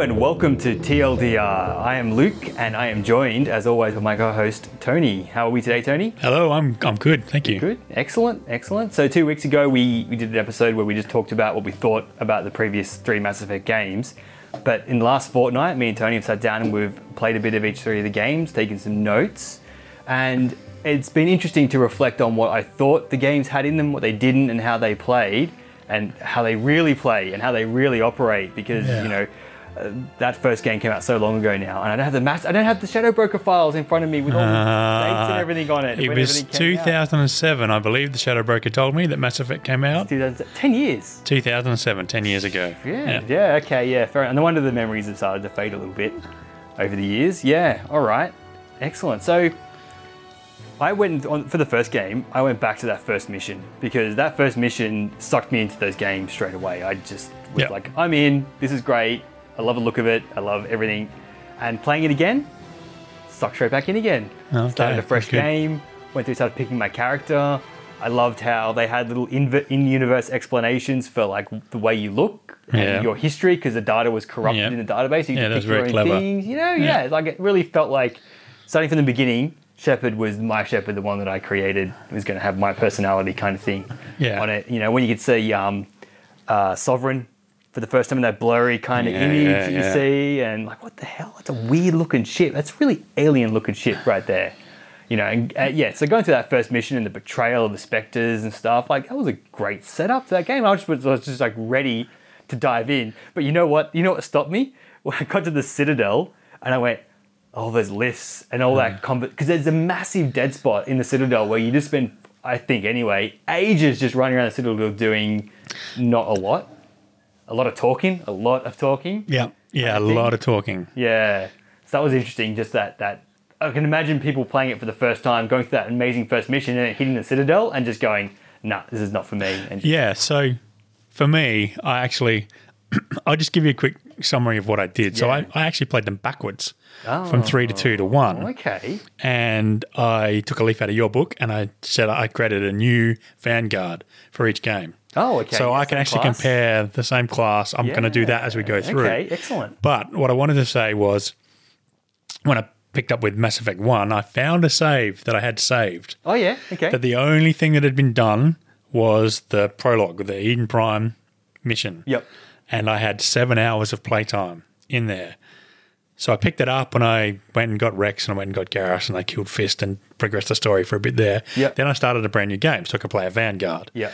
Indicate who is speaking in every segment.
Speaker 1: and welcome to TLDR. I am Luke and I am joined, as always, by my co host Tony. How are we today, Tony?
Speaker 2: Hello, I'm I'm good, thank you.
Speaker 1: Good, excellent, excellent. So, two weeks ago, we, we did an episode where we just talked about what we thought about the previous three Mass Effect games. But in the last fortnight, me and Tony have sat down and we've played a bit of each three of the games, taken some notes, and it's been interesting to reflect on what I thought the games had in them, what they didn't, and how they played, and how they really play, and how they really operate. Because
Speaker 2: Yeah.
Speaker 1: you know, uh, that first game came out so long ago now, and I don't have the mass, I don't have the Shadow Broker files in front of me with all the dates and
Speaker 2: Uh,
Speaker 1: everything on it.
Speaker 2: It
Speaker 1: when
Speaker 2: was
Speaker 1: everything came out.
Speaker 2: 2007, I believe. The Shadow Broker told me that Mass Effect came out
Speaker 1: 2000 10 years.
Speaker 2: 2007, 10 years ago.
Speaker 1: Yeah, yeah, okay, yeah, fair. And no wonder the memories have started to fade a little bit over the years. Yeah, all right, excellent. So I went on for the first game. I went back to that first mission because that first mission sucked me into those games straight away. I just was
Speaker 2: Yeah.
Speaker 1: like, I'm in. This is great. I love the look of it. I love everything. And playing it again, sucked straight back in again.
Speaker 2: Oh, Okay,
Speaker 1: Started a fresh
Speaker 2: good.
Speaker 1: game. Went through, started picking my character. I loved how they had little inv- in-universe explanations for like the way you look
Speaker 2: Yeah.
Speaker 1: and your history because the data was corrupted
Speaker 2: Yeah.
Speaker 1: in the database. So you
Speaker 2: Yeah,
Speaker 1: could
Speaker 2: that was
Speaker 1: pick your
Speaker 2: very
Speaker 1: own
Speaker 2: clever.
Speaker 1: things. You know, yeah.
Speaker 2: Yeah.
Speaker 1: it's like it really felt like starting from the beginning. Shepard was my Shepard, the one that I created. It was going to have my personality kind of thing
Speaker 2: Yeah.
Speaker 1: on it. You know, when you could see um, uh, Sovereign for the first time in that blurry kind of
Speaker 2: Yeah,
Speaker 1: image
Speaker 2: yeah,
Speaker 1: that you
Speaker 2: yeah.
Speaker 1: see, and like, what the hell? That's a weird looking ship. That's really alien looking ship right there. You know, and uh, yeah, so going through that first mission and the betrayal of the specters and stuff, like that was a great setup for that game. I was just, I was just like ready to dive in, but you know what? You know what stopped me? When I got to the Citadel and I went, oh, there's lifts and all
Speaker 2: Hmm.
Speaker 1: that combat because there's a massive dead spot in the Citadel where you just spend, I think anyway, ages just running around the Citadel doing not a lot, a lot of talking, a lot of talking.
Speaker 2: Yeah, yeah, a
Speaker 1: think-
Speaker 2: lot of talking.
Speaker 1: Yeah. So that was interesting. Just that that I can imagine people playing it for the first time, going through that amazing first mission and then hitting the Citadel and just going, "Nah, this is not for me." And
Speaker 2: Yeah, so for me, I actually I'll just give you a quick summary of what I did. So
Speaker 1: Yeah.
Speaker 2: I, I actually played them backwards
Speaker 1: Oh.
Speaker 2: from 3 to 2 to 1.
Speaker 1: okay,
Speaker 2: and I took a leaf out of your book and I said I created a new vanguard for each game.
Speaker 1: Oh, okay.
Speaker 2: So
Speaker 1: Yeah,
Speaker 2: I can
Speaker 1: same
Speaker 2: actually
Speaker 1: class.
Speaker 2: compare the same class. I'm going to do that as we go through.
Speaker 1: Okay, excellent.
Speaker 2: But what I wanted to say was when I picked up with Mass Effect 1, I found a save that I had saved.
Speaker 1: Oh yeah. Okay.
Speaker 2: That the only thing that had been done was the prologue, the Eden Prime mission.
Speaker 1: Yep.
Speaker 2: And I had seven hours of playtime in there. So I picked it up and I went and got Rex and I went and got Garrus and I killed Fist and progressed the story for a bit there.
Speaker 1: Yep.
Speaker 2: Then I started a brand new game so I could play a Vanguard.
Speaker 1: yeah.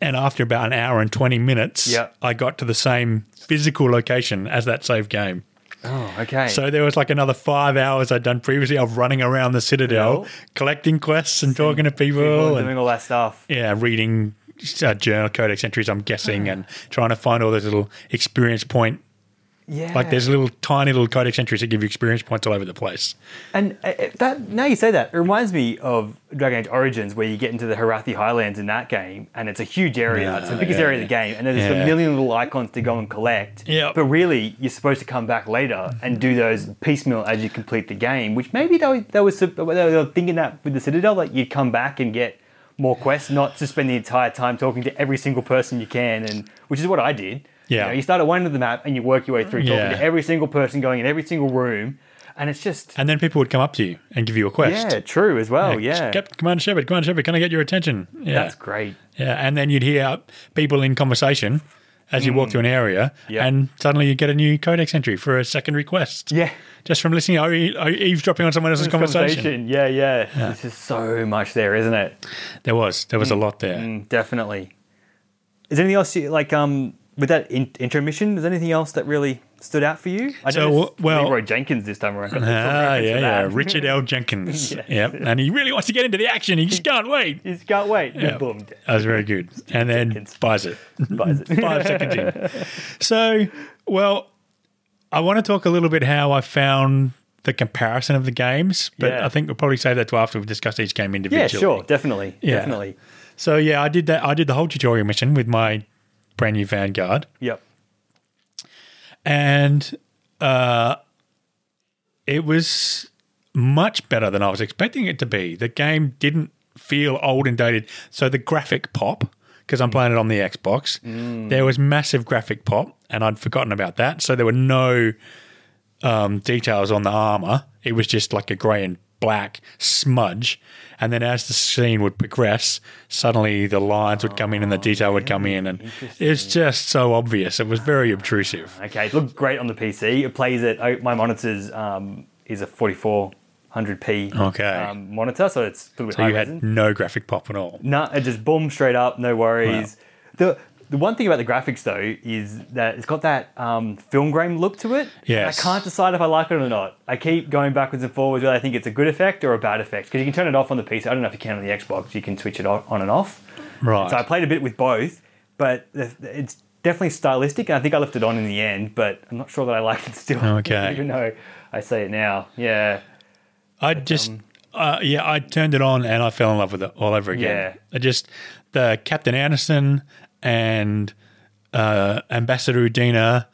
Speaker 2: And after about an hour and 20 minutes,
Speaker 1: Yep.
Speaker 2: I got to the same physical location as that save game.
Speaker 1: Oh, okay.
Speaker 2: So there was like another five hours I'd done previously of running around the Citadel,
Speaker 1: Yeah.
Speaker 2: collecting quests and talking to people.
Speaker 1: People
Speaker 2: and
Speaker 1: doing all that stuff.
Speaker 2: yeah, reading uh, journal codex entries, I'm guessing, and trying to find all those little experience point.
Speaker 1: Yeah.
Speaker 2: Like there's little tiny little codex entries that give you experience points all over the place.
Speaker 1: And uh, uh, that now you say that, it reminds me of Dragon Age Origins, where you get into the Harathi Highlands in that game, and it's a huge area. it's the
Speaker 2: Yeah,
Speaker 1: biggest
Speaker 2: yeah,
Speaker 1: area of the game, and there's just a
Speaker 2: Yeah.
Speaker 1: million little icons to go and collect.
Speaker 2: Yep.
Speaker 1: But really, you're supposed to come back later and do those piecemeal as you complete the game. Which maybe they were, they were, sup- they were thinking that with the Citadel, like you'd come back and get more quests, not to spend the entire time talking to every single person you can, and which is what I did. You,
Speaker 2: Yeah.
Speaker 1: know, you start at one end of the map and you work your way through, talking
Speaker 2: Yeah.
Speaker 1: to every single person, going in every single room, and it's just.
Speaker 2: And then people would come up to you and give you a quest.
Speaker 1: Yeah, true as well.
Speaker 2: Like,
Speaker 1: Yeah,
Speaker 2: Cap- Commander Shepard, Commander Shepard, can I get your attention? Yeah.
Speaker 1: that's great.
Speaker 2: Yeah. And then you'd hear people in conversation as you walk through an area,
Speaker 1: Hmm. Yeah.
Speaker 2: and suddenly you get a new codex entry for a secondary quest.
Speaker 1: Yeah.
Speaker 2: Just from listening, oh, e- oh, eavesdropping on someone else's conversation.
Speaker 1: Yeah, yeah, There's just so much there, isn't it?
Speaker 2: There was, there was a lot there.
Speaker 1: Mm, definitely. Is there anything else you like? Um, with that in- intermission, is there anything else that really stood out for you? I
Speaker 2: So,
Speaker 1: noticed
Speaker 2: well-
Speaker 1: Leroy Jenkins this time around. got the sort of
Speaker 2: Ah,
Speaker 1: reference
Speaker 2: yeah,
Speaker 1: for
Speaker 2: yeah.
Speaker 1: that.
Speaker 2: Richard L. Jenkins.
Speaker 1: Yes.
Speaker 2: Yep. And he really wants to get into the action. He just can't wait.
Speaker 1: He's got wait. Yeah.
Speaker 2: Yep.
Speaker 1: Boom.
Speaker 2: That was very good. And then
Speaker 1: Jenkins.
Speaker 2: buys it.
Speaker 1: Buys it.
Speaker 2: Five seconds in. So, well, I want to talk a little bit how I found the comparison of the games, but
Speaker 1: Yeah.
Speaker 2: I think we'll probably save that to after we've discussed each game
Speaker 1: Yeah,
Speaker 2: individually.
Speaker 1: sure, definitely,
Speaker 2: Yeah.
Speaker 1: definitely.
Speaker 2: So, yeah, I did that. I did the whole tutorial mission with my brand new Vanguard.
Speaker 1: Yep.
Speaker 2: and uh, it was much better than I was expecting it to be. The game didn't feel old and dated. So the graphic pop, because I'm playing it on the Xbox, there was massive graphic pop, and I'd forgotten about that. So there were no um, details on the armor. It was just like a grey and black smudge. And then as the scene would progress, suddenly the lines would come in and the detail would come in. And it's just so obvious. It was very obtrusive.
Speaker 1: Okay, it looked great on the PC. It plays at oh, my monitor's um, is a 4400p
Speaker 2: Okay.
Speaker 1: um, monitor, so it's a little bit
Speaker 2: So
Speaker 1: high
Speaker 2: you
Speaker 1: resin.
Speaker 2: had no graphic pop at all.
Speaker 1: No, it just boom straight up, no worries. The the one thing about the graphics though is that it's got that um, film grain look to it.
Speaker 2: Yes.
Speaker 1: I can't decide if I like it or not. I keep going backwards and forwards whether I think it's a good effect or a bad effect because you can turn it off on the PC. I don't know if you can on the Xbox. You can switch it on on and off.
Speaker 2: Right.
Speaker 1: So I played a bit with both, but the- it's definitely stylistic, and I think I left it on in the end. But I'm not sure that I liked it still.
Speaker 2: Okay.
Speaker 1: Even though I say it now, yeah.
Speaker 2: I just, uh, yeah, I turned it on and I fell in love with it all over
Speaker 1: Yeah.
Speaker 2: again. I just, the Captain Anderson and uh, Ambassador Udina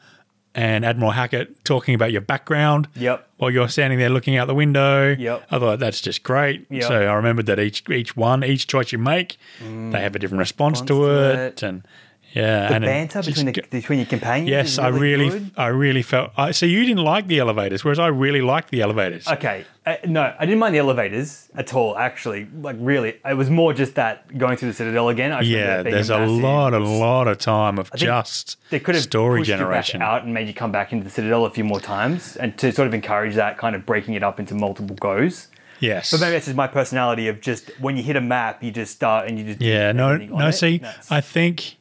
Speaker 2: and Admiral Hackett talking about your background.
Speaker 1: Yep.
Speaker 2: While you're standing there looking out the window.
Speaker 1: Yep.
Speaker 2: I thought that's just great.
Speaker 1: Yep.
Speaker 2: So I remembered that each each one, each choice you make, they have a different response, to,
Speaker 1: Mm. Response
Speaker 2: it.
Speaker 1: to
Speaker 2: and yeah,
Speaker 1: The
Speaker 2: and it
Speaker 1: banter
Speaker 2: just
Speaker 1: between the,
Speaker 2: go-
Speaker 1: between your companions.
Speaker 2: Yes,
Speaker 1: is
Speaker 2: I really,
Speaker 1: good.
Speaker 2: I really felt. I, so you didn't like the elevators, whereas I really liked the elevators.
Speaker 1: Okay. Uh, no, I didn't mind the elevators at all, actually. Like, really. It was more just that going through the Citadel again. I remember
Speaker 2: Yeah,
Speaker 1: that being
Speaker 2: there's a
Speaker 1: massive-
Speaker 2: lot, a lot of time of
Speaker 1: think
Speaker 2: just
Speaker 1: They could have
Speaker 2: story
Speaker 1: pushed you back
Speaker 2: generation.
Speaker 1: out and made you come back into the Citadel a few more times and to sort of encourage that kind of breaking it up into multiple goes.
Speaker 2: Yes,
Speaker 1: But maybe that's just my personality of just when you hit a map, you just start and you just. do
Speaker 2: yeah, no,
Speaker 1: everything on
Speaker 2: no.
Speaker 1: it.
Speaker 2: See,
Speaker 1: That's-
Speaker 2: I think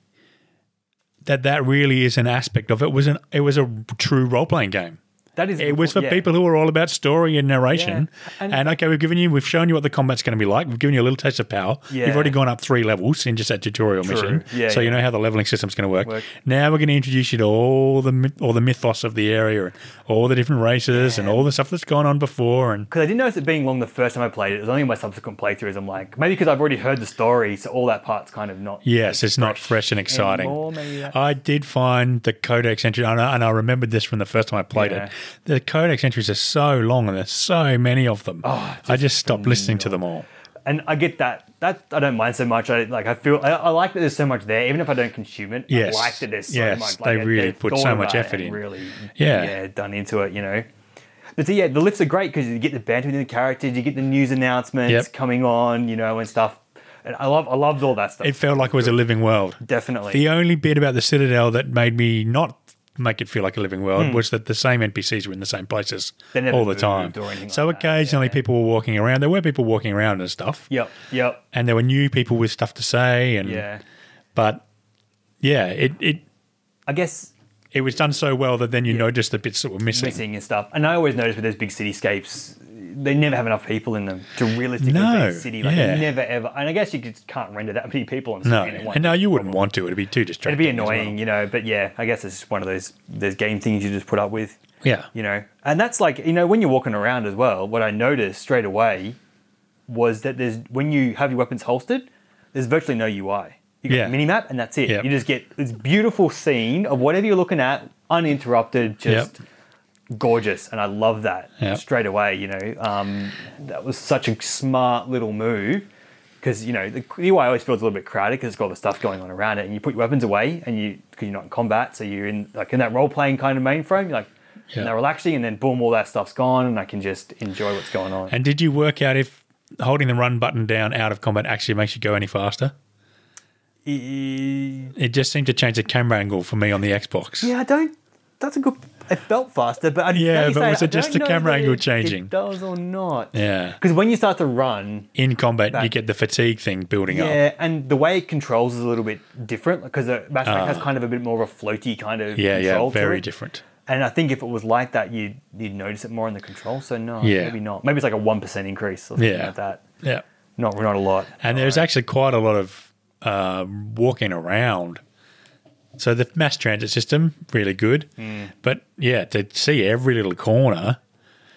Speaker 2: that that really is an aspect of it. Was an it was a true role playing game.
Speaker 1: that is.
Speaker 2: It was for
Speaker 1: yeah.
Speaker 2: people who are all about story and narration.
Speaker 1: Yeah,
Speaker 2: And,
Speaker 1: and-
Speaker 2: okay, we've given you, we've shown you what the combat's going to be like. We've given you a little taste of power. You've
Speaker 1: Yeah.
Speaker 2: already gone up three levels in just that tutorial mission,
Speaker 1: Yeah,
Speaker 2: so you
Speaker 1: yeah.
Speaker 2: know how the leveling system's going to work.
Speaker 1: Work.
Speaker 2: Now we're going to introduce you to all the myth- all the mythos of the area and all the different races and all the stuff that's gone on before. And
Speaker 1: Because I didn't notice it being long the first time I played it. It was only in my subsequent playthroughs. I'm like, maybe because I've already heard the story, so all that part's kind of not.
Speaker 2: yes, it's not fresh and exciting.
Speaker 1: anymore, maybe that's-
Speaker 2: I did find the codex entry, and I, and I remembered this from the first time I played
Speaker 1: Yeah.
Speaker 2: it. The codex entries are so long, and there's so many of them.
Speaker 1: Oh,
Speaker 2: I just stopped listening to them all.
Speaker 1: and I get that. That I don't mind so much. I like. I feel. I, I like that there's so much there, even if I don't consume it.
Speaker 2: Yes.
Speaker 1: I like that there's so
Speaker 2: Yes,
Speaker 1: much.
Speaker 2: they
Speaker 1: Like,
Speaker 2: really
Speaker 1: they've
Speaker 2: put so
Speaker 1: thought about
Speaker 2: much
Speaker 1: it
Speaker 2: effort
Speaker 1: and
Speaker 2: in.
Speaker 1: Really,
Speaker 2: Yeah.
Speaker 1: done into it. You know. But so, yeah, the lifts are great because you get the banter between the characters, you get the news announcements
Speaker 2: Yep.
Speaker 1: coming on, you know, and stuff. And I love, I loved all that stuff.
Speaker 2: It felt like it was a living world.
Speaker 1: Definitely.
Speaker 2: The only bit about the Citadel that made me not make it feel like a living world was that the same NPCs were in the same places
Speaker 1: Hmm. They never
Speaker 2: all the
Speaker 1: moved
Speaker 2: time.
Speaker 1: or anything
Speaker 2: So
Speaker 1: like that,
Speaker 2: occasionally people were walking around. There were people walking around and stuff,
Speaker 1: yep. Yep.
Speaker 2: and there were new people with stuff to say. And
Speaker 1: Yeah.
Speaker 2: but yeah, it it
Speaker 1: I guess
Speaker 2: it was done so well that then you noticed the bits that were missing.
Speaker 1: missing and stuff. And I always notice with those big cityscapes, they never have enough people in them to realistically
Speaker 2: No,
Speaker 1: be a city. Like
Speaker 2: yeah.
Speaker 1: they never ever. And I guess you just can't render that many people on
Speaker 2: No,
Speaker 1: screen at once.
Speaker 2: and no, you wouldn't want to. It'd be too distracting.
Speaker 1: It'd be
Speaker 2: as well.
Speaker 1: annoying, you know. But yeah, I guess it's just one of those those game things you just put up with.
Speaker 2: Yeah.
Speaker 1: You know, and that's like you know when you're walking around as well. What I noticed straight away was that there's when you have your weapons holstered, there's virtually no UI. You got
Speaker 2: Yeah.
Speaker 1: a mini map, and that's it.
Speaker 2: Yep.
Speaker 1: You just get this beautiful scene of whatever you're looking at, uninterrupted, just gorgeous, and I love that
Speaker 2: Yep.
Speaker 1: straight away. You know, um, that was such a smart little move because you know the UI always feels a little bit crowded because it's got all the stuff going on around it, and you put your weapons away, and you because you're not in combat, so you're in like in that role playing kind of mainframe, you're like.
Speaker 2: Yeah.
Speaker 1: And they're relaxing, and then boom, all that stuff's gone, and I can just enjoy what's going on.
Speaker 2: And did you work out if holding the run button down out of combat actually makes you go any faster?
Speaker 1: E-
Speaker 2: It just seemed to change the camera angle for me on the Xbox.
Speaker 1: yeah, I don't. That's a good. It felt faster, but I,
Speaker 2: Yeah,
Speaker 1: now you
Speaker 2: but
Speaker 1: say
Speaker 2: was
Speaker 1: I
Speaker 2: it just
Speaker 1: don't
Speaker 2: the
Speaker 1: know
Speaker 2: camera
Speaker 1: whether
Speaker 2: angle
Speaker 1: it-
Speaker 2: changing?
Speaker 1: It does or not.
Speaker 2: Yeah.
Speaker 1: Because when you start to run,
Speaker 2: in combat, you
Speaker 1: That-
Speaker 2: get the fatigue thing building up.
Speaker 1: Yeah, and the way it controls is a little bit different because Mass Effect has
Speaker 2: Ah.
Speaker 1: kind of a bit more of a floaty kind of
Speaker 2: Yeah, yeah,
Speaker 1: control to
Speaker 2: very
Speaker 1: it.
Speaker 2: different.
Speaker 1: And I think if it was like that, you'd you'd notice it more in the control. So no,
Speaker 2: Yeah.
Speaker 1: maybe not. Maybe it's like a one percent increase or something
Speaker 2: Yeah.
Speaker 1: like that.
Speaker 2: Yeah,
Speaker 1: Not not a lot.
Speaker 2: and there's actually quite a lot of um, walking around. So the mass transit system really good,
Speaker 1: Hmm.
Speaker 2: but yeah, to see every little corner.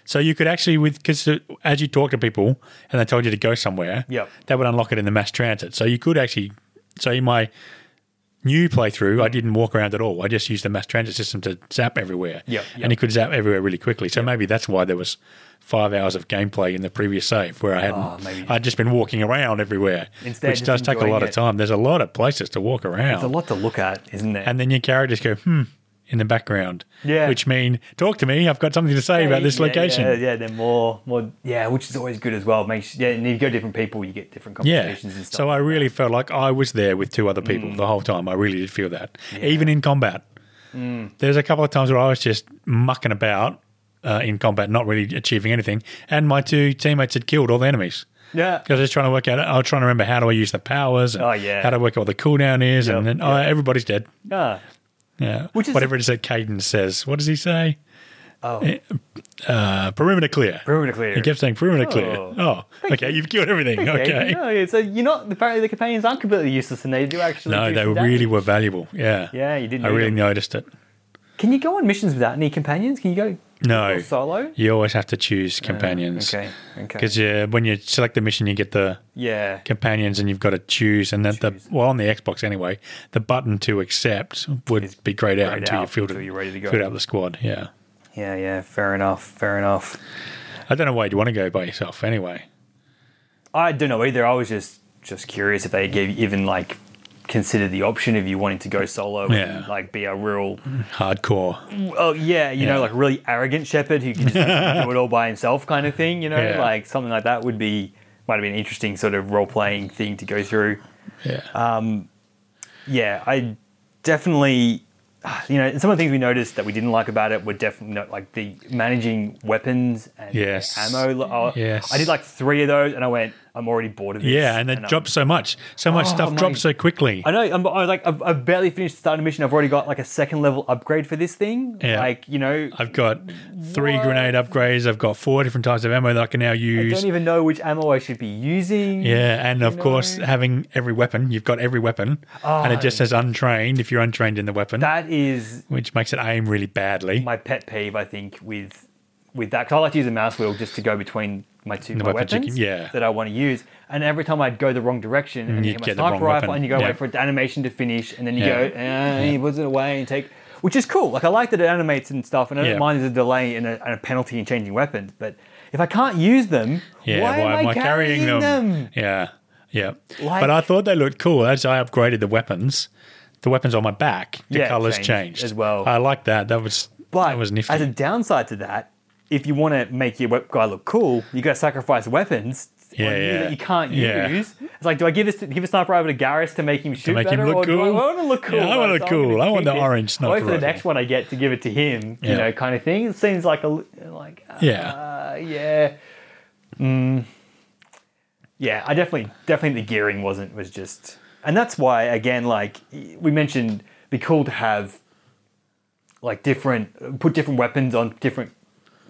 Speaker 2: So you could actually with because as you talk to people and they told you to go somewhere,
Speaker 1: Yep.
Speaker 2: that would unlock it in the mass transit. So you could actually. So in my new playthrough, I didn't walk around at all. I just used the mass transit system to zap everywhere.
Speaker 1: Yep,
Speaker 2: And
Speaker 1: yep.
Speaker 2: it could zap everywhere really quickly. So maybe that's why there was five hours of gameplay in the previous save where I hadn't.
Speaker 1: Oh, maybe.
Speaker 2: I'd just been walking around everywhere,
Speaker 1: Instead,
Speaker 2: which
Speaker 1: just
Speaker 2: does take a
Speaker 1: enjoying
Speaker 2: lot of
Speaker 1: it.
Speaker 2: time. There's a lot of places to walk around.
Speaker 1: There's a lot to look at, isn't there?
Speaker 2: And then your characters go, hmm, in the background.
Speaker 1: Yeah.
Speaker 2: Which mean, talk to me. I've got something to say about this
Speaker 1: Yeah,
Speaker 2: location.
Speaker 1: Yeah, yeah, they're more, more, yeah, which is always good as well. Makes yeah, and if you go to different people, you get different
Speaker 2: Yeah.
Speaker 1: conversations and stuff. Mm.
Speaker 2: So I really felt like I was there with two other people the whole time. I really did feel that, even in combat.
Speaker 1: Mm.
Speaker 2: There's a couple of times where I was just mucking about uh, in combat, not really achieving anything, and my two teammates had killed all the enemies.
Speaker 1: yeah,
Speaker 2: Because I was trying to work out, I was trying to remember how do I use the powers and
Speaker 1: Oh, yeah.
Speaker 2: how to work out what the cooldown is, and
Speaker 1: Yep,
Speaker 2: then oh, everybody's dead.
Speaker 1: yeah.
Speaker 2: Yeah.
Speaker 1: Which is-
Speaker 2: Whatever it is that Caden says. What does he say?
Speaker 1: Oh.
Speaker 2: Eh, Uh, perimeter clear.
Speaker 1: Perimeter clear.
Speaker 2: He kept saying perimeter clear.
Speaker 1: Oh.
Speaker 2: Oh, okay. You've killed everything. Okay.
Speaker 1: No, yeah, so you're not. Apparently, the companions aren't completely useless, and they do actually.
Speaker 2: No,
Speaker 1: do
Speaker 2: they
Speaker 1: some
Speaker 2: really
Speaker 1: damage.
Speaker 2: were valuable. Yeah.
Speaker 1: Yeah, you didn't.
Speaker 2: I
Speaker 1: need
Speaker 2: really
Speaker 1: them.
Speaker 2: noticed it.
Speaker 1: Can you go on missions without any companions? Can you go?
Speaker 2: No.
Speaker 1: or solo?
Speaker 2: You always have to choose companions.
Speaker 1: Okay. Okay.
Speaker 2: Because yeah, when you select the mission, you get the
Speaker 1: Yeah.
Speaker 2: companions, and you've got to choose. And that the
Speaker 1: Choose.
Speaker 2: well on the Xbox anyway, the button to accept would
Speaker 1: Is
Speaker 2: be grayed out
Speaker 1: grayed
Speaker 2: until you
Speaker 1: out
Speaker 2: filled it,
Speaker 1: until you're ready to go.
Speaker 2: filled out the squad. Yeah,
Speaker 1: Yeah. Yeah. Fair enough. Fair enough.
Speaker 2: I don't know why you'd want to go by yourself anyway.
Speaker 1: I don't know either. I was just just curious if they gave even like consider the option of you wanting to go solo
Speaker 2: Yeah.
Speaker 1: and like be a real
Speaker 2: Hardcore.
Speaker 1: oh yeah you
Speaker 2: Yeah.
Speaker 1: know like really arrogant shepherd who can just do it all by himself kind of thing you know
Speaker 2: Yeah.
Speaker 1: like something like that would be might have been an interesting sort of role playing thing to go through
Speaker 2: Yeah.
Speaker 1: Uh, yeah, I definitely, ah, you know, some of the things we noticed that we didn't like about it were definitely not like the managing weapons and
Speaker 2: Yes.
Speaker 1: ammo. lo- Oh,
Speaker 2: Yes.
Speaker 1: I did like three of those, and I went, I'm already bored of this.
Speaker 2: yeah, and it
Speaker 1: I'm-
Speaker 2: drops so much. So much
Speaker 1: um, Oh,
Speaker 2: stuff
Speaker 1: my-
Speaker 2: drops so quickly.
Speaker 1: I know. I'm, I like. I've, I've barely finished the start of mission. I've already got like a second level upgrade for this thing.
Speaker 2: Yeah.
Speaker 1: Like you know, I
Speaker 2: I've got three
Speaker 1: What?
Speaker 2: grenade upgrades. I've got four different types of ammo that I can now use.
Speaker 1: don't even know which ammo I should be using.
Speaker 2: Yeah, and of
Speaker 1: know?
Speaker 2: course, having every weapon, you've got every weapon, and it just says untrained if you're untrained in the weapon,
Speaker 1: Oh. That is
Speaker 2: which makes it aim really badly.
Speaker 1: my pet peeve, I think, with with that. Because I like to use the mouse wheel just to go between my two my
Speaker 2: weapons you
Speaker 1: weapons
Speaker 2: can- yeah.
Speaker 1: that I want to use. And every time I'd go the wrong direction and
Speaker 2: you
Speaker 1: you hit my
Speaker 2: get the
Speaker 1: sniper
Speaker 2: wrong
Speaker 1: rifle,
Speaker 2: weapon.
Speaker 1: and you go
Speaker 2: Yeah.
Speaker 1: wait for the animation to finish, and then you
Speaker 2: Yeah.
Speaker 1: go, eh, he puts it away and take, which is cool. Like I like that it animates and stuff, and I don't
Speaker 2: Yeah.
Speaker 1: mind there's a delay and a, and a penalty in changing weapons, but. If I can't use them,
Speaker 2: yeah,
Speaker 1: why, am I carrying, them?
Speaker 2: Yeah, yeah.
Speaker 1: Like-
Speaker 2: but I thought they looked cool as I upgraded the weapons. The weapons on my back, the
Speaker 1: Yeah,
Speaker 2: colors changed,
Speaker 1: changed as well.
Speaker 2: I like that. That was
Speaker 1: But
Speaker 2: that was nifty.
Speaker 1: as a downside to that, if you want to make your web guy look cool, you got to sacrifice weapons on
Speaker 2: Yeah,
Speaker 1: you
Speaker 2: yeah.
Speaker 1: that you can't
Speaker 2: Yeah.
Speaker 1: use. It's like, do I give this give a sniper over to Garrus to make him shoot
Speaker 2: make him
Speaker 1: better,
Speaker 2: look
Speaker 1: or do I
Speaker 2: cool?
Speaker 1: want to look cool?
Speaker 2: Yeah, I wanna
Speaker 1: So
Speaker 2: look
Speaker 1: I'm
Speaker 2: cool.
Speaker 1: gonna
Speaker 2: I want
Speaker 1: keep
Speaker 2: the
Speaker 1: it.
Speaker 2: orange
Speaker 1: I wait
Speaker 2: sniper
Speaker 1: for the
Speaker 2: rifle.
Speaker 1: next one I get to give it to him,
Speaker 2: Yeah.
Speaker 1: you know, kind of thing. It seems like a l- like uh,
Speaker 2: yeah,
Speaker 1: yeah, mm, yeah. I definitely definitely the gearing wasn't was just, and that's why again, like we mentioned, it'd be cool to have like different put different weapons on different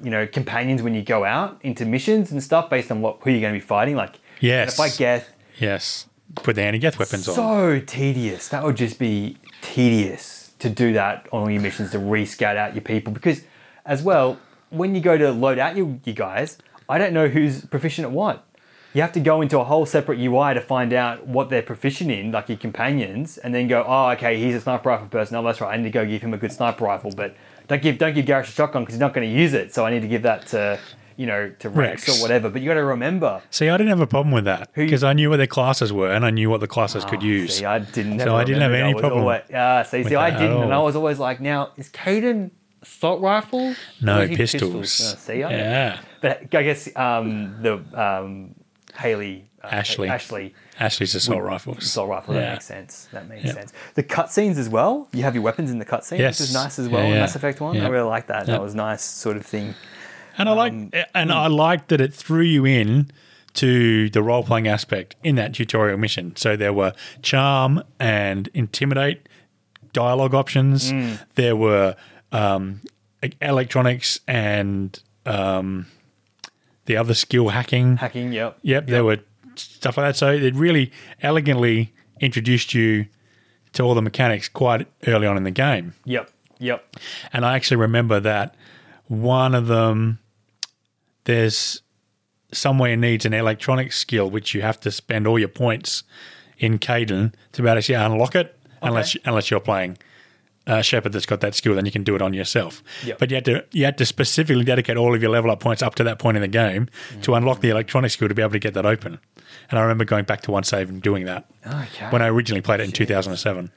Speaker 1: you know companions when you go out into missions and stuff based on what who you're going to be fighting. Like
Speaker 2: Yes.
Speaker 1: if I get
Speaker 2: yes. Put the anti-geth weapons on.
Speaker 1: so tedious. That would just be tedious to do that on all your missions to rescout out your people because, as well, when you go to load out your, you guys, I don't know who's proficient at what. You have to go into a whole separate UI to find out what they're proficient in, like your companions, and then go, oh, okay, he's a sniper rifle person. Oh, that's right. I need to go give him a good sniper rifle, but don't give don't give Garrus a shotgun because he's not going to use it. So I need to give that to you know to Rex,
Speaker 2: Rex.
Speaker 1: or whatever. But you got to remember,
Speaker 2: See, I didn't have a problem with that because I knew what their classes were and I knew what the classes could use.
Speaker 1: Ah, See, I didn't.
Speaker 2: So I didn't have any problem
Speaker 1: Always, uh, see, see, I
Speaker 2: that at
Speaker 1: didn't, and I
Speaker 2: all.
Speaker 1: was always like, now is Caden assault rifle? Or
Speaker 2: no
Speaker 1: is he
Speaker 2: pistols.
Speaker 1: Uh, see, I
Speaker 2: yeah,
Speaker 1: but I guess um, the um, Haley uh,
Speaker 2: Ashley.
Speaker 1: Ashley
Speaker 2: Ashley's assault rifles.
Speaker 1: assault rifle.
Speaker 2: Yeah.
Speaker 1: That makes sense. That makes sense. The cutscenes as well. You have your weapons in the cutscenes,
Speaker 2: Yes.
Speaker 1: which is nice as
Speaker 2: Yeah,
Speaker 1: well. in
Speaker 2: yeah.
Speaker 1: Mass Effect One,
Speaker 2: Yeah.
Speaker 1: I really like that.
Speaker 2: Yeah.
Speaker 1: That was nice sort of thing.
Speaker 2: And I like, and I like that it threw you in to the role playing aspect in that tutorial mission. So there were charm and intimidate dialogue options. There were um, e- electronics and um, the other skill hacking.
Speaker 1: Hacking. Yep.
Speaker 2: Yep, there were stuff like that. So it really elegantly introduced you to all the mechanics quite early on in the game.
Speaker 1: Yep. Yep.
Speaker 2: And I actually remember that one of them, there's somewhere needs an electronic skill, which you have to spend all your points in Caden to be able to actually unlock it, unless unless you're playing a shepherd that's got that skill, then you can do it on yourself.
Speaker 1: Yep.
Speaker 2: But you had to you had to specifically dedicate all of your level up points up to that point in the game to unlock the electronic skill to be able to get that open. And I remember going back to one save and doing that
Speaker 1: Okay.
Speaker 2: when I originally played it in 2007,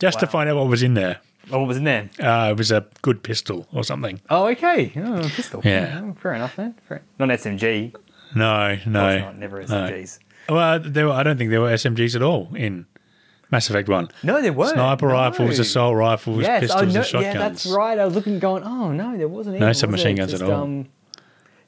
Speaker 2: just to find out what was in there.
Speaker 1: Oh, what was in there?
Speaker 2: Uh, it was a good pistol or something.
Speaker 1: Oh, okay. Oh, pistol.
Speaker 2: Yeah.
Speaker 1: Oh, fair enough, man. Fair. Not SMG. Of
Speaker 2: No, no,
Speaker 1: course not. Never SMGs.
Speaker 2: No. Well, there were, I don't think there were SMGs at all in Mass Effect One.
Speaker 1: No, there were
Speaker 2: Sniper
Speaker 1: No.
Speaker 2: rifles, assault rifles,
Speaker 1: Yes,
Speaker 2: pistols,
Speaker 1: oh, no,
Speaker 2: and shotguns.
Speaker 1: Yeah, that's right. I was looking, going, oh no, there wasn't. Even, was there?
Speaker 2: submachine guns at
Speaker 1: Just,
Speaker 2: all.
Speaker 1: Um,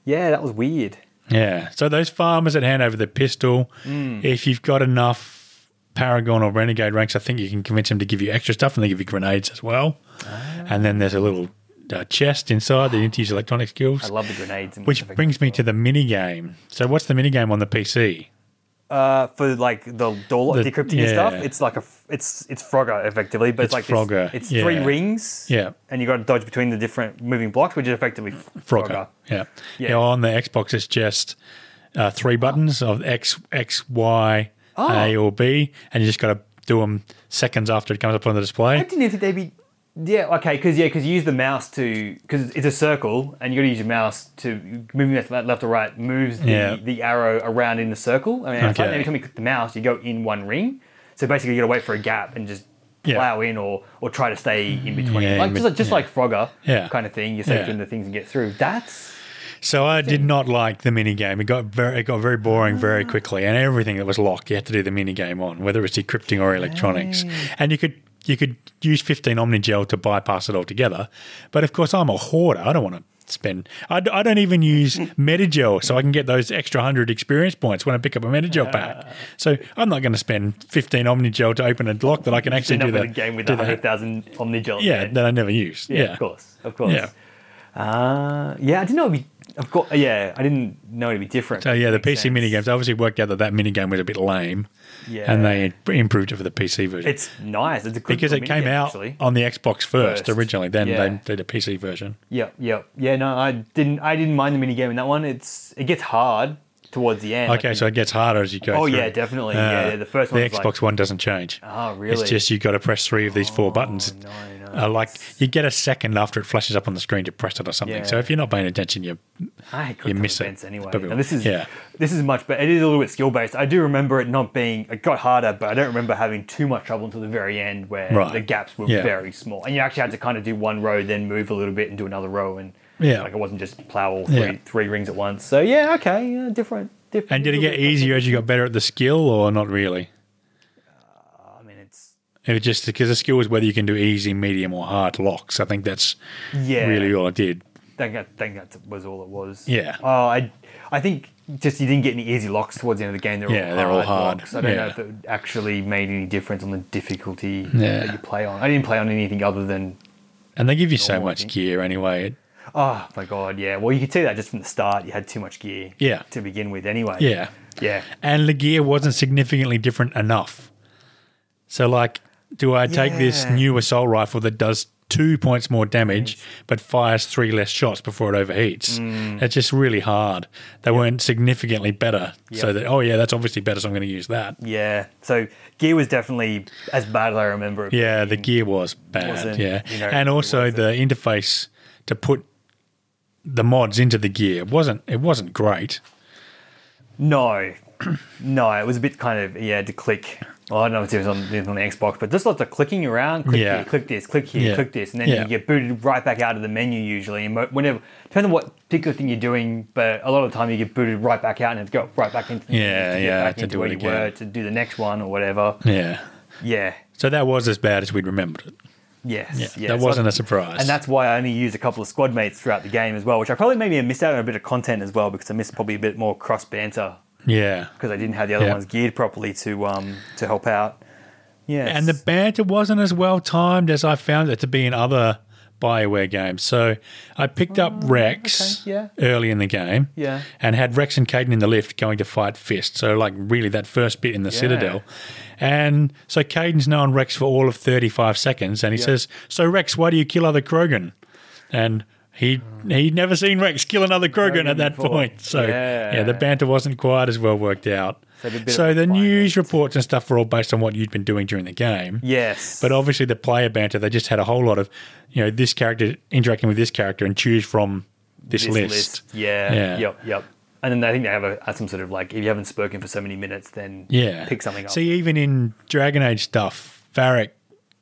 Speaker 1: yeah, that was weird.
Speaker 2: Yeah. So those farmers that hand over the pistol,
Speaker 1: Mm.
Speaker 2: if you've got enough Paragon or Renegade ranks, I think you can convince them to give you extra stuff, and they give you grenades as well.
Speaker 1: Ah.
Speaker 2: And then there's a little uh, chest inside that you need to use
Speaker 1: I
Speaker 2: electronic skills,
Speaker 1: love the grenades. And
Speaker 2: which
Speaker 1: stuff.
Speaker 2: brings me to the mini game. So what's the mini game on the PC?
Speaker 1: uh, for like the door lock
Speaker 2: The-
Speaker 1: decrypting
Speaker 2: yeah.
Speaker 1: and stuff. It's like a f- it's it's Frogger effectively, but it's,
Speaker 2: It's
Speaker 1: like
Speaker 2: Frogger,
Speaker 1: This, it's
Speaker 2: yeah.
Speaker 1: three rings.
Speaker 2: Yeah.
Speaker 1: and you got to dodge between the different moving blocks, which is effectively Frogger.
Speaker 2: Frogger. Yeah.
Speaker 1: Yeah.
Speaker 2: yeah. On the Xbox, it's just uh, three buttons of X, X, Y, A, or B, and you just got to do them seconds after it comes up on the display.
Speaker 1: I didn't even think they'd be. Yeah, okay, because yeah, because you use the mouse to because it's a circle, and you got to use your mouse to moving left, left or right moves the,
Speaker 2: Yeah.
Speaker 1: the arrow around in the circle. I mean, it's like
Speaker 2: Okay.
Speaker 1: every time you click the mouse, you go in one ring. So basically, you got to wait for a gap and just
Speaker 2: Yeah.
Speaker 1: plow in or or try to stay in between,
Speaker 2: Yeah,
Speaker 1: like just,
Speaker 2: in bet-
Speaker 1: like, just like Frogger,
Speaker 2: Yeah.
Speaker 1: kind of thing. You stay
Speaker 2: Yeah.
Speaker 1: between the things and get through. That's
Speaker 2: So I did not like the mini game. It got very, it got very boring very
Speaker 1: Ah.
Speaker 2: quickly, and everything that was locked, you had to do the mini game on, whether it's decrypting or electronics. And you could you could use fifteen Omnigel to bypass it altogether. But of course, I'm a hoarder. I don't want to spend. I, d- I don't even use Metagel, so I can get those extra hundred experience points when I pick up a
Speaker 1: Ah.
Speaker 2: Metagel pack. So I'm not going to spend fifteen Omnigel to open a lock that I can actually
Speaker 1: end
Speaker 2: do
Speaker 1: up
Speaker 2: that.
Speaker 1: with a game with
Speaker 2: do
Speaker 1: a
Speaker 2: that-
Speaker 1: hundred thousand Omnigel.
Speaker 2: yeah, that I never used. Yeah,
Speaker 1: yeah, of course, of course.
Speaker 2: Yeah.
Speaker 1: Uh, yeah, I didn't know it'd be. Of course, yeah, I didn't know it'd be different.
Speaker 2: So yeah, the
Speaker 1: Makes
Speaker 2: PC
Speaker 1: sense.
Speaker 2: mini games obviously worked out that that mini game was a bit lame,
Speaker 1: Yeah.
Speaker 2: and they improved it for the PC version
Speaker 1: It's nice. It's a good
Speaker 2: because it
Speaker 1: little
Speaker 2: came
Speaker 1: mini,
Speaker 2: out
Speaker 1: actually.
Speaker 2: on the Xbox first,
Speaker 1: First.
Speaker 2: originally. Then
Speaker 1: Yeah.
Speaker 2: they did a PC version.
Speaker 1: Yep, yep, yeah. No, I didn't. I didn't mind the mini game in that one. It's it gets hard towards the end.
Speaker 2: Okay,
Speaker 1: Like,
Speaker 2: so it gets harder as you go.
Speaker 1: Oh,
Speaker 2: through. Uh,
Speaker 1: yeah, definitely. Yeah, yeah, the first
Speaker 2: the
Speaker 1: one's
Speaker 2: Xbox
Speaker 1: like-
Speaker 2: One doesn't change.
Speaker 1: Oh, really? Oh,
Speaker 2: It's just you got to press three of these four buttons.
Speaker 1: no, no,
Speaker 2: Uh, like you get a second after it flashes up on the screen to press it or something.
Speaker 1: Yeah.
Speaker 2: So if you're not paying attention, you
Speaker 1: I hate
Speaker 2: you
Speaker 1: quick time
Speaker 2: miss it.
Speaker 1: events anyway.
Speaker 2: But we-
Speaker 1: And this is
Speaker 2: yeah.
Speaker 1: this is much better. It is a little bit skill based. I do remember it not being. It got harder, but I don't remember having too much trouble until the very end, where
Speaker 2: Right.
Speaker 1: the gaps were
Speaker 2: Yeah.
Speaker 1: very small, and you actually had to kind of do one row, then move a little bit and do another row, and
Speaker 2: Yeah.
Speaker 1: like it wasn't just plow all three,
Speaker 2: Yeah.
Speaker 1: three rings at once. So yeah, okay, yeah, different, different.
Speaker 2: and did it get easier as you got better at the skill or not really?
Speaker 1: I mean, it's
Speaker 2: It was just because the skill was whether you can do easy, medium, or hard locks. I think that's
Speaker 1: yeah,
Speaker 2: really all it did.
Speaker 1: think that think that was all it was.
Speaker 2: Yeah.
Speaker 1: Oh, I I think just you didn't get any easy locks towards the end of the game. They're
Speaker 2: Yeah,
Speaker 1: all
Speaker 2: they're all hard.
Speaker 1: locks. I don't know
Speaker 2: Yeah.
Speaker 1: if it actually made any difference on the difficulty
Speaker 2: Yeah.
Speaker 1: that you play on. I didn't play on anything other than
Speaker 2: And they give you so
Speaker 1: Normal, I
Speaker 2: much
Speaker 1: think.
Speaker 2: gear anyway. It,
Speaker 1: oh my god, yeah. Well, you could see that just from the start. You had too much gear.
Speaker 2: Yeah.
Speaker 1: To begin with, anyway.
Speaker 2: yeah.
Speaker 1: Yeah.
Speaker 2: And the gear wasn't significantly different enough. So, like, do I take this
Speaker 1: Yeah.
Speaker 2: new assault rifle that does two points more damage but fires three less shots before it overheats?
Speaker 1: Mm.
Speaker 2: It's just really hard. They weren't significantly better. So,
Speaker 1: Yep.
Speaker 2: that, oh, yeah, that's obviously better, so I'm going to use that.
Speaker 1: Yeah. So gear was definitely as bad as I remember. It
Speaker 2: Yeah, the
Speaker 1: being.
Speaker 2: gear was bad.
Speaker 1: Mm. wasn't,
Speaker 2: yeah,
Speaker 1: you know,
Speaker 2: and
Speaker 1: it
Speaker 2: also the interface to put the mods into the gear wasn't it wasn't great.
Speaker 1: No, no, it was a bit kind of yeah to click. Well, I don't know if it was on, it was on the Xbox, but just lots of clicking around. Click
Speaker 2: Yeah.
Speaker 1: here, click this, click here,
Speaker 2: Yeah.
Speaker 1: click this, and then
Speaker 2: Yeah.
Speaker 1: you get booted right back out of the menu usually. And mo- whenever depends on what particular thing you're doing, but a lot of the time you get booted right back out and have to go right back into the menu
Speaker 2: Yeah,
Speaker 1: to get
Speaker 2: yeah,
Speaker 1: back
Speaker 2: to
Speaker 1: into
Speaker 2: do
Speaker 1: where
Speaker 2: it
Speaker 1: you
Speaker 2: again.
Speaker 1: were to do the next one or whatever.
Speaker 2: Yeah,
Speaker 1: Yeah,
Speaker 2: so that was as bad as we'd remembered it.
Speaker 1: yes,
Speaker 2: Yeah,
Speaker 1: yes.
Speaker 2: that wasn't
Speaker 1: a
Speaker 2: a surprise.
Speaker 1: and that's why I only used a couple of squad mates throughout the game as well, which I probably maybe missed out on a bit of content as well because I missed probably a bit more cross banter
Speaker 2: yeah,
Speaker 1: because I didn't have the other
Speaker 2: Yeah.
Speaker 1: ones geared properly to um to help out. Yes.
Speaker 2: and the banter wasn't as well timed as I found it to be in other Bioware games. So I picked up Rex
Speaker 1: Oh, okay, yeah.
Speaker 2: early in the game,
Speaker 1: Yeah.
Speaker 2: and had Rex and Caden in the lift going to fight Fist. So like really that first bit in the Citadel, and so Caden's known Rex for all of thirty five seconds, and he says, "So Rex, why do you kill other Krogan?" and he he'd never seen Rex kill another Krogan,
Speaker 1: Krogan
Speaker 2: at that
Speaker 1: before.
Speaker 2: point. So
Speaker 1: Yeah.
Speaker 2: yeah, the banter wasn't quite as well worked out.
Speaker 1: So it'd be a bit
Speaker 2: So
Speaker 1: of a
Speaker 2: the
Speaker 1: refinement.
Speaker 2: news reports and stuff were all based on what you'd been doing during the game.
Speaker 1: yes,
Speaker 2: But obviously, the player banter, they just had a whole lot of, you know, this character interacting with this character and choose from this, list.
Speaker 1: Yeah,
Speaker 2: Yeah.
Speaker 1: Yep. Yep. And then I think they have a, have some sort of like if you haven't spoken for so many minutes, then
Speaker 2: Yeah.
Speaker 1: pick something up.
Speaker 2: See, even in Dragon Age stuff, Varric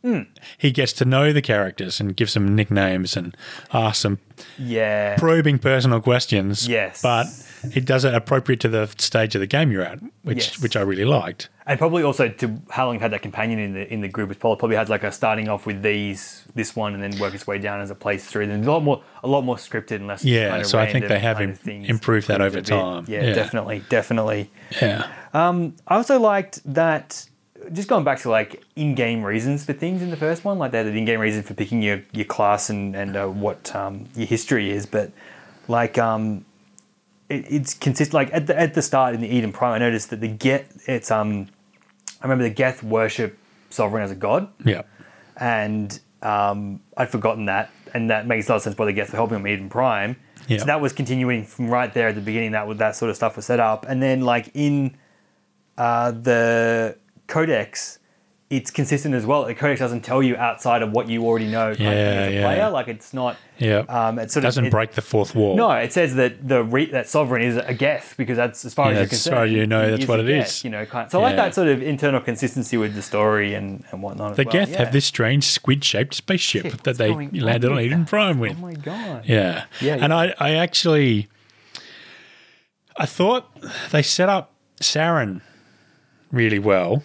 Speaker 1: Hmm.
Speaker 2: he gets to know the characters and gives them nicknames and asks them
Speaker 1: Yeah.
Speaker 2: probing personal questions.
Speaker 1: Yes.
Speaker 2: but he does it appropriate to the stage of the game you're at, which
Speaker 1: Yes.
Speaker 2: which I really liked.
Speaker 1: and probably also to how long you've had that companion in the in the group. It probably probably has like a starting off with these this one and then work its way down as it plays through. Then a lot more a lot more scripted and less.
Speaker 2: Yeah,
Speaker 1: kind of
Speaker 2: so I think
Speaker 1: random
Speaker 2: they have
Speaker 1: kind of
Speaker 2: im-
Speaker 1: things
Speaker 2: improved that
Speaker 1: improved
Speaker 2: over
Speaker 1: a bit.
Speaker 2: time.
Speaker 1: Yeah,
Speaker 2: Yeah.
Speaker 1: definitely, definitely.
Speaker 2: Yeah,
Speaker 1: I also liked that. Just going back to like in-game reasons for things in the first one, like they had an in-game reason for picking your, your class and and uh, what um, your history is, but like um, it, it's consist like at the at the start in the Eden Prime, I noticed that the get it's um, I remember the Geth worship sovereign as a god,
Speaker 2: yeah,
Speaker 1: and um, I'd forgotten that, and that makes a lot of sense why the guests were helping on Eden Prime.
Speaker 2: Yeah.
Speaker 1: So that was continuing from right there at the beginning. That was- that sort of stuff was set up, and then like in uh, the Codex, it's consistent as well. The Codex doesn't tell you outside of what you already know. kind of thing
Speaker 2: Yeah,
Speaker 1: as a
Speaker 2: yeah.
Speaker 1: player, like it's not.
Speaker 2: yeah.
Speaker 1: Um, it sort
Speaker 2: doesn't
Speaker 1: of, it-
Speaker 2: break the fourth wall.
Speaker 1: No, it says that the re- that sovereign is a Geth because that's as far
Speaker 2: Yeah,
Speaker 1: as you're
Speaker 2: as
Speaker 1: concerned.
Speaker 2: far as you know,
Speaker 1: he
Speaker 2: that's what
Speaker 1: a
Speaker 2: it
Speaker 1: Geth,
Speaker 2: is.
Speaker 1: You know, kind so I like
Speaker 2: Yeah.
Speaker 1: that sort of internal consistency with the story and and whatnot. as
Speaker 2: The
Speaker 1: well.
Speaker 2: Geth
Speaker 1: Yeah.
Speaker 2: have this strange squid-shaped spaceship
Speaker 1: Shit,
Speaker 2: that
Speaker 1: what's
Speaker 2: they
Speaker 1: going on
Speaker 2: landed on
Speaker 1: with
Speaker 2: Eden
Speaker 1: that?
Speaker 2: Prime with.
Speaker 1: Oh my god.
Speaker 2: Yeah.
Speaker 1: Yeah,
Speaker 2: And I, I actually, I thought they set up Saren really well.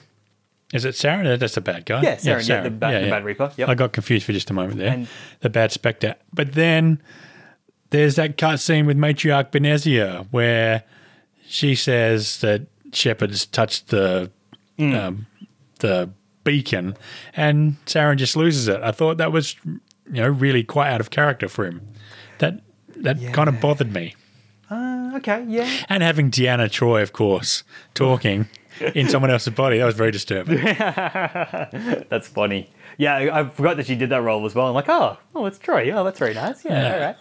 Speaker 2: Is it Saren? No, That's the bad guy.
Speaker 1: Yeah, Saren, yeah, the ba- the Bad Reaper, yep.
Speaker 2: I got confused for just a moment there.
Speaker 1: And-
Speaker 2: the bad Spectre. But then there's that cutscene with Matriarch Benezia where she says that Shepard's touched the
Speaker 1: Mm.
Speaker 2: um, the beacon, and Saren just loses it. I thought that was, you know, really quite out of character for him. That that kind of bothered me.
Speaker 1: Uh, okay, yeah.
Speaker 2: And having Deanna Troy, of course, talking in someone else's body, that was very disturbing.
Speaker 1: That's funny. Yeah, I, I forgot that she did that role as well. I'm like, oh, oh, it's Troy. Oh, that's very nice. Yeah,
Speaker 2: Yeah.
Speaker 1: all right.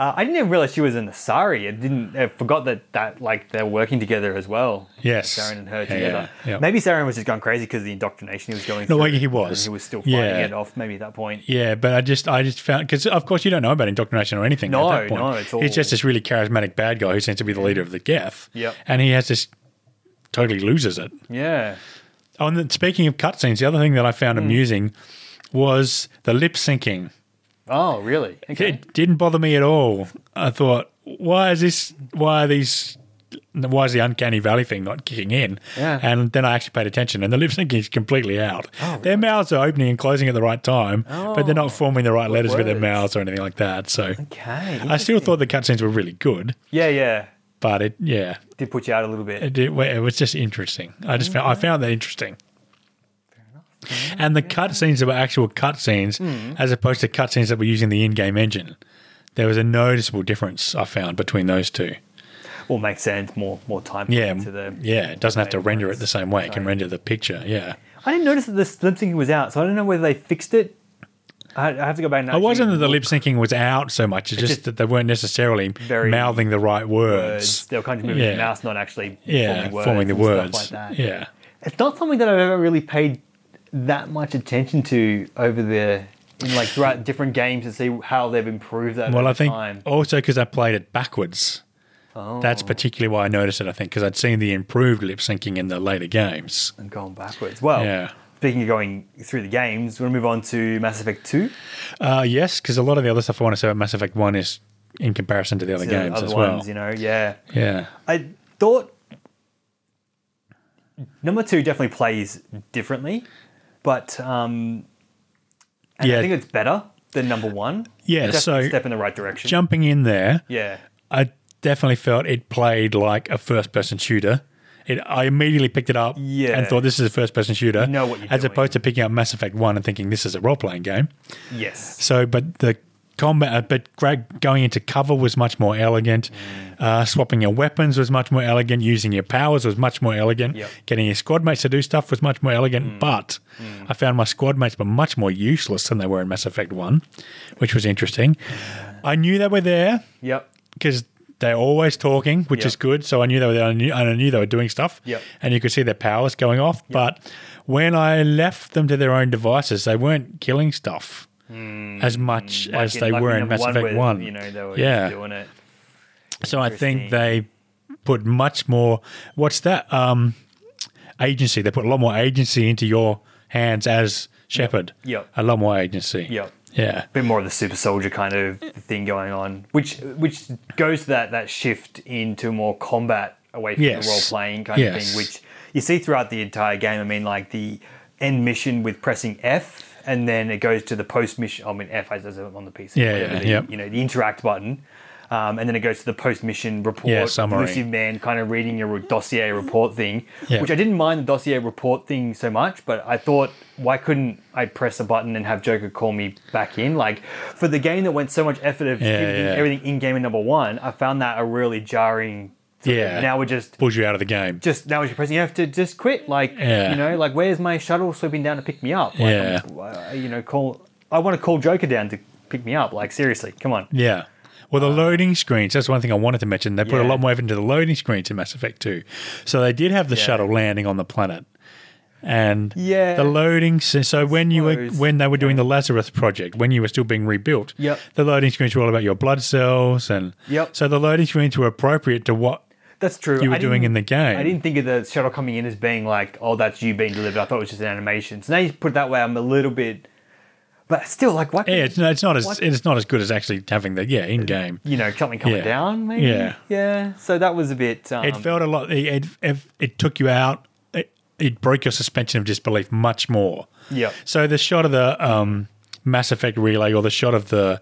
Speaker 1: Uh, I didn't even realize she was an Asari. I didn't. I forgot that that like they're working together as well.
Speaker 2: Yes.
Speaker 1: Saren and her
Speaker 2: Yeah,
Speaker 1: together.
Speaker 2: yeah, yeah.
Speaker 1: Maybe Saren was just going crazy because the indoctrination he was going.
Speaker 2: No,
Speaker 1: through,
Speaker 2: well, he
Speaker 1: and
Speaker 2: was.
Speaker 1: He was still fighting
Speaker 2: Yeah.
Speaker 1: it off. Maybe at that point.
Speaker 2: Yeah, but I just I just found because of course you don't know about indoctrination or anything.
Speaker 1: No,
Speaker 2: at that point.
Speaker 1: no, it's all-
Speaker 2: he's just this really charismatic bad guy who seems to be the leader of the Geth.
Speaker 1: Yep.
Speaker 2: and he has this totally loses it.
Speaker 1: Yeah.
Speaker 2: Oh, and then speaking of cutscenes, the other thing that I
Speaker 1: Hmm.
Speaker 2: found amusing was the lip syncing.
Speaker 1: Oh, really? Okay.
Speaker 2: It didn't bother me at all. I thought, why is this? Why are these? Why is the uncanny valley thing not kicking in?
Speaker 1: Yeah. Oh,
Speaker 2: And then I actually paid attention, and the lip syncing is completely out.
Speaker 1: really?
Speaker 2: Their mouths are opening and closing at the right time, but they're
Speaker 1: Oh.
Speaker 2: not forming the right letters with their
Speaker 1: words.
Speaker 2: mouths or anything like that. So
Speaker 1: Okay.
Speaker 2: I still thought the cutscenes were really good,
Speaker 1: Yeah, yeah.
Speaker 2: but it, yeah,
Speaker 1: Did put you out a little bit.
Speaker 2: it, it, it was just interesting. I just found, I
Speaker 1: Mm-hmm.
Speaker 2: found that interesting. And the cutscenes that were actual cutscenes,
Speaker 1: Mm.
Speaker 2: as opposed to cutscenes that were using the in-game engine, there was a noticeable difference I found between those two.
Speaker 1: Well, makes sense. More more time.
Speaker 2: Yeah,
Speaker 1: To the
Speaker 2: yeah, it doesn't have to
Speaker 1: Right,
Speaker 2: render it the same way; it can
Speaker 1: sorry.
Speaker 2: render the picture. Yeah,
Speaker 1: I didn't notice that the lip syncing was out, so I don't know whether they fixed it. I, I have to go back and.
Speaker 2: it wasn't that the
Speaker 1: actually
Speaker 2: lip syncing was out so much; it's just,
Speaker 1: just
Speaker 2: that they weren't necessarily
Speaker 1: very
Speaker 2: mouthing the right
Speaker 1: look
Speaker 2: words.
Speaker 1: words. They were kind of moving
Speaker 2: Yeah.
Speaker 1: the mouse, not actually
Speaker 2: Yeah,
Speaker 1: forming, words
Speaker 2: forming the
Speaker 1: and
Speaker 2: words.
Speaker 1: Stuff like that.
Speaker 2: Yeah,
Speaker 1: It's not something that I've ever really paid that much attention to over the in like throughout different games to see how they've improved that.
Speaker 2: Well,
Speaker 1: over
Speaker 2: I think
Speaker 1: time. Oh.
Speaker 2: also because I played it backwards. That's particularly why I noticed it. I think because I'd seen the improved lip syncing in the later games.
Speaker 1: and going backwards. Well,
Speaker 2: Yeah.
Speaker 1: speaking of going through the games, we're gonna move on to Mass Effect Two.
Speaker 2: Uh, yes, because a lot of the other stuff I want to say about Mass Effect One is in comparison to the other
Speaker 1: to
Speaker 2: games
Speaker 1: other
Speaker 2: as well.
Speaker 1: ones, you know, yeah.
Speaker 2: Yeah,
Speaker 1: I thought number two definitely plays differently, but um, and
Speaker 2: Yeah.
Speaker 1: I think it's better than number one.
Speaker 2: Yeah,
Speaker 1: It's definitely
Speaker 2: so-
Speaker 1: a step in the right direction.
Speaker 2: jumping in there,
Speaker 1: yeah,
Speaker 2: I definitely felt it played like a first-person shooter. It, I immediately picked it up
Speaker 1: Yeah.
Speaker 2: and thought this is a first-person shooter,
Speaker 1: know what you're
Speaker 2: as
Speaker 1: doing.
Speaker 2: opposed to picking up Mass Effect One and thinking this is a role-playing game.
Speaker 1: yes,
Speaker 2: So, but the combat, uh, but Greg going into cover was much more elegant. Uh, swapping your weapons was much more elegant. Using your powers was much more elegant.
Speaker 1: Yep.
Speaker 2: Getting your squad mates to do stuff was much more elegant. But I found my squad mates were much more useless than they were in Mass Effect 1, which was interesting. I knew they were there
Speaker 1: yep,
Speaker 2: because they're always talking, which
Speaker 1: Yep.
Speaker 2: is good. So I knew they were there, I knew, and I knew they were doing stuff.
Speaker 1: Yep.
Speaker 2: And you could see their powers going off. But when I left them to their own devices, they weren't killing stuff as much as
Speaker 1: Hmm. Like
Speaker 2: they
Speaker 1: like
Speaker 2: were in
Speaker 1: number
Speaker 2: Mass Effect
Speaker 1: where,
Speaker 2: 1.
Speaker 1: You know, they were
Speaker 2: Yeah.
Speaker 1: doing it.
Speaker 2: so I think
Speaker 1: interesting.
Speaker 2: they put much more. What's that? Um, agency. They put a lot more agency into your hands as Shepard.
Speaker 1: Yep.
Speaker 2: A lot more agency.
Speaker 1: Yep.
Speaker 2: Yeah.
Speaker 1: bit more of the super soldier kind of thing going on, which which goes to that that shift into more combat away from
Speaker 2: Yes.
Speaker 1: the role playing kind of
Speaker 2: Yes.
Speaker 1: thing, which you see throughout the entire game. I mean, like the end mission with pressing F, and then it goes to the post mission. I mean, F as as on the PC,
Speaker 2: Yeah,
Speaker 1: whatever
Speaker 2: yeah,
Speaker 1: the,
Speaker 2: yep.
Speaker 1: you know, the interact button. Um, and then it goes to the post mission report,
Speaker 2: Yeah, summary.
Speaker 1: elusive man kind of reading your dossier report thing,
Speaker 2: Yeah.
Speaker 1: which I didn't mind the dossier report thing so much, but I thought, why couldn't I press a button and have Joker call me back in? Like, for the game that went so much effort of
Speaker 2: Yeah,
Speaker 1: giving
Speaker 2: yeah.
Speaker 1: everything in game in number one, I found that a really jarring. sort of-
Speaker 2: Yeah.
Speaker 1: Now we're just.
Speaker 2: Pulls you out of the game.
Speaker 1: Just now, you're pressing F to just quit. Like,
Speaker 2: Yeah.
Speaker 1: you know, like where's my shuttle swooping down to pick me up? Like,
Speaker 2: Yeah.
Speaker 1: I'm- uh, you know, call. I want to call Joker down to pick me up. Like, seriously, come on.
Speaker 2: Yeah. Well, the loading screens, that's one thing I wanted to mention. They put a
Speaker 1: Uh, Yeah.
Speaker 2: lot more effort into the loading screens in Mass Effect 2. So they did have the
Speaker 1: Yeah.
Speaker 2: shuttle landing on the planet. And
Speaker 1: Yeah.
Speaker 2: the loading. So, so when you were
Speaker 1: Suppose.
Speaker 2: when they were doing the Lazarus project, when you were still being rebuilt,
Speaker 1: Yep.
Speaker 2: the loading screens were all about your blood cells, and
Speaker 1: Yep.
Speaker 2: so the loading screens were appropriate to what
Speaker 1: That's true.
Speaker 2: you were
Speaker 1: I
Speaker 2: doing
Speaker 1: didn't-
Speaker 2: in the game.
Speaker 1: I didn't think of the shuttle coming in as being like, oh, that's you being delivered. I thought it was just an animation. So now you put it that way, I'm a little bit, but still, like, what?
Speaker 2: Yeah, it's, no, it's not as
Speaker 1: What?
Speaker 2: it's not as good as actually having the yeah in game.
Speaker 1: You know, something coming
Speaker 2: Yeah.
Speaker 1: down, maybe.
Speaker 2: Yeah.
Speaker 1: yeah. So that was a bit. Um,
Speaker 2: It felt a lot. It it, it took you out. It, it broke your suspension of disbelief much more.
Speaker 1: Yeah.
Speaker 2: So the shot of the um, Mass Effect relay or the shot of the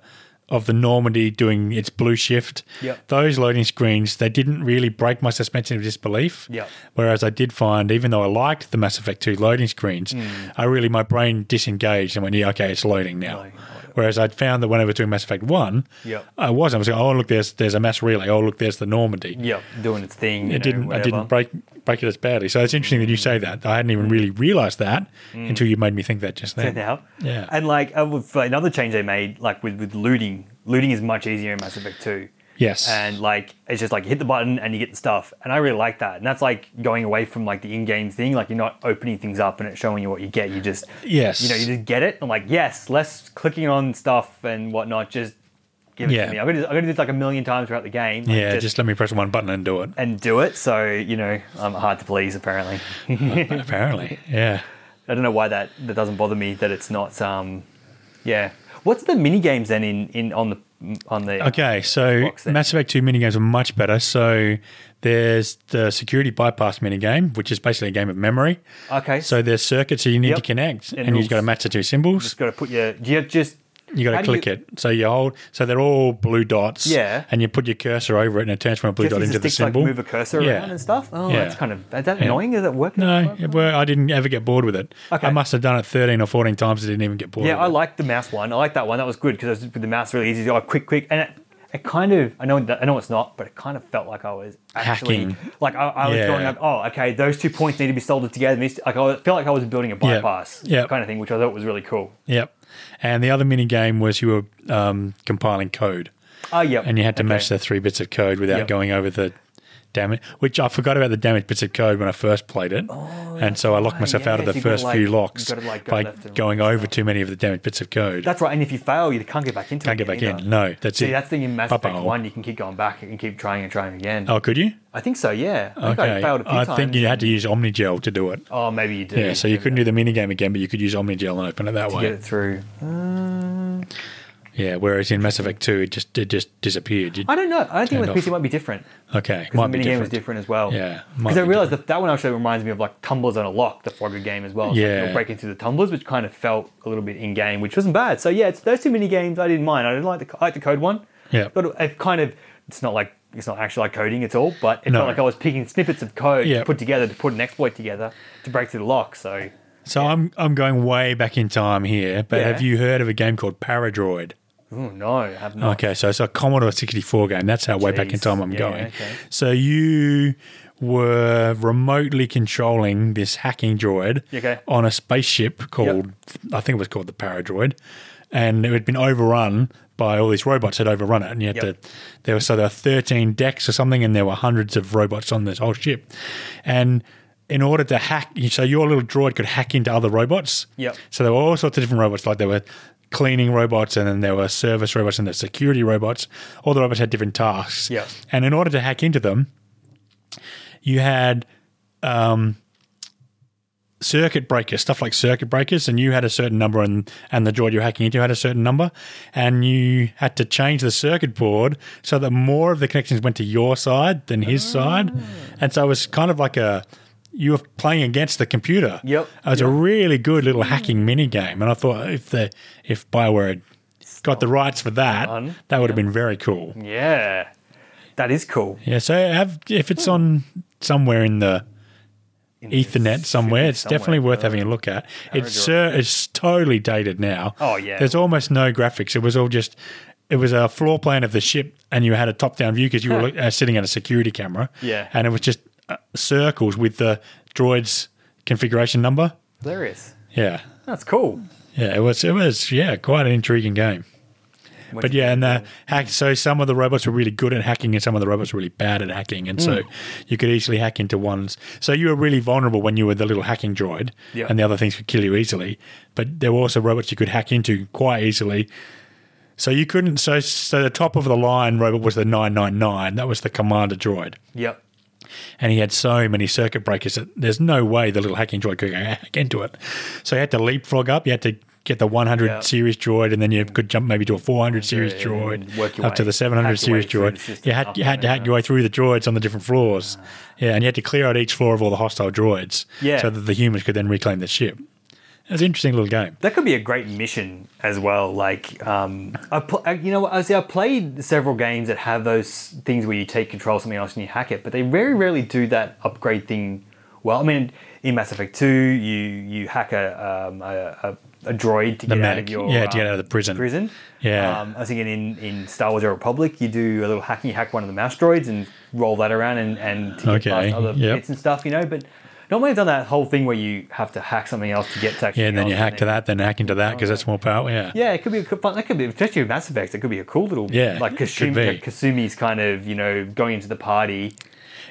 Speaker 2: of the Normandy doing its blue shift.
Speaker 1: Yep.
Speaker 2: Those loading screens they didn't really break my suspension of disbelief.
Speaker 1: Yep.
Speaker 2: Whereas I did find, even though I liked the Mass Effect 2 loading screens,
Speaker 1: Hmm.
Speaker 2: I really my brain disengaged and went, yeah, okay, it's loading now.
Speaker 1: Loading, loading.
Speaker 2: Whereas I'd found that when I was doing Mass Effect 1,
Speaker 1: Yep.
Speaker 2: I was. I was going, oh, look, there's there's a mass relay. Oh, look, there's the Normandy.
Speaker 1: yeah, doing its thing. You
Speaker 2: It didn't.
Speaker 1: Know,
Speaker 2: I
Speaker 1: whatever. Mm.
Speaker 2: didn't break break it as badly. So it's interesting that you say that. I hadn't even really realised that until you made me think that just then.
Speaker 1: it out.
Speaker 2: Yeah.
Speaker 1: And like uh, with- another change they made, like with, with looting, looting is much easier in Mass Effect 2.
Speaker 2: Yes.
Speaker 1: And like it's just like you hit the button and you get the stuff. And I really like that. And that's like going away from like the in-game thing, like you're not opening things up and it's showing you what you get. You just
Speaker 2: Yes.
Speaker 1: You know, you just get it. I'm like, yes, less clicking on stuff and whatnot, just give it
Speaker 2: Yeah.
Speaker 1: to me. I'm gonna, I'm gonna do this like a million times throughout the game. Like,
Speaker 2: yeah, just, let me press one button and do it.
Speaker 1: and do it. So, you know, I'm hard to please apparently.
Speaker 2: Apparently, yeah.
Speaker 1: I don't know why that, that doesn't bother me that it's not um yeah. What's the mini games then in, in on the on the
Speaker 2: Okay, so
Speaker 1: Box set.
Speaker 2: Mass Effect Two minigames are much better. So there's the security bypass minigame, which is basically a game of memory.
Speaker 1: Okay.
Speaker 2: So there's circuits that you need
Speaker 1: Yep.
Speaker 2: to connect,
Speaker 1: And
Speaker 2: and, you've
Speaker 1: rules.
Speaker 2: got to match the two symbols.
Speaker 1: just got to put your do you just
Speaker 2: You got
Speaker 1: how
Speaker 2: to
Speaker 1: do you-
Speaker 2: click it. So you hold. So they're all blue dots.
Speaker 1: Yeah.
Speaker 2: And you put your cursor over it, and it turns from a blue
Speaker 1: Just
Speaker 2: dot
Speaker 1: use
Speaker 2: into the
Speaker 1: sticks, like,
Speaker 2: symbol.
Speaker 1: move a cursor
Speaker 2: Yeah.
Speaker 1: around and stuff. Oh,
Speaker 2: Yeah.
Speaker 1: that's kind of is that annoying? Is that working?
Speaker 2: No, it, were- I didn't ever get bored with it.
Speaker 1: Okay.
Speaker 2: I must have done it 13 or 14 times. I didn't even get bored.
Speaker 1: Yeah,
Speaker 2: with
Speaker 1: I
Speaker 2: it.
Speaker 1: like the mouse one. I like that one. That was good because with the mouse really easy. Oh, quick, quick, and it, it kind of I know that, I know it's not, but it kind of felt like I was actually,
Speaker 2: Hacking.
Speaker 1: Like I, I was
Speaker 2: Yeah.
Speaker 1: going like, oh, okay, those two points need to be soldered together. Like I felt like I was building a
Speaker 2: Yeah.
Speaker 1: bypass,
Speaker 2: Yeah.
Speaker 1: kind of thing, which I thought was really cool.
Speaker 2: Yep. And the other mini game was you were um, compiling code,
Speaker 1: Oh, yeah,
Speaker 2: and you had to
Speaker 1: okay.
Speaker 2: match the three bits of code without
Speaker 1: Yep.
Speaker 2: going over the damage. Which I forgot about the damage bits of code when I first played it,
Speaker 1: Oh,
Speaker 2: and so I locked
Speaker 1: right,
Speaker 2: myself out of
Speaker 1: yes,
Speaker 2: the
Speaker 1: you gotta,
Speaker 2: first
Speaker 1: like-
Speaker 2: few
Speaker 1: you
Speaker 2: locks
Speaker 1: gotta, like, go
Speaker 2: by
Speaker 1: left and right
Speaker 2: going over too many of the damaged bits of code.
Speaker 1: That's right. And if you fail, you can't get back into.
Speaker 2: Can't
Speaker 1: it
Speaker 2: get back
Speaker 1: either.
Speaker 2: in. No, that's
Speaker 1: See,
Speaker 2: it.
Speaker 1: that's the thing in Mass
Speaker 2: Papa
Speaker 1: Effect
Speaker 2: hole.
Speaker 1: One. You can keep going back and keep trying and trying again.
Speaker 2: Oh, could you?
Speaker 1: I think so. Yeah. I think
Speaker 2: Okay.
Speaker 1: I failed a few
Speaker 2: I
Speaker 1: times.
Speaker 2: think you had to use Omnigel to do it.
Speaker 1: Oh, maybe you did.
Speaker 2: Yeah, so you couldn't do the mini game again, but you could use Omnigel and open it that way.
Speaker 1: get it through.
Speaker 2: Yeah, whereas in Mass Effect 2, it just it just disappeared. You-
Speaker 1: I don't know. I don't think
Speaker 2: Turned
Speaker 1: with PC
Speaker 2: off.
Speaker 1: it might be different.
Speaker 2: okay,
Speaker 1: Might
Speaker 2: might
Speaker 1: the minigame
Speaker 2: be different.
Speaker 1: was different as well.
Speaker 2: Yeah, might
Speaker 1: Because I
Speaker 2: be
Speaker 1: realized that that one actually reminds me of like Tumblers on a Lock, the Frogger game as well. It's like
Speaker 2: Yeah.
Speaker 1: you're breaking through the tumblers, which kind of felt a little bit in game, which wasn't bad. So yeah, it's those two mini games I didn't mind. I didn't like the I like the code one.
Speaker 2: Yeah.
Speaker 1: But it kind of it's not like it's not actually like coding at all, but it
Speaker 2: No.
Speaker 1: felt like I was picking snippets of code
Speaker 2: Yeah.
Speaker 1: to put together to put an exploit together to break through the lock. So
Speaker 2: So I'm I'm going way back in time here, but
Speaker 1: Yeah.
Speaker 2: have you heard of a game called Paradroid?
Speaker 1: oh no, I have not.
Speaker 2: Okay, so it's a Commodore 64 game. That's how way back in
Speaker 1: Jeez.
Speaker 2: time I'm
Speaker 1: Yeah,
Speaker 2: going.
Speaker 1: okay.
Speaker 2: So you were remotely controlling this hacking droid
Speaker 1: Okay.
Speaker 2: on a spaceship called, I think it was called the Paradroid, and it had been overrun by all these robots had overrun it, and you had
Speaker 1: Yep.
Speaker 2: to. There were so there were 13 decks or something, and there were hundreds of robots on this whole ship, and. In order to hack, so your little droid could hack into other robots.
Speaker 1: Yep.
Speaker 2: So there were all sorts of different robots. Like there were cleaning robots, and then there were service robots, and there were security robots. All the robots had different tasks.
Speaker 1: Yeah.
Speaker 2: And in order to hack into them, you had um, circuit breakers, stuff like circuit breakers, and you had a certain number, and and the droid you're hacking into had a certain number, and you had to change the circuit board so that more of the connections went to your side than his
Speaker 1: Oh.
Speaker 2: side, and so it was kind of like a you were playing against the computer.
Speaker 1: Yep.
Speaker 2: it was a really good little hacking mini game, and I thought if the if Bioware had got the rights for that,
Speaker 1: on.
Speaker 2: that would have been very cool.
Speaker 1: Yeah. That is cool.
Speaker 2: Yeah, so have, if
Speaker 1: Hmm.
Speaker 2: it's on somewhere in the Ethernet somewhere, it's
Speaker 1: somewhere.
Speaker 2: definitely worth having a look at. It's cer- it's totally dated now.
Speaker 1: Oh, yeah.
Speaker 2: there's almost no graphics. It was all just it was a floor plan of the ship, and you had a top down view because you were look- uh, sitting at a security camera.
Speaker 1: Yeah.
Speaker 2: and it was just uh, circles with the droid's configuration number.
Speaker 1: Hilarious.
Speaker 2: Yeah,
Speaker 1: That's cool.
Speaker 2: yeah, it was it was yeah quite an intriguing game. But yeah, and the hack. So some of the robots were really good at hacking, and some of the robots were really bad at hacking, and so you could easily hack into ones. So you were really vulnerable when you were the little hacking droid,
Speaker 1: Yeah.
Speaker 2: and the other things could kill you easily. But there were also robots you could hack into quite easily. So you couldn't. So so the top of the line robot was the nine nine nine. That was the commander droid,
Speaker 1: Yep.
Speaker 2: and he had so many circuit breakers that there's no way the little hacking droid could go hack into it. So you had to leapfrog up. You had to get the 100
Speaker 1: Yeah.
Speaker 2: series droid, and then you could jump maybe to a 400 series
Speaker 1: and
Speaker 2: droid,
Speaker 1: work your
Speaker 2: up to
Speaker 1: way-
Speaker 2: the 700
Speaker 1: hack your way
Speaker 2: series
Speaker 1: through the
Speaker 2: droid.
Speaker 1: system
Speaker 2: You had,
Speaker 1: up
Speaker 2: you had to
Speaker 1: and
Speaker 2: hack your way through the droids on the different floors. Yeah, and you had to clear out each floor of all the hostile droids
Speaker 1: Yeah.
Speaker 2: so that the humans could then reclaim the ship. It was an interesting little game.
Speaker 1: That could be a great mission as well. Like, um, I pl- I- you know, what, I see. I played several games that have those things where you take control of something else and you hack it, but they very rarely do that upgrade thing. Well, I mean, in Mass Effect Two, you you hack a um, a, a, a droid to get out of
Speaker 2: mech.
Speaker 1: your
Speaker 2: Yeah, to get
Speaker 1: um,
Speaker 2: out of the prison.
Speaker 1: prison.
Speaker 2: Yeah.
Speaker 1: um, I was thinking in, in Star Wars: The Republic, you do a little hacking, you hack one of the mouse droids and roll that around and and to get
Speaker 2: Okay,
Speaker 1: past other
Speaker 2: yep.
Speaker 1: bits and stuff, you know, but. Normally, I've done that whole thing where you have to hack something else to get to
Speaker 2: Yeah, and then
Speaker 1: else
Speaker 2: you hack to that, then hack into that because that's more powerful. Yeah.
Speaker 1: Oh, yeah, it could be a good fun. That could be especially with Mass Effect. It could be a cool little
Speaker 2: Yeah,
Speaker 1: like
Speaker 2: it could
Speaker 1: Kasumi,
Speaker 2: be.
Speaker 1: like Kasumi's kind of you know going into the party.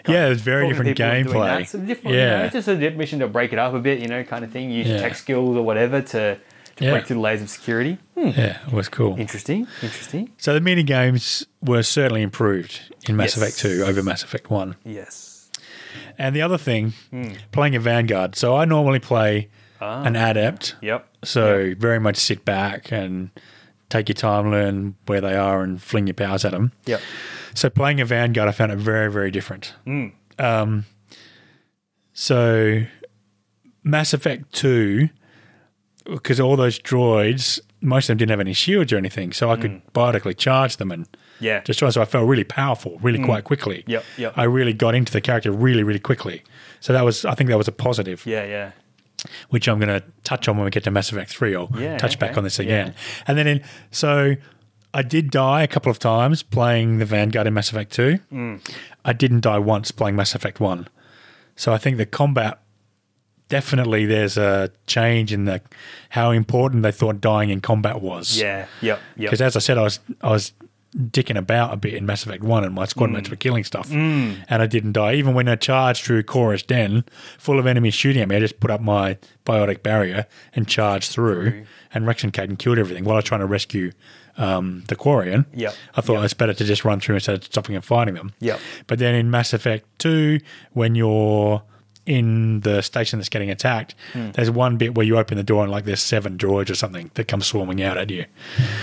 Speaker 2: Yeah, it was very
Speaker 1: talking to
Speaker 2: different
Speaker 1: people and doing
Speaker 2: gameplay.
Speaker 1: that. So different, yeah, you know,
Speaker 2: yeah.
Speaker 1: it's just a mission to break it up a bit, you know, kind of thing. Use your
Speaker 2: Yeah.
Speaker 1: tech skills or whatever to, to
Speaker 2: Yeah.
Speaker 1: break through the layers of security. Hmm.
Speaker 2: yeah, it was cool.
Speaker 1: Interesting, interesting.
Speaker 2: So the mini games were certainly improved in
Speaker 1: Yes.
Speaker 2: Mass Effect 2 over Mass Effect 1.
Speaker 1: Yes.
Speaker 2: And the other thing, playing a Vanguard. So I normally play an Adept.
Speaker 1: Yep.
Speaker 2: So very much sit back and take your time, learn where they are, and fling your powers at them.
Speaker 1: Yep.
Speaker 2: So playing a Vanguard, I found it very, very different. Um, so Mass Effect 2, because all those droids, most of them didn't have any shields or anything, so I could biotically charge them and
Speaker 1: Yeah.
Speaker 2: just try. So I felt really powerful, really quite quickly.
Speaker 1: Mm. Yep, yep.
Speaker 2: I really got into the character really, really quickly. So that was, I think that was a positive
Speaker 1: yeah, yeah.
Speaker 2: which I'm going to touch on when we get to Mass Effect 3. I'll
Speaker 1: Yeah,
Speaker 2: touch back
Speaker 1: okay.
Speaker 2: on this again. And then, in, so I did die a couple of times playing the Vanguard in Mass Effect 2.
Speaker 1: Mm.
Speaker 2: I didn't die once playing Mass Effect 1. So I think the combat definitely there's a change in the how important they thought dying in combat was.
Speaker 1: Yeah. Yep. Yep.
Speaker 2: Because as I said, I was I was dicking about a bit in Mass Effect One, and my squad
Speaker 1: Mm.
Speaker 2: mates were killing stuff, and I didn't die. Even when I charged through Chorus Den, full of enemies shooting at me, I just put up my biotic barrier and charged through, and Rex and Caden killed everything while I was trying to rescue um, the Quarian.
Speaker 1: Yep.
Speaker 2: I thought
Speaker 1: Yep.
Speaker 2: it's better to just run through instead of stopping and fighting them.
Speaker 1: Yep.
Speaker 2: But then in Mass Effect 2, when you're in the station that's getting attacked,
Speaker 1: Hmm.
Speaker 2: there's one bit where you open the door and like there's seven droids or something that come swarming out at you.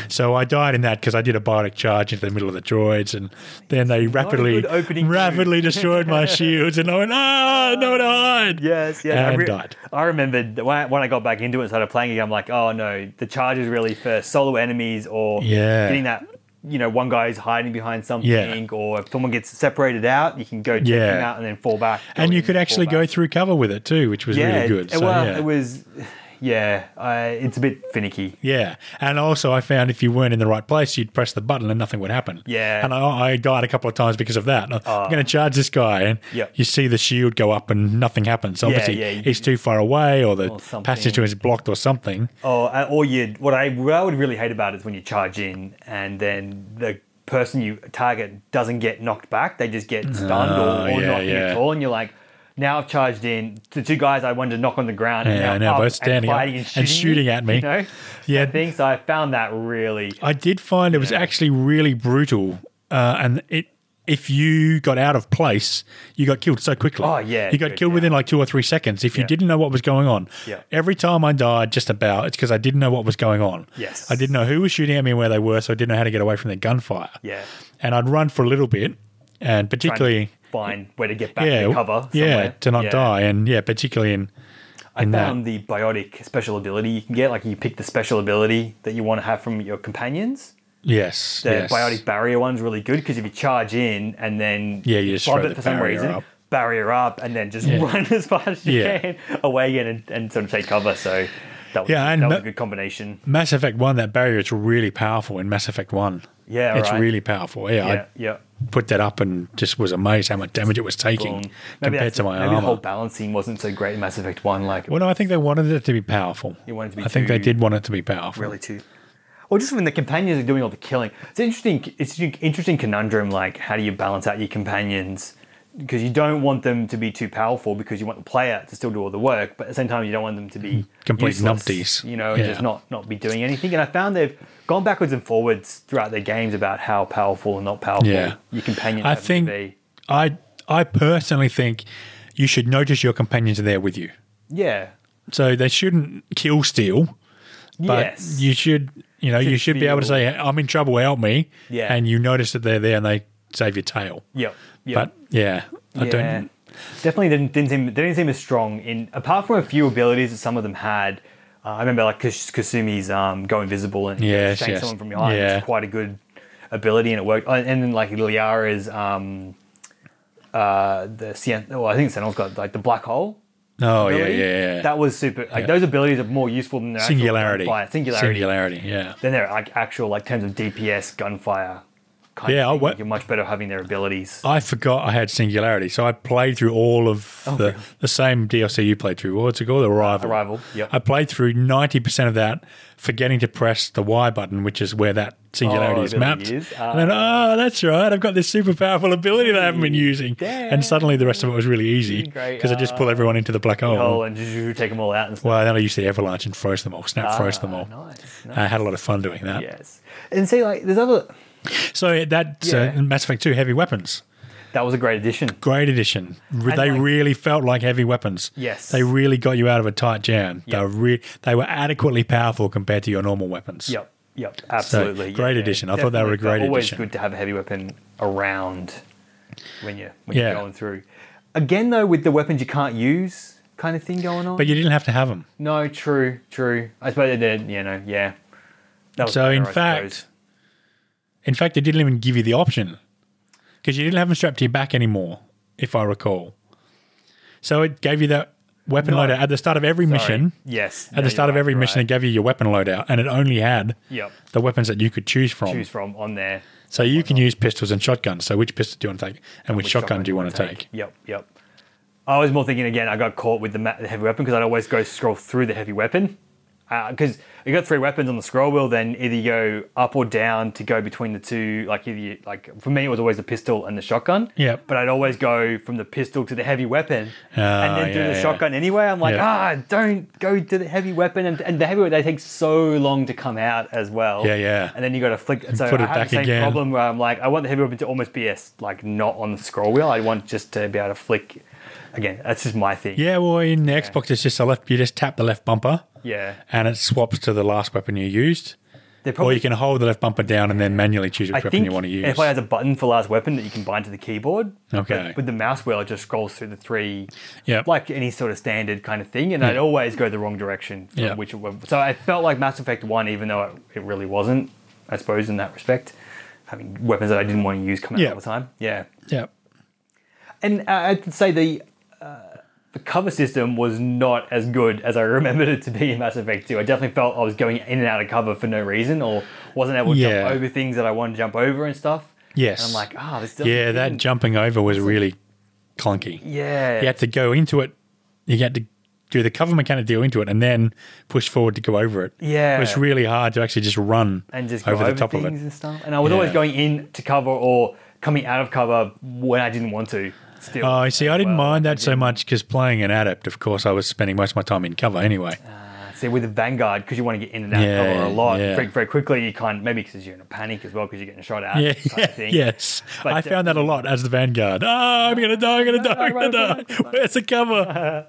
Speaker 2: So I died in that because I did a biotic charge into the middle of the droids and then they rapidly
Speaker 1: good opening
Speaker 2: rapidly destroyed my shields and I went, ah, no one died.
Speaker 1: Yes, yes.
Speaker 2: And
Speaker 1: I, re-
Speaker 2: died.
Speaker 1: I remembered when I, when I got back into it and started playing it, I'm like, oh no, the charge is really for solo enemies or
Speaker 2: Yeah.
Speaker 1: getting that, you know, one guy is hiding behind something or if someone gets separated out, you can go check
Speaker 2: Yeah.
Speaker 1: them out and then fall back. go
Speaker 2: And you
Speaker 1: in
Speaker 2: could
Speaker 1: fall
Speaker 2: actually go
Speaker 1: back.
Speaker 2: through cover with it too, which was
Speaker 1: yeah,
Speaker 2: really good.
Speaker 1: It, well,
Speaker 2: yeah.
Speaker 1: it was, yeah, I, it's a bit finicky.
Speaker 2: Yeah, and also I found if you weren't in the right place, you'd press the button and nothing would happen.
Speaker 1: Yeah. Ah.
Speaker 2: and I, I died a couple of times because of that. I'm going to charge this guy, and
Speaker 1: Yep.
Speaker 2: you see the shield go up and nothing happens. Obviously,
Speaker 1: yeah, you-
Speaker 2: he's too far away, or the
Speaker 1: Or something.
Speaker 2: passage to him is blocked, or something.
Speaker 1: Oh, uh, or you. What I, what I would really hate about it is when you charge in and then the person you target doesn't get knocked back; they just get stunned
Speaker 2: Oh,
Speaker 1: or, or
Speaker 2: yeah,
Speaker 1: knocked
Speaker 2: yeah.
Speaker 1: at all, and you're like. Now I've charged in the two guys I wanted to knock on the ground, and
Speaker 2: Yeah,
Speaker 1: now
Speaker 2: I know,
Speaker 1: up
Speaker 2: both
Speaker 1: and
Speaker 2: standing up
Speaker 1: fighting
Speaker 2: and
Speaker 1: and
Speaker 2: shooting at me.
Speaker 1: You know,
Speaker 2: Yeah.
Speaker 1: yeah, things. So I found that really
Speaker 2: I did find it was actually really brutal, uh, and it if you got out of place, you got killed so quickly.
Speaker 1: Oh, yeah,
Speaker 2: you got
Speaker 1: good,
Speaker 2: killed
Speaker 1: yeah.
Speaker 2: within like two or three seconds. If you
Speaker 1: Yeah.
Speaker 2: didn't know what was going on,
Speaker 1: Yeah.
Speaker 2: every time I died, just about it's because I didn't know what was going on.
Speaker 1: Yes.
Speaker 2: I didn't know who was shooting at me and where they were, so I didn't know how to get away from their gunfire.
Speaker 1: Yeah.
Speaker 2: and I'd run for a little bit, and particularly
Speaker 1: Find where to get back
Speaker 2: yeah,
Speaker 1: to cover.
Speaker 2: yeah,
Speaker 1: somewhere.
Speaker 2: to not
Speaker 1: Yeah.
Speaker 2: die, and yeah, particularly in
Speaker 1: I
Speaker 2: in that.
Speaker 1: found the biotic special ability you can get. Like you pick the special ability that you want to have from your companions.
Speaker 2: yes,
Speaker 1: The
Speaker 2: yes.
Speaker 1: biotic barrier one's really good because if you charge in and then
Speaker 2: Yeah, you just
Speaker 1: flub
Speaker 2: throw the barrier up.
Speaker 1: barrier up, and then just run as fast as you
Speaker 2: Yeah.
Speaker 1: can away again and, and sort of take cover. So that was,
Speaker 2: Yeah, and
Speaker 1: that was
Speaker 2: ma-
Speaker 1: a good combination.
Speaker 2: Mass Effect One, that barrier is really powerful in Mass Effect One.
Speaker 1: Yeah,
Speaker 2: it's
Speaker 1: right.
Speaker 2: really powerful. Yeah,
Speaker 1: Yeah,
Speaker 2: I
Speaker 1: yeah.
Speaker 2: put that up and just was amazed how much damage it was taking
Speaker 1: Boom.
Speaker 2: compared
Speaker 1: that's-
Speaker 2: to my
Speaker 1: maybe
Speaker 2: armor.
Speaker 1: the whole balancing wasn't so great in Mass Effect One. Like
Speaker 2: well, no, I think they wanted it to be powerful.
Speaker 1: You wanted it to be
Speaker 2: I think they
Speaker 1: too-
Speaker 2: did want it to be powerful.
Speaker 1: really too. Or just when the companions are doing all the killing. It's interesting. It's an interesting conundrum. Like, how do you balance out your companions? Because you don't want them to be too powerful because you want the player to still do all the work, but at the same time you don't want them to be
Speaker 2: Mm-hmm. Complete
Speaker 1: useless,
Speaker 2: numpties.
Speaker 1: You know, and
Speaker 2: Yeah.
Speaker 1: just not not be doing anything. And I found they've gone backwards and forwards throughout their games about how powerful and not powerful
Speaker 2: Yeah.
Speaker 1: your companions
Speaker 2: I
Speaker 1: have to
Speaker 2: think
Speaker 1: be.
Speaker 2: I I personally think you should notice your companions are there with you.
Speaker 1: Yeah.
Speaker 2: So they shouldn't kill steal, but
Speaker 1: yes.
Speaker 2: you should you know you
Speaker 1: Should
Speaker 2: should be able to
Speaker 1: feel-
Speaker 2: say I'm in trouble, help me.
Speaker 1: Yeah.
Speaker 2: And you notice that they're there and they save your tail.
Speaker 1: yep. Yep.
Speaker 2: But yeah, I Oh, don't
Speaker 1: Definitely didn't, didn't seem they didn't seem as strong in apart from a few abilities that some of them had. Uh, I remember like Kas- Kasumi's um, go invisible and
Speaker 2: Yes,
Speaker 1: shank
Speaker 2: yes.
Speaker 1: someone from behind.
Speaker 2: Yeah.
Speaker 1: was quite a good ability and it worked. Uh, and then like Liara's um, uh, the Cien- oh I think Sentinel's got like the black hole.
Speaker 2: Oh yeah,
Speaker 1: ability.
Speaker 2: yeah, yeah.
Speaker 1: That was super. Like
Speaker 2: Yeah.
Speaker 1: those abilities are more useful than their actual
Speaker 2: singularity.
Speaker 1: gunfire. Singularity.
Speaker 2: Singularity, yeah.
Speaker 1: Then they're like actual like terms of DPS gunfire. Kind
Speaker 2: Yeah,
Speaker 1: of
Speaker 2: I
Speaker 1: thing.
Speaker 2: wa- Oh.
Speaker 1: Like, you're much better having their abilities.
Speaker 2: I forgot I had Singularity, so I played through all of the,
Speaker 1: Oh, really?
Speaker 2: the same DLC you played through. What's it called? Arrival.
Speaker 1: Arrival, yep.
Speaker 2: I played through ninety percent of that, forgetting to press the Y button, which is where that Singularity
Speaker 1: Oh,
Speaker 2: is
Speaker 1: really
Speaker 2: mapped.
Speaker 1: is?
Speaker 2: and then, oh, that's right, I've got this super powerful ability that I haven't been using. And suddenly the rest of it was really easy
Speaker 1: Great, Ah.
Speaker 2: because I just pull everyone into the black hole.
Speaker 1: Oh, and take them all out and stuff.
Speaker 2: Well, then I used the avalanche and froze them all, snap froze them
Speaker 1: Ah,
Speaker 2: all.
Speaker 1: Nice,
Speaker 2: I had a lot of fun doing that.
Speaker 1: Yes. And see, like, there's other.
Speaker 2: So that
Speaker 1: Yeah.
Speaker 2: uh, Mass Effect Two, Heavy Weapons.
Speaker 1: That was a great addition.
Speaker 2: Great edition. Re- they
Speaker 1: like-
Speaker 2: really felt like heavy weapons.
Speaker 1: Yes.
Speaker 2: They really got you out of a tight jam.
Speaker 1: Yeah.
Speaker 2: They, were re- they were adequately powerful compared to your normal weapons.
Speaker 1: Yep. Yep. Absolutely. Yeah,
Speaker 2: great
Speaker 1: yeah,
Speaker 2: addition. I thought they
Speaker 1: definitely.
Speaker 2: were a great
Speaker 1: They're always
Speaker 2: addition.
Speaker 1: good to have a heavy weapon around when you're when
Speaker 2: Yeah.
Speaker 1: you're going through. Again, though, with the weapons you can't use kind of thing going on.
Speaker 2: But you didn't have to have them.
Speaker 1: no, true, true. I suppose they did. You know, yeah. That was
Speaker 2: So
Speaker 1: better,
Speaker 2: in
Speaker 1: I
Speaker 2: fact,
Speaker 1: suppose.
Speaker 2: in fact, they didn't even give you the option because you didn't have them strapped to your back anymore, if I recall. So it gave you that weapon
Speaker 1: No.
Speaker 2: loader at the start of every
Speaker 1: Sorry.
Speaker 2: mission.
Speaker 1: Yes.
Speaker 2: At the start of every mission, it gave you your weapon loadout, and it only had
Speaker 1: Yep.
Speaker 2: the weapons that you could choose from.
Speaker 1: Choose from on there.
Speaker 2: So you can use pistols and shotguns. So which pistol do you want to take, and which,
Speaker 1: Which
Speaker 2: shotgun, do you want to take?
Speaker 1: Yep, yep. I was more thinking again. I got caught with the, ma- the heavy weapon because I'd always go scroll through the heavy weapon because you got three weapons on the scroll wheel. Then either you go up or down to go between the two. Like either you, like for me, it was always the pistol and the shotgun.
Speaker 2: Yep. Ah,
Speaker 1: But I'd always go from the pistol to the heavy weapon and then do
Speaker 2: yeah,
Speaker 1: the
Speaker 2: yeah.
Speaker 1: shotgun anyway. I'm like,
Speaker 2: Yeah.
Speaker 1: ah, don't go to the heavy weapon and, and the heavy weapon. They take so long to come out as well.
Speaker 2: Yeah, yeah.
Speaker 1: And then you got to flick. So
Speaker 2: put
Speaker 1: I
Speaker 2: it
Speaker 1: had
Speaker 2: back
Speaker 1: the same
Speaker 2: again.
Speaker 1: problem where I'm like, I want the heavy weapon to almost be a, like not on the scroll wheel. I want just to be able to flick. Again, that's just my thing.
Speaker 2: Yeah, well, in the Xbox, it's just the left. You just tap the left bumper,
Speaker 1: Yeah.
Speaker 2: and it swaps to the last weapon you used.
Speaker 1: They
Speaker 2: or you can hold the left bumper down and then manually choose
Speaker 1: I
Speaker 2: which weapon
Speaker 1: think
Speaker 2: you want to use.
Speaker 1: FI has a button for last weapon that you can bind to the keyboard.
Speaker 2: Okay.
Speaker 1: But with the mouse wheel, it just scrolls through the three,
Speaker 2: Yep.
Speaker 1: like any sort of standard kind of thing. And I'd
Speaker 2: Yeah.
Speaker 1: always go the wrong direction. from
Speaker 2: Yeah.
Speaker 1: Which it was. so I felt like Mass Effect 1, even though it, it really wasn't, I suppose, in that respect. Having weapons that I didn't want to use come out
Speaker 2: Yeah.
Speaker 1: all the time. Yeah.
Speaker 2: yeah,
Speaker 1: and uh, I'd say the uh, the cover system was not as good as I remembered it to be in Mass Effect 2. I definitely felt I was going in and out of cover for no reason, or wasn't able to
Speaker 2: Yeah.
Speaker 1: jump over things that I wanted to jump over and stuff.
Speaker 2: Yes.
Speaker 1: and I'm like, ah, this doesn't
Speaker 2: yeah. That
Speaker 1: even-
Speaker 2: jumping over was really clunky.
Speaker 1: yeah,
Speaker 2: You had to go into it. You had to do the cover mechanic deal into it, and then push forward to go over it.
Speaker 1: Yeah.
Speaker 2: it was really hard to actually just run
Speaker 1: and just go
Speaker 2: over
Speaker 1: over,
Speaker 2: the top
Speaker 1: things
Speaker 2: of it.
Speaker 1: and stuff. And I was always
Speaker 2: Yeah.
Speaker 1: going in to cover or coming out of cover when I didn't want to. Still,
Speaker 2: Oh, you see, I didn't
Speaker 1: Well,
Speaker 2: mind that so much because playing an adept, of course, I was spending most of my time in cover anyway.
Speaker 1: Ah, See, with the Vanguard, because you want to get in and out
Speaker 2: Yeah,
Speaker 1: of cover a lot
Speaker 2: yeah.
Speaker 1: very, very quickly, you kind of, maybe because you're in a panic as well because you're getting shot at.
Speaker 2: Yeah,
Speaker 1: kind
Speaker 2: yeah,
Speaker 1: of thing.
Speaker 2: yes.
Speaker 1: But,
Speaker 2: I
Speaker 1: uh,
Speaker 2: found that a lot as the Vanguard. Oh, I'm gonna die! I'm gonna die! I'm gonna die! Where's the cover?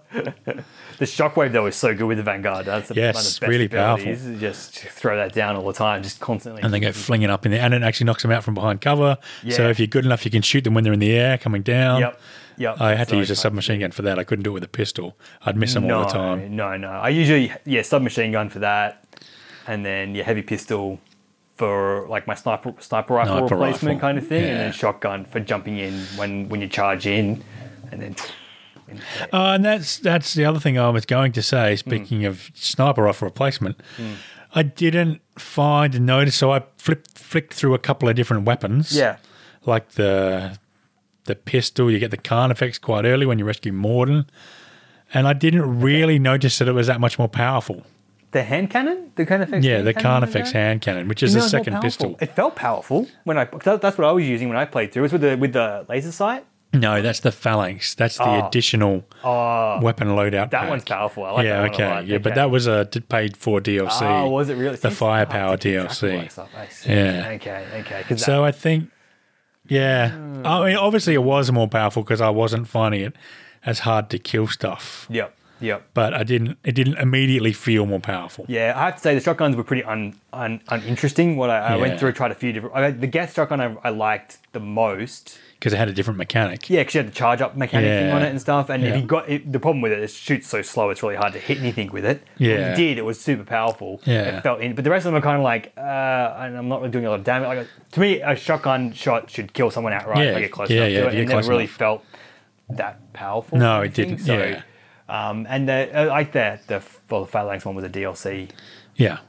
Speaker 1: The shockwave though is so good with the Vanguard. That's the-
Speaker 2: Yes,
Speaker 1: one of the best
Speaker 2: really
Speaker 1: abilities is Just throw that down all the time, just constantly.
Speaker 2: And they go flinging up in there, and it actually knocks them out from behind cover. So
Speaker 1: Yeah.
Speaker 2: if you're good enough, you can shoot them when they're in the air, coming down.
Speaker 1: yep, yep.
Speaker 2: I had to
Speaker 1: So
Speaker 2: use
Speaker 1: kind
Speaker 2: a
Speaker 1: of-
Speaker 2: submachine gun for that. I couldn't do it with a pistol. I'd miss them
Speaker 1: no,
Speaker 2: all the time.
Speaker 1: No, no. I usually yeah submachine gun for that, and then yeah heavy pistol for like my sniper sniper rifle
Speaker 2: Sniper
Speaker 1: replacement
Speaker 2: rifle,
Speaker 1: kind of thing, and
Speaker 2: yeah.
Speaker 1: then shotgun for jumping in when when you charge in, and then.
Speaker 2: Uh, and that's that's the other thing I was going to say. Speaking of sniper rifle replacement, I didn't find and notice, so I flipped flicked through a couple of different weapons.
Speaker 1: Yeah.
Speaker 2: like the the pistol. You get the Carnifex quite early when you rescue Morden, and I didn't really notice that it was that much more powerful.
Speaker 1: The hand cannon, the Carnifex.
Speaker 2: Yeah,
Speaker 1: hand
Speaker 2: the
Speaker 1: cannon
Speaker 2: Carnifex
Speaker 1: there?
Speaker 2: hand cannon, which is
Speaker 1: No,
Speaker 2: the
Speaker 1: it's more
Speaker 2: second
Speaker 1: powerful.
Speaker 2: pistol.
Speaker 1: It felt powerful when I. 'cause that- That's what I was using when I played through. It was with the with the laser sight.
Speaker 2: No, that's the phalanx. That's the
Speaker 1: Oh.
Speaker 2: additional weapon loadout.
Speaker 1: That
Speaker 2: pack.
Speaker 1: one's powerful. I like
Speaker 2: yeah,
Speaker 1: that one a
Speaker 2: okay,
Speaker 1: lot.
Speaker 2: yeah, but
Speaker 1: Okay.
Speaker 2: that was a d- paid for DLC.
Speaker 1: Oh, was it really?
Speaker 2: The
Speaker 1: See,
Speaker 2: firepower
Speaker 1: I didn't track
Speaker 2: DLC.
Speaker 1: all that stuff. I see.
Speaker 2: Yeah.
Speaker 1: Okay. Okay. 'Cause
Speaker 2: So I think, yeah,
Speaker 1: Hmm.
Speaker 2: I mean, obviously it was more powerful because I wasn't finding it as hard to kill stuff,
Speaker 1: that, yep. Yep.
Speaker 2: but I didn't. It didn't immediately feel more powerful.
Speaker 1: Yeah, I have to say the shotguns were pretty un, un, uninteresting. What I, I
Speaker 2: Yeah.
Speaker 1: went through, tried a few different. I, the gas shotgun I, I liked the most.
Speaker 2: because it had a different mechanic.
Speaker 1: Yeah, because you had the charge up mechanic thing on
Speaker 2: Yeah.
Speaker 1: it and stuff. And
Speaker 2: Yeah.
Speaker 1: if you got it, the problem with it, it shoots so slow, it's really hard to hit anything with it. When
Speaker 2: Yeah.
Speaker 1: you did, it was super powerful.
Speaker 2: Yeah.
Speaker 1: it felt in. But the rest of them are kind of like, uh, and I'm not really doing a lot of damage. Like to me, a shotgun shot should kill someone outright.
Speaker 2: Yeah.
Speaker 1: if I get close
Speaker 2: Yeah,
Speaker 1: enough
Speaker 2: yeah,
Speaker 1: to
Speaker 2: if
Speaker 1: it.
Speaker 2: you
Speaker 1: It
Speaker 2: get
Speaker 1: never
Speaker 2: close
Speaker 1: really
Speaker 2: enough.
Speaker 1: felt that powerful.
Speaker 2: No,
Speaker 1: kind
Speaker 2: it
Speaker 1: of thing.
Speaker 2: didn't, yeah.
Speaker 1: Um, and the, I like the the well, the phalanx one was a DLC
Speaker 2: Yeah.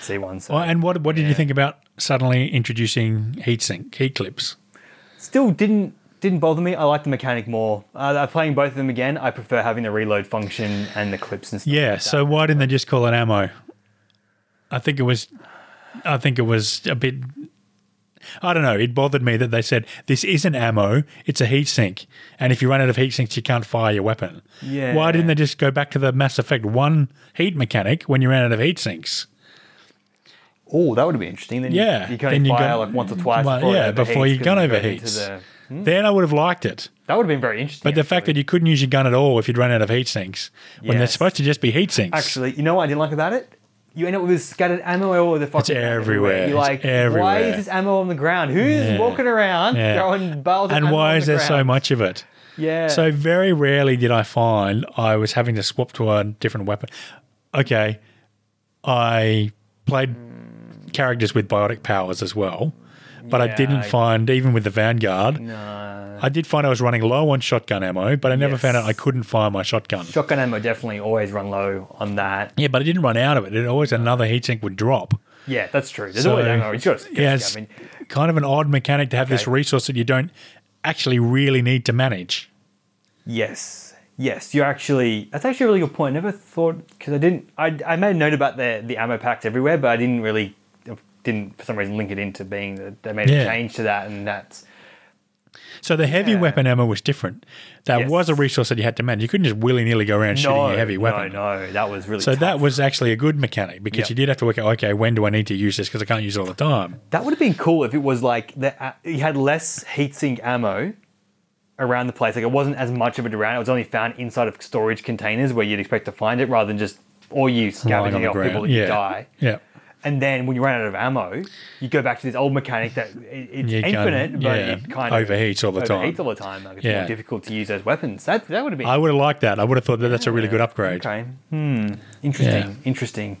Speaker 1: C one. So
Speaker 2: Well, and what what did you think about suddenly introducing heatsink heat clips?
Speaker 1: still didn't didn't bother me. I like the mechanic more. Uh, I'm playing both of them again. I prefer having the reload function and the clips and stuff.
Speaker 2: Yeah.
Speaker 1: like
Speaker 2: So why didn't they just call it ammo? I think it was, I think it was a bit. I don't know. It bothered me that they said this isn't ammo; it's a heat sink, and if you run out of heat sinks, you can't fire your weapon.
Speaker 1: Yeah.
Speaker 2: Why didn't they just go back to the Mass Effect One heat mechanic when you ran out of heat sinks?
Speaker 1: that. oh, that would be interesting. Then
Speaker 2: Yeah,
Speaker 1: you, you kind
Speaker 2: then
Speaker 1: of
Speaker 2: you
Speaker 1: fire
Speaker 2: go-
Speaker 1: like once or twice.
Speaker 2: Well,
Speaker 1: before it
Speaker 2: yeah, before your
Speaker 1: overheats,
Speaker 2: gun
Speaker 1: 'cause you go into
Speaker 2: overheats.
Speaker 1: the- Hmm?
Speaker 2: Then I would have liked it.
Speaker 1: that would have been very interesting.
Speaker 2: But the fact that you couldn't use your gun at all if you'd run out of heat sinks when they're
Speaker 1: Yes.
Speaker 2: supposed to just be heat sinks.
Speaker 1: actually, you know what I didn't like about it. You end up with scattered ammo all over the fucking ground
Speaker 2: everywhere.
Speaker 1: You're
Speaker 2: It's
Speaker 1: like, why
Speaker 2: everywhere.
Speaker 1: is this ammo on the ground? Who's walking around
Speaker 2: Yeah.
Speaker 1: throwing bales? Of
Speaker 2: and
Speaker 1: ammo
Speaker 2: why
Speaker 1: on
Speaker 2: is
Speaker 1: the
Speaker 2: there so
Speaker 1: ground?
Speaker 2: much of it?
Speaker 1: Yeah.
Speaker 2: So very rarely did I find I was having to swap to a different weapon. Okay, I played characters with biotic powers as well, but I
Speaker 1: Yeah,
Speaker 2: didn't
Speaker 1: I-
Speaker 2: find even with the Vanguard.
Speaker 1: No.
Speaker 2: I did find I was running low on shotgun ammo, but I never found out
Speaker 1: Yes.
Speaker 2: I couldn't fire my shotgun.
Speaker 1: Shotgun ammo definitely always run low on that.
Speaker 2: yeah, but I didn't run out of it. It always another heatsink would drop.
Speaker 1: Yeah, that's true. There's
Speaker 2: So-
Speaker 1: always ammo. You got to
Speaker 2: Yeah, it's kind of an odd mechanic to have this
Speaker 1: Okay.
Speaker 2: resource that you don't actually really need to manage.
Speaker 1: Yes. Yes, you're actually. That's actually a really good point. I never thought because I didn't. I, I made a note about the the ammo packs everywhere, but I didn't really didn't for some reason link it into being that they made
Speaker 2: Yeah.
Speaker 1: a change to that, and that's
Speaker 2: So the heavy
Speaker 1: Yeah.
Speaker 2: weapon ammo was different. That
Speaker 1: Yes.
Speaker 2: was a resource that you had to manage. You couldn't just willy nilly go around shooting
Speaker 1: no
Speaker 2: a heavy weapon.
Speaker 1: No, no, that was really.
Speaker 2: So that
Speaker 1: tough.
Speaker 2: was actually a good mechanic because
Speaker 1: Yep.
Speaker 2: you did have to work out okay when do I need to use this because I can't use it all the time.
Speaker 1: that would have been cool if it was like the, uh, you had less heatsink ammo around the place. Like it wasn't as much of it around. It was only found inside of storage containers where you'd expect to find it, rather than just or you
Speaker 2: Lying on
Speaker 1: scavenging
Speaker 2: the
Speaker 1: off
Speaker 2: ground.
Speaker 1: people that
Speaker 2: yeah.
Speaker 1: you die.
Speaker 2: Yeah.
Speaker 1: And then when you run out of ammo, you go back to this old mechanic that it- it's
Speaker 2: You kinda-
Speaker 1: infinite, but
Speaker 2: yeah,
Speaker 1: it kind of
Speaker 2: overheats all the time.
Speaker 1: Overheats all the time. Like it's
Speaker 2: Yeah.
Speaker 1: more difficult to use those weapons. That that would have been
Speaker 2: I would have liked that. I would have thought that that's a really good upgrade.
Speaker 1: okay. Hmm. Interesting.
Speaker 2: Yeah.
Speaker 1: Interesting.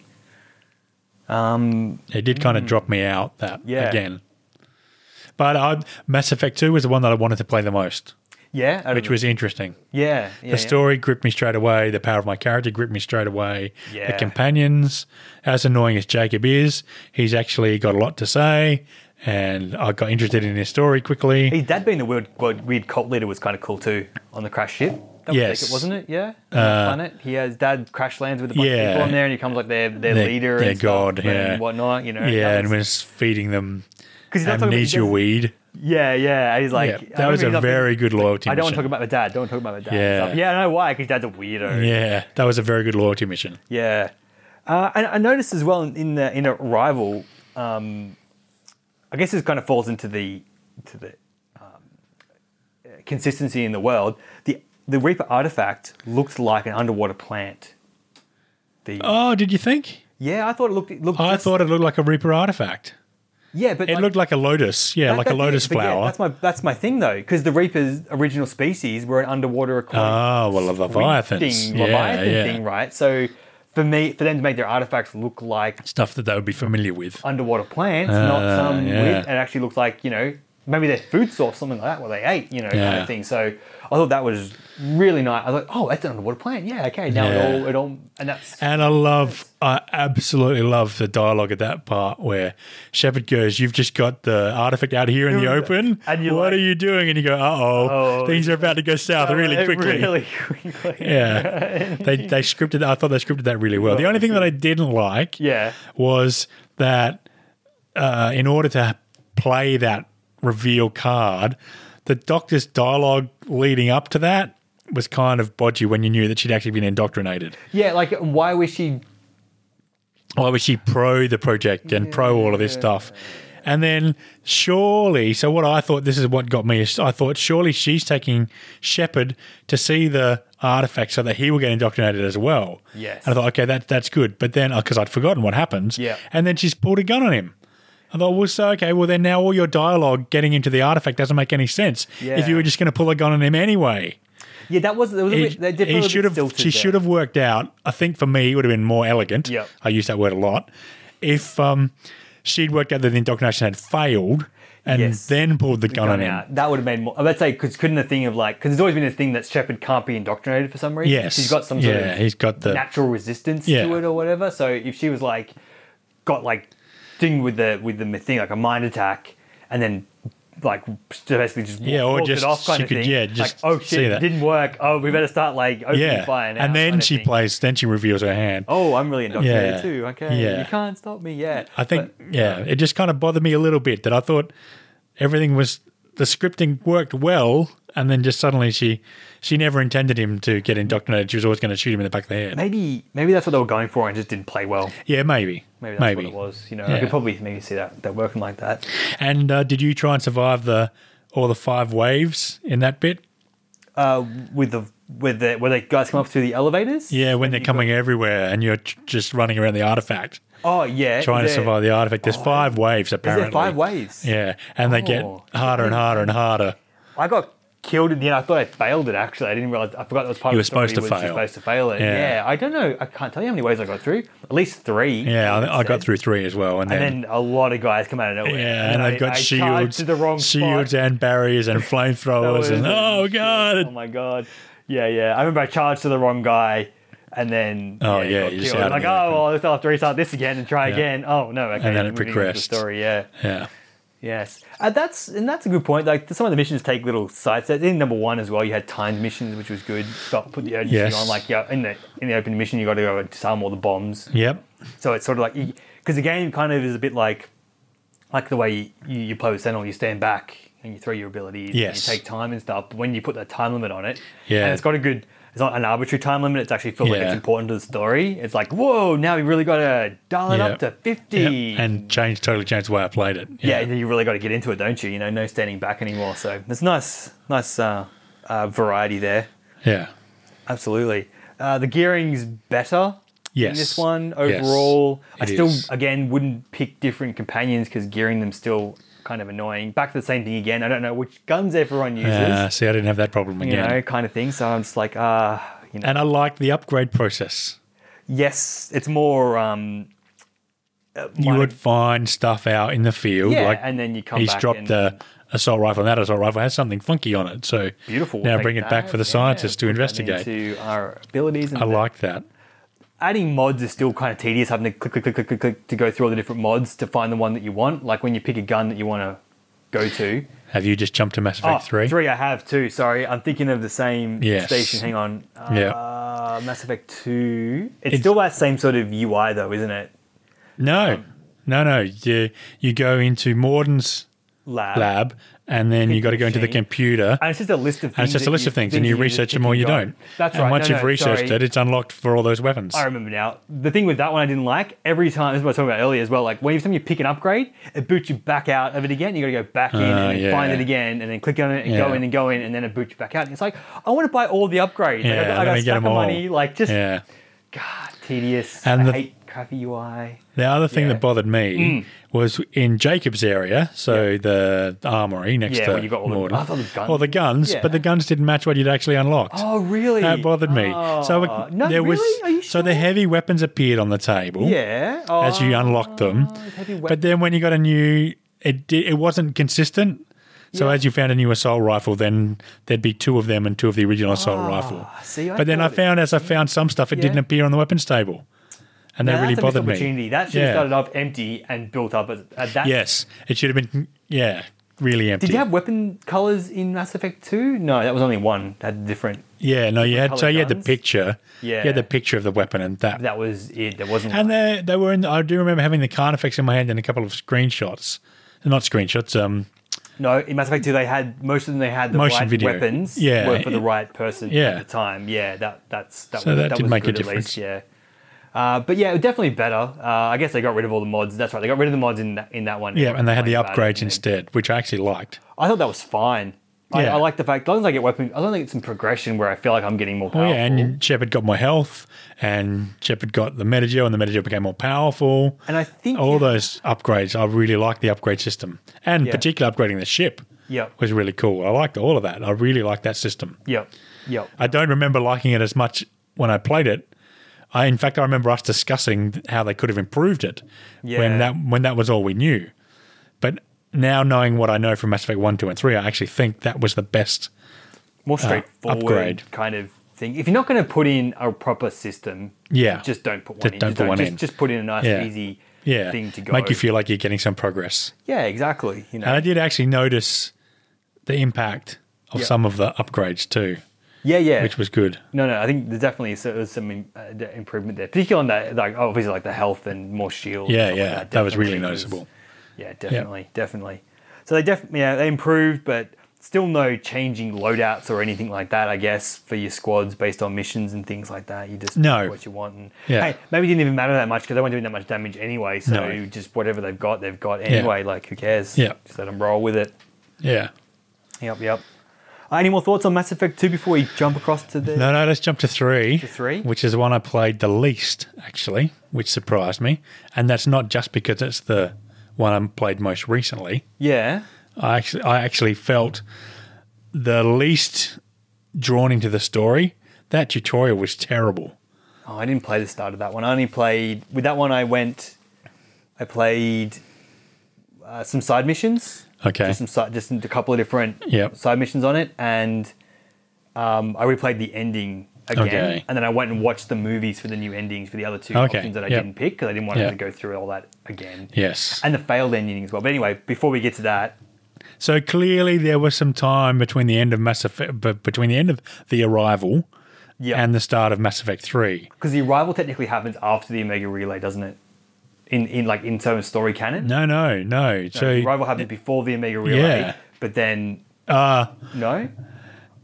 Speaker 2: It did kind of drop me out that
Speaker 1: Mm. Yeah.
Speaker 2: again. But I, Mass Effect 2 was the one that I wanted to play the most,
Speaker 1: Yeah. out of
Speaker 2: which
Speaker 1: the-
Speaker 2: was interesting.
Speaker 1: yeah. Mm. yeah, yeah.
Speaker 2: the story gripped me straight away. The power of my character gripped me straight away. The
Speaker 1: Yeah.
Speaker 2: companions, as annoying as Jacob is, he's actually got a lot to say, and I got interested in his story quickly.
Speaker 1: His dad being the weird, weird, weird cult leader was kind of cool too on the crash ship. That was
Speaker 2: Yes. Uh,
Speaker 1: Beckett, wasn't it? Yeah, On that planet. He has dad crash lands with a bunch
Speaker 2: Yeah.
Speaker 1: of people on there, and he becomes like their their,
Speaker 2: Their-
Speaker 1: leader,
Speaker 2: their
Speaker 1: and stuff
Speaker 2: god, yeah.
Speaker 1: and whatnot. You know,
Speaker 2: yeah,
Speaker 1: That
Speaker 2: and was feeding them
Speaker 1: 'cause he's not talking about- he
Speaker 2: amnesia
Speaker 1: doesn't-
Speaker 2: weed.
Speaker 1: Yeah, yeah. And he's like,
Speaker 2: Yeah,
Speaker 1: I
Speaker 2: that was
Speaker 1: remember he's
Speaker 2: a
Speaker 1: up in-
Speaker 2: very good loyalty.
Speaker 1: I don't want to
Speaker 2: mission.
Speaker 1: talk about my dad. Don't talk about my dad.
Speaker 2: Yeah.
Speaker 1: Yeah, yeah I know why, because dad's a weirdo.
Speaker 2: Yeah, that was a very good loyalty mission.
Speaker 1: Yeah. Uh, and I noticed as well in- in the, in Arrival, um, I guess this kind of falls into the to the um, uh, consistency in the world. The the Reaper artifact looked like an underwater plant. The,
Speaker 2: Oh, did you think?
Speaker 1: yeah, I thought it looked. It looked
Speaker 2: I
Speaker 1: just-
Speaker 2: thought it looked like a Reaper artifact.
Speaker 1: Yeah, but
Speaker 2: It
Speaker 1: like-
Speaker 2: looked like a lotus. Yeah,
Speaker 1: that-
Speaker 2: like a
Speaker 1: that's it,
Speaker 2: lotus
Speaker 1: but yeah,
Speaker 2: flower.
Speaker 1: that's my that's my thing though, because the Reaper's original species were an underwater aquatic
Speaker 2: Oh, well, a leviathans.
Speaker 1: thing,
Speaker 2: Yeah,
Speaker 1: Leviathan
Speaker 2: yeah.
Speaker 1: thing, right? So for me, for them to make their artifacts look like
Speaker 2: Stuff that they would be familiar with.
Speaker 1: underwater plants, not
Speaker 2: Uh,
Speaker 1: some
Speaker 2: yeah.
Speaker 1: weird. It actually looks like you know maybe their food source, something like that, what they ate, you know, kind
Speaker 2: Yeah.
Speaker 1: of thing. So I thought that was really nice. I thought, oh, that's an underwater plant. Yeah, okay. Now
Speaker 2: Yeah.
Speaker 1: it all, it all, and that's
Speaker 2: And I love, I absolutely love the dialogue at that part where Shepard goes, "You've just got the artifact out here in the open,
Speaker 1: And you're like-
Speaker 2: what are you doing?" And you go, "Uh oh,
Speaker 1: Oh.
Speaker 2: things are about to go south really quickly."
Speaker 1: Really quickly.
Speaker 2: yeah, they they scripted. I thought they scripted that really well. The only thing that I didn't like,
Speaker 1: Yeah.
Speaker 2: was that uh, in order to play that reveal card, the doctor's dialogue leading up to that was kind of bodgy when you knew that she'd actually been indoctrinated.
Speaker 1: Yeah, like why was she
Speaker 2: Why was she pro the project and pro all of this stuff? And then surely, so what I thought, this is what got me, is I thought surely she's taking Shepard to see the artifact so that he will get indoctrinated as well.
Speaker 1: Yes.
Speaker 2: And I thought, okay, that, that's good. But then, because I'd forgotten what happens.
Speaker 1: Yeah.
Speaker 2: And then she's pulled a gun on him. I thought, well, so, okay, well, then now all your dialogue getting into the artifact doesn't make any sense if
Speaker 1: Yeah.
Speaker 2: you were just going to pull a gun on him anyway
Speaker 1: Yeah, that was, that was a bit, that definitely
Speaker 2: he
Speaker 1: was a bit
Speaker 2: should have.
Speaker 1: stilted
Speaker 2: She
Speaker 1: there.
Speaker 2: should have worked out. I think for me, it would have been more elegant.
Speaker 1: Yep.
Speaker 2: I use that word a lot. If um, she'd worked out that the indoctrination had failed and
Speaker 1: Yes.
Speaker 2: then pulled the gun,
Speaker 1: gone
Speaker 2: on him,
Speaker 1: out. That would have made more. I'd say because couldn't the thing of like because there's always been this thing that Shepard can't be indoctrinated for some reason.
Speaker 2: yes,
Speaker 1: she's got some sort
Speaker 2: Yeah,
Speaker 1: of
Speaker 2: he's got the.
Speaker 1: natural resistance
Speaker 2: Yeah.
Speaker 1: to it or whatever. So if she was like got like thing with the with the thing like a mind attack and then like basically just
Speaker 2: Yeah, or
Speaker 1: walked
Speaker 2: just
Speaker 1: it off kind
Speaker 2: she
Speaker 1: of
Speaker 2: could-
Speaker 1: thing.
Speaker 2: yeah, just
Speaker 1: like, oh shit,
Speaker 2: see that.
Speaker 1: didn't work. Oh, we better start like opening
Speaker 2: yeah,
Speaker 1: fire now.
Speaker 2: and then
Speaker 1: kind of
Speaker 2: she
Speaker 1: thing.
Speaker 2: plays. Then she reveals her hand.
Speaker 1: Oh, I'm really indoctrinated
Speaker 2: Yeah.
Speaker 1: too. Okay,
Speaker 2: Yeah.
Speaker 1: you can't stop me. Yeah,
Speaker 2: I think yeah, it just kind of bothered me a little bit that I thought everything was the scripting worked well, and then just suddenly she she never intended him to get indoctrinated. She was always going to shoot him in the back of the head.
Speaker 1: maybe maybe that's what they were going for and just didn't play well.
Speaker 2: Yeah, maybe.
Speaker 1: Maybe that's what it was. You know, I
Speaker 2: Yeah.
Speaker 1: could probably maybe see that they're working like that.
Speaker 2: And uh, did you try and survive the all the five waves in that bit?
Speaker 1: Uh, with the with the where the guys come up through the elevators.
Speaker 2: Yeah, when they're coming everywhere and you're j- just running around the artifact,
Speaker 1: Oh yeah.
Speaker 2: trying
Speaker 1: is
Speaker 2: to
Speaker 1: there-
Speaker 2: survive the artifact. There's five waves apparently.
Speaker 1: five waves?
Speaker 2: Yeah, and they get
Speaker 1: Oh.
Speaker 2: harder and harder and harder.
Speaker 1: I got killed in the end. I thought I failed it. Actually, I didn't realize. I forgot that was part of
Speaker 2: You were
Speaker 1: the story,
Speaker 2: supposed to
Speaker 1: was you're
Speaker 2: fail.
Speaker 1: Supposed to fail it.
Speaker 2: Yeah.
Speaker 1: Yeah. I don't know. I can't tell you how many waves I got through. At least three.
Speaker 2: Yeah,
Speaker 1: it
Speaker 2: I, I got
Speaker 1: said.
Speaker 2: through three as well, and then.
Speaker 1: And then a lot of guys come out of nowhere.
Speaker 2: yeah, and
Speaker 1: I-
Speaker 2: they've got
Speaker 1: I charged
Speaker 2: shields,
Speaker 1: to the wrong
Speaker 2: shields,
Speaker 1: spot.
Speaker 2: and barriers, and flamethrowers, and oh
Speaker 1: Oh
Speaker 2: god,
Speaker 1: my god. Yeah, yeah. I remember I charged to the wrong guy. And then
Speaker 2: Oh,
Speaker 1: he
Speaker 2: yeah,
Speaker 1: got
Speaker 2: you're just
Speaker 1: killed.
Speaker 2: out
Speaker 1: like
Speaker 2: in
Speaker 1: oh
Speaker 2: the open.
Speaker 1: well, I'll have to restart this again and try again. Oh no, okay.
Speaker 2: And then
Speaker 1: moving on to
Speaker 2: it
Speaker 1: the
Speaker 2: progressed.
Speaker 1: Story, yeah.
Speaker 2: yeah,
Speaker 1: Yes, and that's and that's a good point. Like some of the missions take little side steps. In number one as well, you had timed missions, which was good. Got put the urgency
Speaker 2: Yes.
Speaker 1: on. Like yeah, in the in the open mission, you got to go and disarm all the bombs.
Speaker 2: yep,
Speaker 1: So it's sort of like because the game kind of is a bit like like the way you, you play with Sentinel, you stand back and you throw your abilities.
Speaker 2: Yes.
Speaker 1: and you take time and stuff. But when you put that time limit on it,
Speaker 2: Yeah.
Speaker 1: and it's got a good. It's not an arbitrary time limit. It's actually feel like
Speaker 2: Yeah.
Speaker 1: it's important to the story. It's like whoa, now we really got to dial it
Speaker 2: yep.
Speaker 1: up to fifty
Speaker 2: Yep. and changed totally changed the way I played it.
Speaker 1: yeah, you really got to get into it, don't you? You know, no standing back anymore. So there's nice, nice uh, uh, variety there.
Speaker 2: yeah.
Speaker 1: Absolutely. Uh, the gearing's better in
Speaker 2: Yes.
Speaker 1: this one
Speaker 2: Yes.
Speaker 1: overall. I
Speaker 2: It
Speaker 1: still,
Speaker 2: is.
Speaker 1: again, wouldn't pick different companions because gearing them's still kind of annoying. Back to the same thing again. I don't know which guns everyone uses,
Speaker 2: Uh, see, I didn't have that problem
Speaker 1: you
Speaker 2: again.
Speaker 1: know, kind of thing. So I'm just like, ah, you know.
Speaker 2: And I liked the upgrade process.
Speaker 1: yes, it's more. Um, uh,
Speaker 2: You
Speaker 1: minor-
Speaker 2: would find stuff out in the field.
Speaker 1: yeah,
Speaker 2: like
Speaker 1: and then you come
Speaker 2: he's
Speaker 1: back
Speaker 2: dropped
Speaker 1: and-
Speaker 2: the assault rifle, and that assault rifle has something funky on it. So
Speaker 1: Beautiful.
Speaker 2: Now
Speaker 1: Take
Speaker 2: bring it back
Speaker 1: that,
Speaker 2: for the
Speaker 1: yeah,
Speaker 2: scientists
Speaker 1: put
Speaker 2: to
Speaker 1: that
Speaker 2: investigate.
Speaker 1: into our abilities. And
Speaker 2: I
Speaker 1: the-
Speaker 2: like that.
Speaker 1: adding mods is still kind of tedious having to click click click click click, click to go through all the different mods to find the one that you want like when you pick a gun that you want to go to
Speaker 2: Have you just jumped to Mass
Speaker 1: Oh,
Speaker 2: Effect three?
Speaker 1: i have too sorry i'm thinking of the same
Speaker 2: Yes.
Speaker 1: station hang on uh,
Speaker 2: Yeah.
Speaker 1: mass effect 2 it's,
Speaker 2: It's-
Speaker 1: still that same sort of ui though isn't it
Speaker 2: No, no, no. You you go into Morden's
Speaker 1: lab.
Speaker 2: lab, and then you got to go into the
Speaker 1: machine.
Speaker 2: computer.
Speaker 1: And it's just a list of things.
Speaker 2: And it's just a
Speaker 1: that
Speaker 2: list
Speaker 1: you-
Speaker 2: of things, and you
Speaker 1: that just
Speaker 2: research them
Speaker 1: pick
Speaker 2: or
Speaker 1: and
Speaker 2: you
Speaker 1: go.
Speaker 2: don't.
Speaker 1: That's
Speaker 2: and
Speaker 1: right.
Speaker 2: Once
Speaker 1: No,
Speaker 2: you've
Speaker 1: no,
Speaker 2: researched
Speaker 1: sorry.
Speaker 2: it, it's unlocked for all those weapons.
Speaker 1: I remember now. The thing with that one I didn't like, every time, this is what I was talking about earlier as well, like when time you pick an upgrade, it boots you back out of it again. You got to go back in
Speaker 2: Ah,
Speaker 1: and then
Speaker 2: yeah.
Speaker 1: find it again and then click on it and go
Speaker 2: Yeah.
Speaker 1: in and go in and then it boots you back out. And it's like, I want to buy all the upgrades.
Speaker 2: yeah,
Speaker 1: Like, I, I got
Speaker 2: let me
Speaker 1: a
Speaker 2: get
Speaker 1: stack of
Speaker 2: them all.
Speaker 1: money. Like just,
Speaker 2: yeah.
Speaker 1: God, tedious.
Speaker 2: And
Speaker 1: I
Speaker 2: the-
Speaker 1: hate crappy UI.
Speaker 2: The other thing
Speaker 1: Yeah. Mm.
Speaker 2: that bothered me was in Jacob's area, so the armory next
Speaker 1: Yeah,
Speaker 2: to
Speaker 1: where you got all the-
Speaker 2: Morden.
Speaker 1: I thought the guns-
Speaker 2: All the guns,
Speaker 1: Yeah.
Speaker 2: but the guns didn't match what you'd actually unlocked.
Speaker 1: Oh, really?
Speaker 2: That bothered me. so
Speaker 1: Oh,
Speaker 2: it,
Speaker 1: no,
Speaker 2: there was
Speaker 1: really? Are you
Speaker 2: so the
Speaker 1: sure?
Speaker 2: heavy weapons appeared on the table
Speaker 1: Yeah. Oh,
Speaker 2: as you unlocked them,
Speaker 1: heavy
Speaker 2: but then when you got a new, it did, it wasn't consistent. So as you found a new assault rifle, then there'd be two of them and two of the original assault rifle.
Speaker 1: Ah, see, I
Speaker 2: but then I
Speaker 1: thought it-
Speaker 2: found as I found some stuff, it
Speaker 1: Yeah.
Speaker 2: didn't appear on the weapons table, and that
Speaker 1: Now,
Speaker 2: really
Speaker 1: that's a missed
Speaker 2: bothered
Speaker 1: opportunity.
Speaker 2: me.
Speaker 1: That should have
Speaker 2: Yeah.
Speaker 1: started off empty and built up as, at that.
Speaker 2: Yes, it should have been. Yeah, really empty.
Speaker 1: Did you have weapon colors in Mass Effect 2? No, that was only one. That had different.
Speaker 2: yeah, no, you had. So
Speaker 1: coloured
Speaker 2: you had the
Speaker 1: guns?
Speaker 2: picture.
Speaker 1: Yeah.
Speaker 2: you had the picture of the weapon and that.
Speaker 1: That was it. There wasn't. one.
Speaker 2: and they they were in. I do remember having the Carnifex in my hand and a couple of screenshots, not screenshots. Um,
Speaker 1: no, in Mass Effect 2, they had most of them. They had the
Speaker 2: Motion
Speaker 1: right
Speaker 2: video.
Speaker 1: weapons.
Speaker 2: Yeah.
Speaker 1: were for the right person
Speaker 2: Yeah.
Speaker 1: at the time. Yeah, that that's that
Speaker 2: So
Speaker 1: was
Speaker 2: that did
Speaker 1: was
Speaker 2: make a
Speaker 1: good at
Speaker 2: difference.
Speaker 1: least, yeah. Uh, but yeah, definitely better. Uh, I guess they got rid of all the mods. That's right. They got rid of the mods in that, in that one.
Speaker 2: yeah, and they had the
Speaker 1: Complained about it,
Speaker 2: upgrades
Speaker 1: and then-
Speaker 2: instead, which I actually liked.
Speaker 1: I thought that was fine. I,
Speaker 2: Yeah.
Speaker 1: I like the fact, as long as I get weapons, I don't think it's some progression where I feel like I'm getting more
Speaker 2: Oh
Speaker 1: powerful.
Speaker 2: yeah, and Shepard got more health, and Shepard got the Metagel, and the Metagel became more powerful.
Speaker 1: And I think
Speaker 2: all those upgrades, I really liked the upgrade system, and
Speaker 1: Yeah.
Speaker 2: particularly upgrading the ship
Speaker 1: Yep.
Speaker 2: was really cool. I liked all of that. I really liked that system.
Speaker 1: Yep. Yep.
Speaker 2: I don't remember liking it as much when I played it. I, in fact, I remember us discussing how they could have improved it
Speaker 1: Yeah.
Speaker 2: when that when that was all we knew. But now knowing what I know from Mass Effect One, Two, and Three, I actually think that was the best.
Speaker 1: More straightforward
Speaker 2: Uh, upgrade.
Speaker 1: kind of thing. If you're not going to put in a proper system,
Speaker 2: Yeah.
Speaker 1: just don't put one
Speaker 2: Just
Speaker 1: in.
Speaker 2: don't
Speaker 1: just
Speaker 2: put one
Speaker 1: just,
Speaker 2: in.
Speaker 1: Just put in a nice,
Speaker 2: Yeah.
Speaker 1: easy
Speaker 2: Yeah,
Speaker 1: thing to go.
Speaker 2: make you feel like you're getting some progress.
Speaker 1: Yeah, exactly. You
Speaker 2: And
Speaker 1: know.
Speaker 2: I did actually notice the impact of
Speaker 1: Yeah.
Speaker 2: some of the upgrades too,
Speaker 1: Yeah, yeah.
Speaker 2: which was good.
Speaker 1: no, no. I think there's definitely so- there's some im- uh, d- improvement there, particularly on that, like obviously like the health and more shield. and
Speaker 2: Yeah,
Speaker 1: stuff like
Speaker 2: yeah, that was really
Speaker 1: definitely was-
Speaker 2: noticeable.
Speaker 1: yeah, definitely, definitely. So they definitely yeah they improved, but still no changing loadouts or anything like that. I guess for your squads based on missions and things like that. You just
Speaker 2: No.
Speaker 1: do what you want. And,
Speaker 2: Yeah.
Speaker 1: Hey, maybe it didn't even matter that much because they weren't doing that much damage anyway. So
Speaker 2: No.
Speaker 1: just whatever they've got, they've got anyway. Like who cares?
Speaker 2: Yeah.
Speaker 1: Just let them roll with it.
Speaker 2: Yeah.
Speaker 1: Yep, yep. Uh, any more thoughts on Mass Effect Two before we jump across to the?
Speaker 2: No, no, let's jump to three. To
Speaker 1: three?
Speaker 2: Which is the one I played the least, actually, which surprised me. And that's not just because it's the one I played most recently.
Speaker 1: Yeah.
Speaker 2: I actually, I actually felt the least drawn into the story. That tutorial was terrible.
Speaker 1: Oh, I didn't play the start of that one. I only played with that one. I went. I played uh, some side missions.
Speaker 2: Okay.
Speaker 1: Just some side, just a couple of different
Speaker 2: Yep.
Speaker 1: side missions on it, and um, I replayed the ending again,
Speaker 2: Okay.
Speaker 1: and then I went and watched the movies for the new endings for the other two
Speaker 2: Okay,
Speaker 1: options that I
Speaker 2: yep.
Speaker 1: didn't pick because I didn't want
Speaker 2: Yeah.
Speaker 1: to go through all that again.
Speaker 2: Yes.
Speaker 1: And the failed ending as well. But anyway, before we get to that,
Speaker 2: So clearly, there was some time between the end of Mass Effect, but between the end of the arrival
Speaker 1: yeah,
Speaker 2: and the start of Mass Effect Three.
Speaker 1: because the arrival technically happens after the Omega Relay, doesn't it? In in like in terms of story canon.
Speaker 2: No, no, no.
Speaker 1: The
Speaker 2: so
Speaker 1: arrival happened before the Omega Relay,
Speaker 2: Yeah.
Speaker 1: but then
Speaker 2: uh,
Speaker 1: no,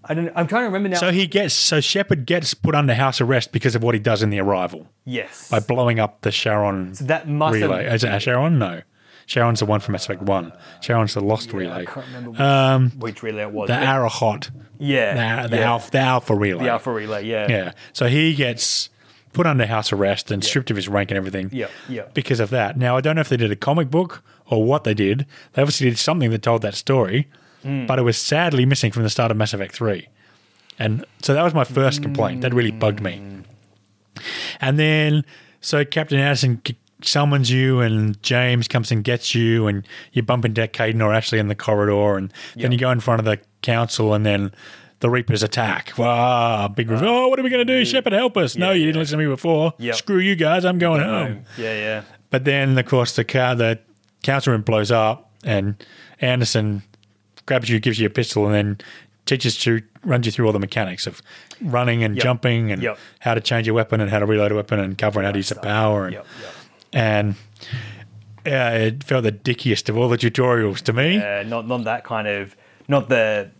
Speaker 1: I don't. I'm trying to remember now.
Speaker 2: so he gets so Shepard gets put under house arrest because of what he does in the arrival
Speaker 1: yes,
Speaker 2: by blowing up the Sharon
Speaker 1: that must have-
Speaker 2: relay. Is it Sharon? No, Sharon's the one from Mass Effect One. Sharon's the lost relay.
Speaker 1: I can't remember which,
Speaker 2: Um,
Speaker 1: which relay it was.
Speaker 2: the
Speaker 1: but-
Speaker 2: Arahot,
Speaker 1: yeah,
Speaker 2: the, the,
Speaker 1: yeah.
Speaker 2: alpha, the Alpha relay.
Speaker 1: the Alpha Relay. Yeah,
Speaker 2: Yeah. So he gets put under house arrest and stripped of his rank and everything.
Speaker 1: Yeah, yeah.
Speaker 2: Because of that. Now I don't know if they did a comic book or what they did. They obviously did something that told that story,
Speaker 1: Mm.
Speaker 2: but it was sadly missing from the start of Mass Effect Three. And so that was my first complaint. That really bugged me. And then so Captain Addison c- summons you, and James comes and gets you, and you bump into Caden or Ashley in the corridor, and then you go in front of the council, and then the Reapers attack. Wow, big reveal. oh, what are we going to do? Shepard, help us. no,
Speaker 1: Uh, Yeah,
Speaker 2: you didn't
Speaker 1: yeah.
Speaker 2: listen to me before.
Speaker 1: Yep.
Speaker 2: Screw you guys. I'm going home.
Speaker 1: Um, yeah, yeah.
Speaker 2: But then, of course, the car, the council room blows up, and Anderson grabs you, gives you a pistol, and then teaches you, runs you through all the mechanics of running and jumping, and
Speaker 1: Yep.
Speaker 2: how to change your weapon, and how to reload a weapon, and cover, and how to use the power, and
Speaker 1: Yep, yep.
Speaker 2: and uh, it felt the dickiest of all the tutorials to me.
Speaker 1: Uh, not not that kind of not the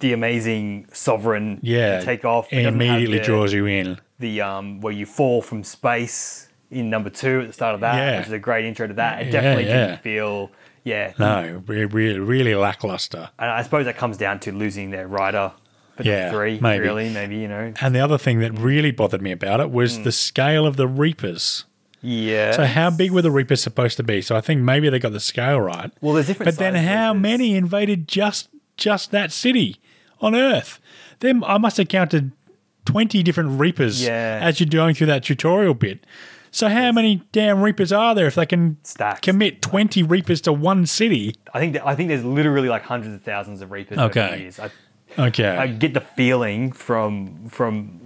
Speaker 1: the amazing sovereign
Speaker 2: Yeah,
Speaker 1: take off
Speaker 2: It
Speaker 1: doesn't have
Speaker 2: immediately
Speaker 1: the-
Speaker 2: draws you in.
Speaker 1: the um where you fall from space in number two at the start of that,
Speaker 2: Yeah.
Speaker 1: which is a great intro to that. It
Speaker 2: Yeah,
Speaker 1: definitely
Speaker 2: yeah.
Speaker 1: didn't feel yeah.
Speaker 2: No,
Speaker 1: Mm.
Speaker 2: really, really lackluster.
Speaker 1: And I suppose that comes down to losing their rider for number
Speaker 2: Yeah,
Speaker 1: three,
Speaker 2: maybe.
Speaker 1: really, maybe, you know.
Speaker 2: And the other thing that really bothered me about it
Speaker 1: Mm.
Speaker 2: was the scale of the Reapers.
Speaker 1: Yeah.
Speaker 2: So how big were the Reapers supposed to be? So I think maybe they got the scale right.
Speaker 1: Well, there's different
Speaker 2: But then
Speaker 1: size
Speaker 2: how
Speaker 1: Reapers.
Speaker 2: many invaded just just that city on Earth? Then I must have counted twenty different Reapers
Speaker 1: Yeah.
Speaker 2: as you're going through that tutorial bit. So how many damn Reapers are there if they can
Speaker 1: Stacked.
Speaker 2: commit twenty Reapers to one city?
Speaker 1: I think that, I think there's literally like hundreds of thousands of Reapers over
Speaker 2: Okay.
Speaker 1: the years. I,
Speaker 2: Okay.
Speaker 1: I get the feeling from from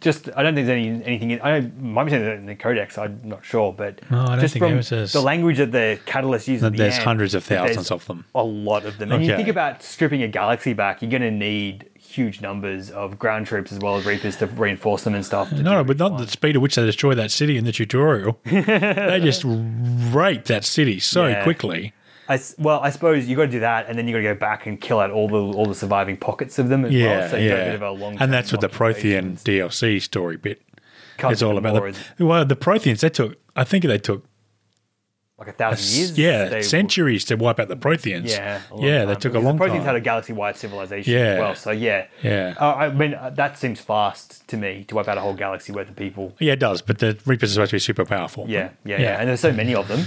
Speaker 1: just I don't think there's any anything in, I don't, might be something in the codex. I'm not sure, but
Speaker 2: No, I don't
Speaker 1: just
Speaker 2: think
Speaker 1: from
Speaker 2: it says-
Speaker 1: the language that the catalyst uses. at the
Speaker 2: there's
Speaker 1: end,
Speaker 2: hundreds of
Speaker 1: that there's
Speaker 2: thousands of them.
Speaker 1: A lot of them. And you
Speaker 2: Okay.
Speaker 1: think about stripping a galaxy back, you're going to need huge numbers of ground troops as well as reapers to reinforce them and stuff. to
Speaker 2: No,
Speaker 1: do
Speaker 2: but
Speaker 1: what you
Speaker 2: not the
Speaker 1: want.
Speaker 2: speed at which they destroy that city in the tutorial. they just rape that city so
Speaker 1: Yeah.
Speaker 2: quickly.
Speaker 1: I s well, I suppose you got to do that, and then you got to go back and kill out all the all the surviving pockets of them. As
Speaker 2: Yeah,
Speaker 1: well. so you
Speaker 2: yeah.
Speaker 1: got a bit of a long.
Speaker 2: and that's what the Prothean DLC story bit is all about.
Speaker 1: More,
Speaker 2: The, well, the Protheans, they took, I think they took,
Speaker 1: like a thousand years.
Speaker 2: yeah,
Speaker 1: they were-
Speaker 2: centuries to wipe out the Protheans.
Speaker 1: Yeah, a long
Speaker 2: yeah,
Speaker 1: time.
Speaker 2: they took a
Speaker 1: Because
Speaker 2: long
Speaker 1: the Proteans
Speaker 2: time.
Speaker 1: had a galaxy-wide civilization
Speaker 2: Yeah.
Speaker 1: as well. So yeah,
Speaker 2: Yeah.
Speaker 1: Uh, I mean, uh, that seems fast to me to wipe out a whole galaxy worth of people.
Speaker 2: yeah, it does, but the Reapers are supposed to be super powerful.
Speaker 1: Yeah, yeah,
Speaker 2: Yeah.
Speaker 1: yeah, And there's so many of them.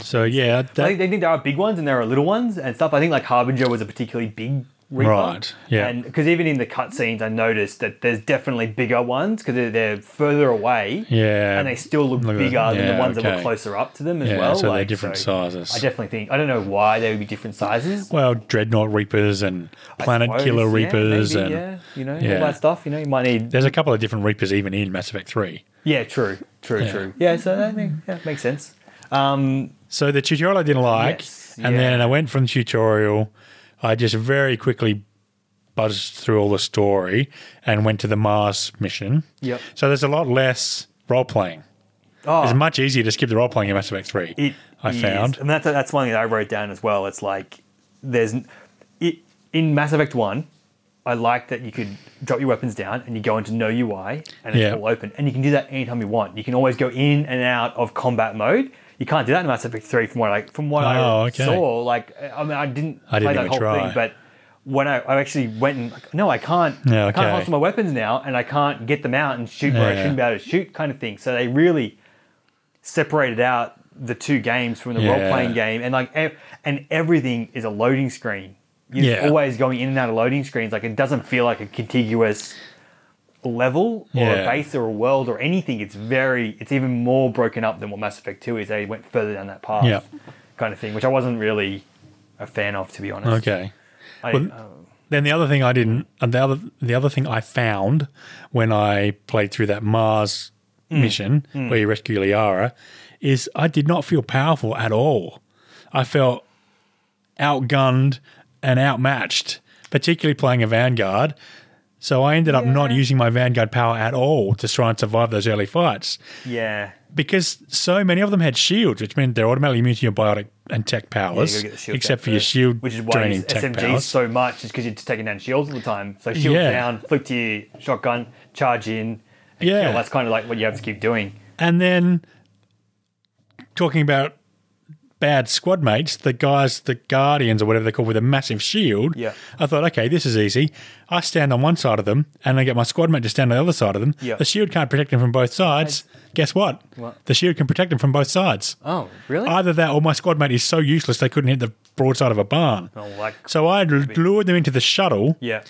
Speaker 2: So, yeah, that,
Speaker 1: I think they think there are big ones and there are little ones and stuff. I think like Harbinger was a particularly big. Reaper.
Speaker 2: Right, yeah.
Speaker 1: And because even in the cutscenes, I noticed that there's definitely bigger ones because they're, they're further away.
Speaker 2: Yeah.
Speaker 1: And they still look
Speaker 2: Look at-
Speaker 1: bigger than
Speaker 2: yeah,
Speaker 1: the ones that
Speaker 2: okay.
Speaker 1: were closer up to them as
Speaker 2: Yeah,
Speaker 1: well.
Speaker 2: so they're different sizes.
Speaker 1: I definitely think I don't know why they would be different sizes.
Speaker 2: well, Dreadnought Reapers and Planet
Speaker 1: suppose,
Speaker 2: Killer
Speaker 1: yeah,
Speaker 2: Reapers.
Speaker 1: maybe,
Speaker 2: and
Speaker 1: yeah, you know
Speaker 2: yeah.
Speaker 1: all that stuff. You know, you might need.
Speaker 2: There's a couple of different Reapers even in Mass Effect 3.
Speaker 1: Yeah, true, true, true. Yeah, so that make, yeah, makes sense. Um,
Speaker 2: So the tutorial I didn't like,
Speaker 1: Yes,
Speaker 2: and then
Speaker 1: yeah.
Speaker 2: I went from tutorial. I just very quickly buzzed through all the story and went to the Mars mission.
Speaker 1: Yep.
Speaker 2: So there's a lot less role playing. It's
Speaker 1: oh,
Speaker 2: much easier to skip the role playing in Mass Effect Three.
Speaker 1: it
Speaker 2: I
Speaker 1: is-
Speaker 2: found.
Speaker 1: and that's that's one thing that I wrote down as well. It's like there's n- it in Mass Effect One. I like that you could drop your weapons down and you go into no UI and it's
Speaker 2: Yeah.
Speaker 1: all open, and you can do that anytime you want. You can always go in and out of combat mode. You can't do that in Mass Effect Three, from what I from what
Speaker 2: Oh,
Speaker 1: I
Speaker 2: okay.
Speaker 1: saw. Like, I mean, I didn't
Speaker 2: I didn't
Speaker 1: play that
Speaker 2: even
Speaker 1: whole
Speaker 2: try.
Speaker 1: thing, but when I, I actually went and like, no, I can't.
Speaker 2: Yeah,
Speaker 1: I can't
Speaker 2: okay.
Speaker 1: holster my weapons now, and I can't get them out and shoot where I
Speaker 2: Yeah.
Speaker 1: shouldn't be able to shoot, kind of thing. So they really separated out the two games from the
Speaker 2: Yeah.
Speaker 1: role playing game, and like ev- and everything is a loading screen. You're
Speaker 2: Yeah.
Speaker 1: always going in and out of loading screens. Like it doesn't feel like a contiguous level or
Speaker 2: Yeah.
Speaker 1: a base or a world or anything. It's very, it's even more broken up than what Mass Effect Two is. They went further down that path,
Speaker 2: Yeah.
Speaker 1: kind of thing, which I wasn't really a fan of, to be honest.
Speaker 2: Okay.
Speaker 1: I,
Speaker 2: Well,
Speaker 1: uh,
Speaker 2: Then the other thing I didn't, and the other the other thing I found when I played through that Mars
Speaker 1: Mm.
Speaker 2: mission where you rescue Liara, is I did not feel powerful at all. I felt outgunned and outmatched, particularly playing a Vanguard. So I ended up not using my Vanguard power at all to try and survive those early fights
Speaker 1: yeah,
Speaker 2: because so many of them had shields, which meant they're automatically immune to your biotic and tech
Speaker 1: Yeah, you
Speaker 2: powers,
Speaker 1: gotta get the shield
Speaker 2: except
Speaker 1: down
Speaker 2: for your
Speaker 1: first,
Speaker 2: shield
Speaker 1: which is why you
Speaker 2: draining
Speaker 1: use
Speaker 2: tech
Speaker 1: SMGs
Speaker 2: powers.
Speaker 1: so much, is because you're just taking down shields all the time. So shield
Speaker 2: Yeah.
Speaker 1: down, flick to your shotgun, charge in, and
Speaker 2: Yeah.
Speaker 1: kill. That's kind of like what you have to keep doing.
Speaker 2: And then talking about bad squad mates, the guys, the guardians or whatever they're called with a massive shield.
Speaker 1: Yeah.
Speaker 2: I thought, okay, this is easy. I stand on one side of them and I get my squad mate to stand on the other side of them.
Speaker 1: Yeah.
Speaker 2: The shield can't protect them from both sides. Guess what?
Speaker 1: What?
Speaker 2: The shield can protect them from both sides.
Speaker 1: Oh, really?
Speaker 2: Either that or my squad mate is so useless they couldn't hit the broadside of a barn.
Speaker 1: oh, like,
Speaker 2: So I lured them into the shuttle
Speaker 1: yeah.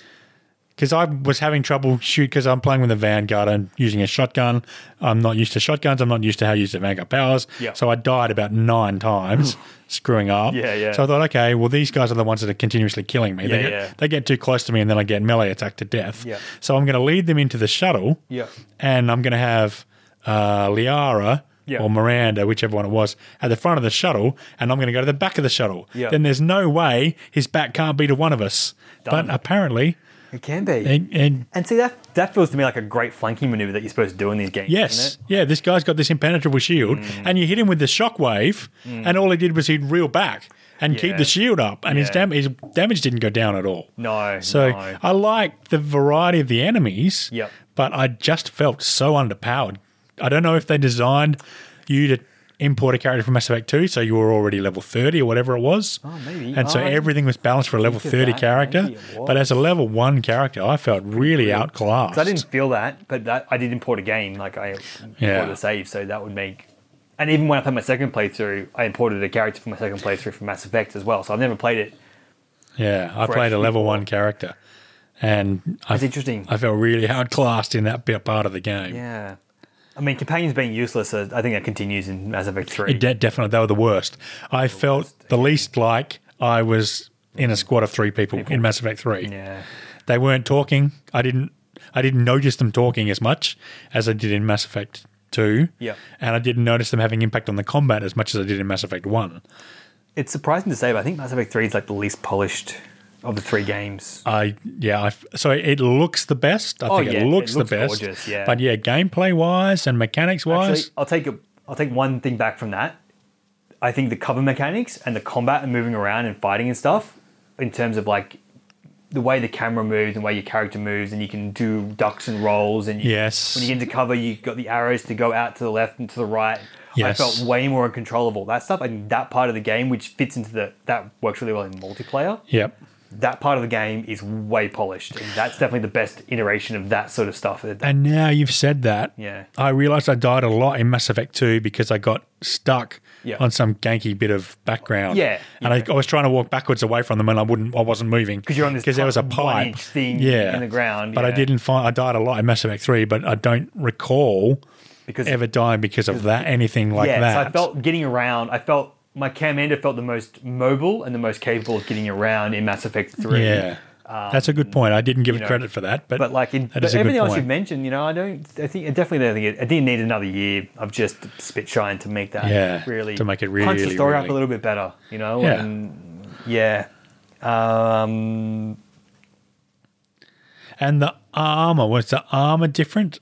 Speaker 2: because I was having trouble shoot because I'm playing with a Vanguard and using a shotgun. I'm not used to shotguns. I'm not used to how you use the Vanguard powers.
Speaker 1: Yeah.
Speaker 2: So I died about nine times, screwing up.
Speaker 1: Yeah, yeah.
Speaker 2: So I thought, okay, well, these guys are the ones that are continuously killing me. they,
Speaker 1: Yeah,
Speaker 2: get,
Speaker 1: yeah.
Speaker 2: they get too close to me and then I get melee attacked to death.
Speaker 1: Yeah.
Speaker 2: So I'm going to lead them into the shuttle
Speaker 1: Yeah.
Speaker 2: and I'm going to have uh, Liara.
Speaker 1: Yeah.
Speaker 2: Or Miranda, whichever one it was, at the front of the shuttle, and I'm going to go to the back of the shuttle.
Speaker 1: Yeah.
Speaker 2: Then there's no way his back can't be to one of us.
Speaker 1: Done.
Speaker 2: But apparently,
Speaker 1: It can be.
Speaker 2: And, and
Speaker 1: and see that that feels to me like a great flanking maneuver that you're supposed to do in these games.
Speaker 2: yes,
Speaker 1: doesn't
Speaker 2: yeah, this guy's got this impenetrable shield,
Speaker 1: Mm.
Speaker 2: and you hit him with the shockwave, and all he did was he'd reel back and keep
Speaker 1: Yeah.
Speaker 2: the shield up, and his,
Speaker 1: Yeah.
Speaker 2: dam- his damage didn't go down at all.
Speaker 1: it? No.
Speaker 2: So uh,
Speaker 1: no.
Speaker 2: I like the variety of the enemies,
Speaker 1: Yep.
Speaker 2: but I just felt so underpowered. I don't know if they designed you to import a character from Mass Effect 2, so you were already level 30 or whatever it was.
Speaker 1: Oh, maybe.
Speaker 2: And so
Speaker 1: I
Speaker 2: everything was balanced for a level
Speaker 1: think of
Speaker 2: 30
Speaker 1: that.
Speaker 2: character.
Speaker 1: Maybe it
Speaker 2: But as a level 1 character, I felt really outclassed.
Speaker 1: 'Cause I didn't feel that, but that I did import a game. Like I imported
Speaker 2: Yeah.
Speaker 1: a save, so that would make. And even when I played my second playthrough, I imported a character for my second playthrough from Mass Effect as well. So I've never played it.
Speaker 2: yeah, I
Speaker 1: fresh
Speaker 2: played a level 1 character. And I,
Speaker 1: It's interesting.
Speaker 2: I felt really outclassed in that bit part of the game.
Speaker 1: yeah. I mean, companions being useless. uh, I think that continues in Mass Effect Three.
Speaker 2: De- definitely, they were the worst. I felt the least like I was in a squad of three people, in Mass Effect Three.
Speaker 1: Yeah.
Speaker 2: They weren't talking. I didn't. I didn't notice them talking as much as I did in Mass Effect Two.
Speaker 1: Yeah.
Speaker 2: and I didn't notice them having impact on the combat as much as I did in Mass Effect One.
Speaker 1: It's surprising to say, but I think Mass Effect Three is like the least polished of the three games.
Speaker 2: I yeah. I f so it looks the best. I
Speaker 1: Oh,
Speaker 2: think
Speaker 1: yeah,
Speaker 2: it
Speaker 1: it
Speaker 2: looks the
Speaker 1: looks
Speaker 2: best.
Speaker 1: gorgeous, yeah.
Speaker 2: But yeah, gameplay wise and mechanics wise,
Speaker 1: Actually, I'll take a, I'll take one thing back from that. I think the cover mechanics and the combat and moving around and fighting and stuff, in terms of like the way the camera moves and the way your character moves, and you can do ducks and rolls. And you,
Speaker 2: Yes.
Speaker 1: when you get into cover, you got the arrows to go out to the left and to the right.
Speaker 2: Yes.
Speaker 1: I felt way more in control of all that stuff, and that part of the game, which fits into the that works really well in multiplayer.
Speaker 2: yep.
Speaker 1: That part of the game is way polished, and that's definitely the best iteration of that sort of stuff.
Speaker 2: And now you've said that,
Speaker 1: Yeah.
Speaker 2: I realized I died a lot in Mass Effect 2 because I got stuck
Speaker 1: Yeah.
Speaker 2: on some ganky bit of background.
Speaker 1: Yeah,
Speaker 2: And I, I was trying to walk backwards away from them and I wouldn't I wasn't moving.
Speaker 1: 'Cause you're on this
Speaker 2: there was a
Speaker 1: one
Speaker 2: pipe
Speaker 1: inch thing
Speaker 2: yeah.
Speaker 1: in the ground,
Speaker 2: But I
Speaker 1: yeah.
Speaker 2: didn't find I died a lot in Mass Effect 3, but I don't recall
Speaker 1: Because
Speaker 2: ever dying because of that anything like
Speaker 1: yeah,
Speaker 2: that.
Speaker 1: so I felt getting around. I felt my commander felt the most mobile and the most capable of getting around in Mass Effect Three.
Speaker 2: yeah. That's a good point. I didn't give it
Speaker 1: um, know,
Speaker 2: credit for that, but
Speaker 1: But like in
Speaker 2: that
Speaker 1: but
Speaker 2: is a good
Speaker 1: everything else
Speaker 2: point.
Speaker 1: you've mentioned, you know, I don't. I think I definitely don't think it, I didn't need another year of just spit shine to make that
Speaker 2: Yeah,
Speaker 1: really
Speaker 2: to make it
Speaker 1: punch the
Speaker 2: really,
Speaker 1: story up
Speaker 2: really-
Speaker 1: a little bit better. You know,
Speaker 2: Yeah.
Speaker 1: and yeah. Um,
Speaker 2: And the armor was the armor different?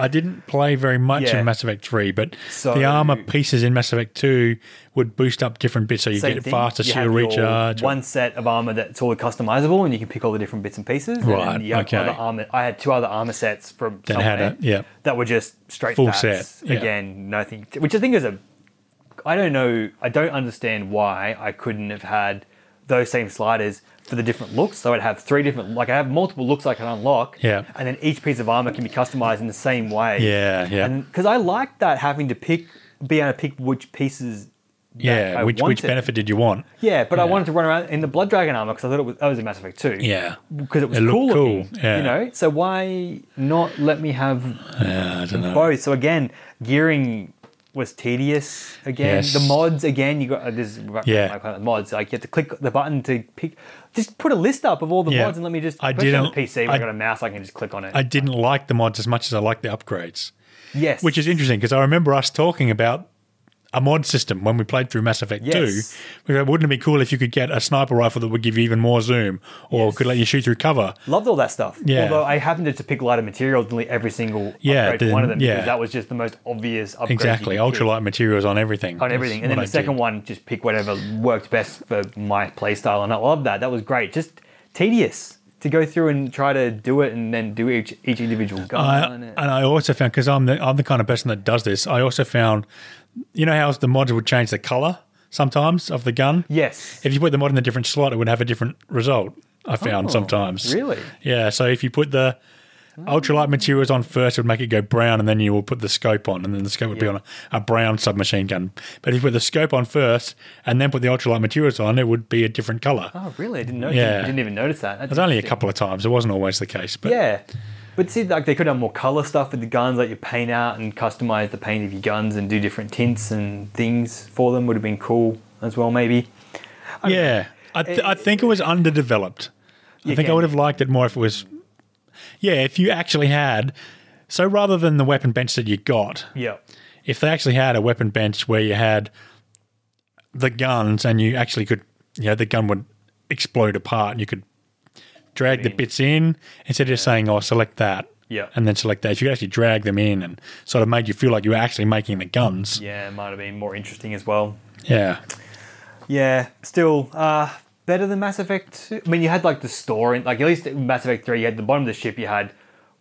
Speaker 2: I didn't play very much
Speaker 1: Yeah.
Speaker 2: in Mass Effect Three, but
Speaker 1: So-
Speaker 2: the armor pieces in Mass Effect Two would boost up different bits, so you
Speaker 1: same
Speaker 2: get
Speaker 1: thing.
Speaker 2: faster
Speaker 1: You
Speaker 2: shield
Speaker 1: have your
Speaker 2: recharge. or-
Speaker 1: One set of armor that's all customizable, and you can pick all the different bits and pieces. and then
Speaker 2: Right,
Speaker 1: you have
Speaker 2: okay.
Speaker 1: Other armor. I had two other armor sets from
Speaker 2: That had
Speaker 1: somewhere
Speaker 2: a- yeah.
Speaker 1: that were just straight
Speaker 2: Full
Speaker 1: bats.
Speaker 2: set, yeah.
Speaker 1: Again, nothing. Which I think is a. I don't know. I don't understand why I couldn't have had those same sliders for the different looks. So I'd have three different. Like I have multiple looks I can unlock.
Speaker 2: Yeah.
Speaker 1: And then each piece of armor can be customized in the same way.
Speaker 2: Yeah, yeah.
Speaker 1: Because I like that having to pick, be able to pick which pieces. that
Speaker 2: yeah,
Speaker 1: I
Speaker 2: which which
Speaker 1: wanted.
Speaker 2: benefit did you want?
Speaker 1: Yeah, but I wanted to run around in the Blood Dragon armor because I thought it was that was in Mass Effect 2.
Speaker 2: Yeah,
Speaker 1: because it was
Speaker 2: It looked
Speaker 1: cool.
Speaker 2: cool,
Speaker 1: Looking,
Speaker 2: yeah.
Speaker 1: You know, so why not let me have
Speaker 2: Yeah, Uh, I don't know.
Speaker 1: both? So again, gearing was tedious. Again,
Speaker 2: Yes.
Speaker 1: the mods again. You got uh, this. is right-
Speaker 2: Yeah.
Speaker 1: I call it mods. Like you have to click the button to pick. Just put a list up of all the
Speaker 2: Yeah.
Speaker 1: mods and let me just.
Speaker 2: I
Speaker 1: especially on
Speaker 2: didn't-
Speaker 1: the PC. When
Speaker 2: I-
Speaker 1: I, got a mouse. I can just click on it.
Speaker 2: I didn't like the mods as much as I liked the upgrades,
Speaker 1: yes,
Speaker 2: which is interesting because I remember us talking about a mod system when we played through Mass Effect
Speaker 1: Yes.
Speaker 2: Two. We go, wouldn't it be cool if you could get a sniper rifle that would give you even more zoom, or
Speaker 1: Yes.
Speaker 2: could let you shoot through cover?
Speaker 1: loved all that stuff.
Speaker 2: Yeah.
Speaker 1: Although I happened to pick lighter materials than every single
Speaker 2: Yeah,
Speaker 1: upgrade for
Speaker 2: then-
Speaker 1: one of them
Speaker 2: yeah.
Speaker 1: because that was just the most obvious upgrade. you
Speaker 2: Exactly,
Speaker 1: could do.
Speaker 2: ultralight materials on everything.
Speaker 1: on everything. And then the second one, just pick whatever worked best for my playstyle. And I love that. That was great. Just tedious to go through and try to do it and then do each each individual
Speaker 2: I,
Speaker 1: gun.
Speaker 2: and I also found because I'm the I'm the kind of person that does this. I also found, you know how the mods would change the color sometimes of the gun.
Speaker 1: yes.
Speaker 2: If you put the mod in a different slot, it would have a different result. I found
Speaker 1: Oh,
Speaker 2: sometimes.
Speaker 1: really?
Speaker 2: Yeah. So if you put the ultralight materials on first, it would make it go brown, and then you will put the scope on, and then the scope would be
Speaker 1: Yeah.
Speaker 2: on a, a brown submachine gun. But if you put the scope on first and then put the ultralight materials on, it would be a different color.
Speaker 1: Oh, really? I didn't know.
Speaker 2: Yeah.
Speaker 1: I didn't even notice that. That's
Speaker 2: It was only a
Speaker 1: interesting.
Speaker 2: couple of times. It wasn't always the case, but
Speaker 1: Yeah. But see, like they could have more color stuff with the guns, like you paint out and customize the paint of your guns and do different tints and things for them would have been cool as well, maybe.
Speaker 2: Yeah, I, th- I think it was underdeveloped. I
Speaker 1: You
Speaker 2: think I
Speaker 1: can-
Speaker 2: would have liked it more if it was. Yeah, if you actually had. So rather than the weapon bench that you got,
Speaker 1: Yeah.
Speaker 2: if they actually had a weapon bench where you had the guns and you actually could, you know, the gun would explode apart and you could drag the
Speaker 1: in.
Speaker 2: bits in instead of just saying, "Oh, select that."
Speaker 1: Yeah.
Speaker 2: And then select that. If you could actually drag them in and sort of made you feel like you were actually making the guns.
Speaker 1: Yeah, it might have been more interesting as well.
Speaker 2: Yeah.
Speaker 1: Yeah, still uh, better than Mass Effect. 2. I mean, you had like the store, and like at least in Mass Effect Three, you had the bottom of the ship. You had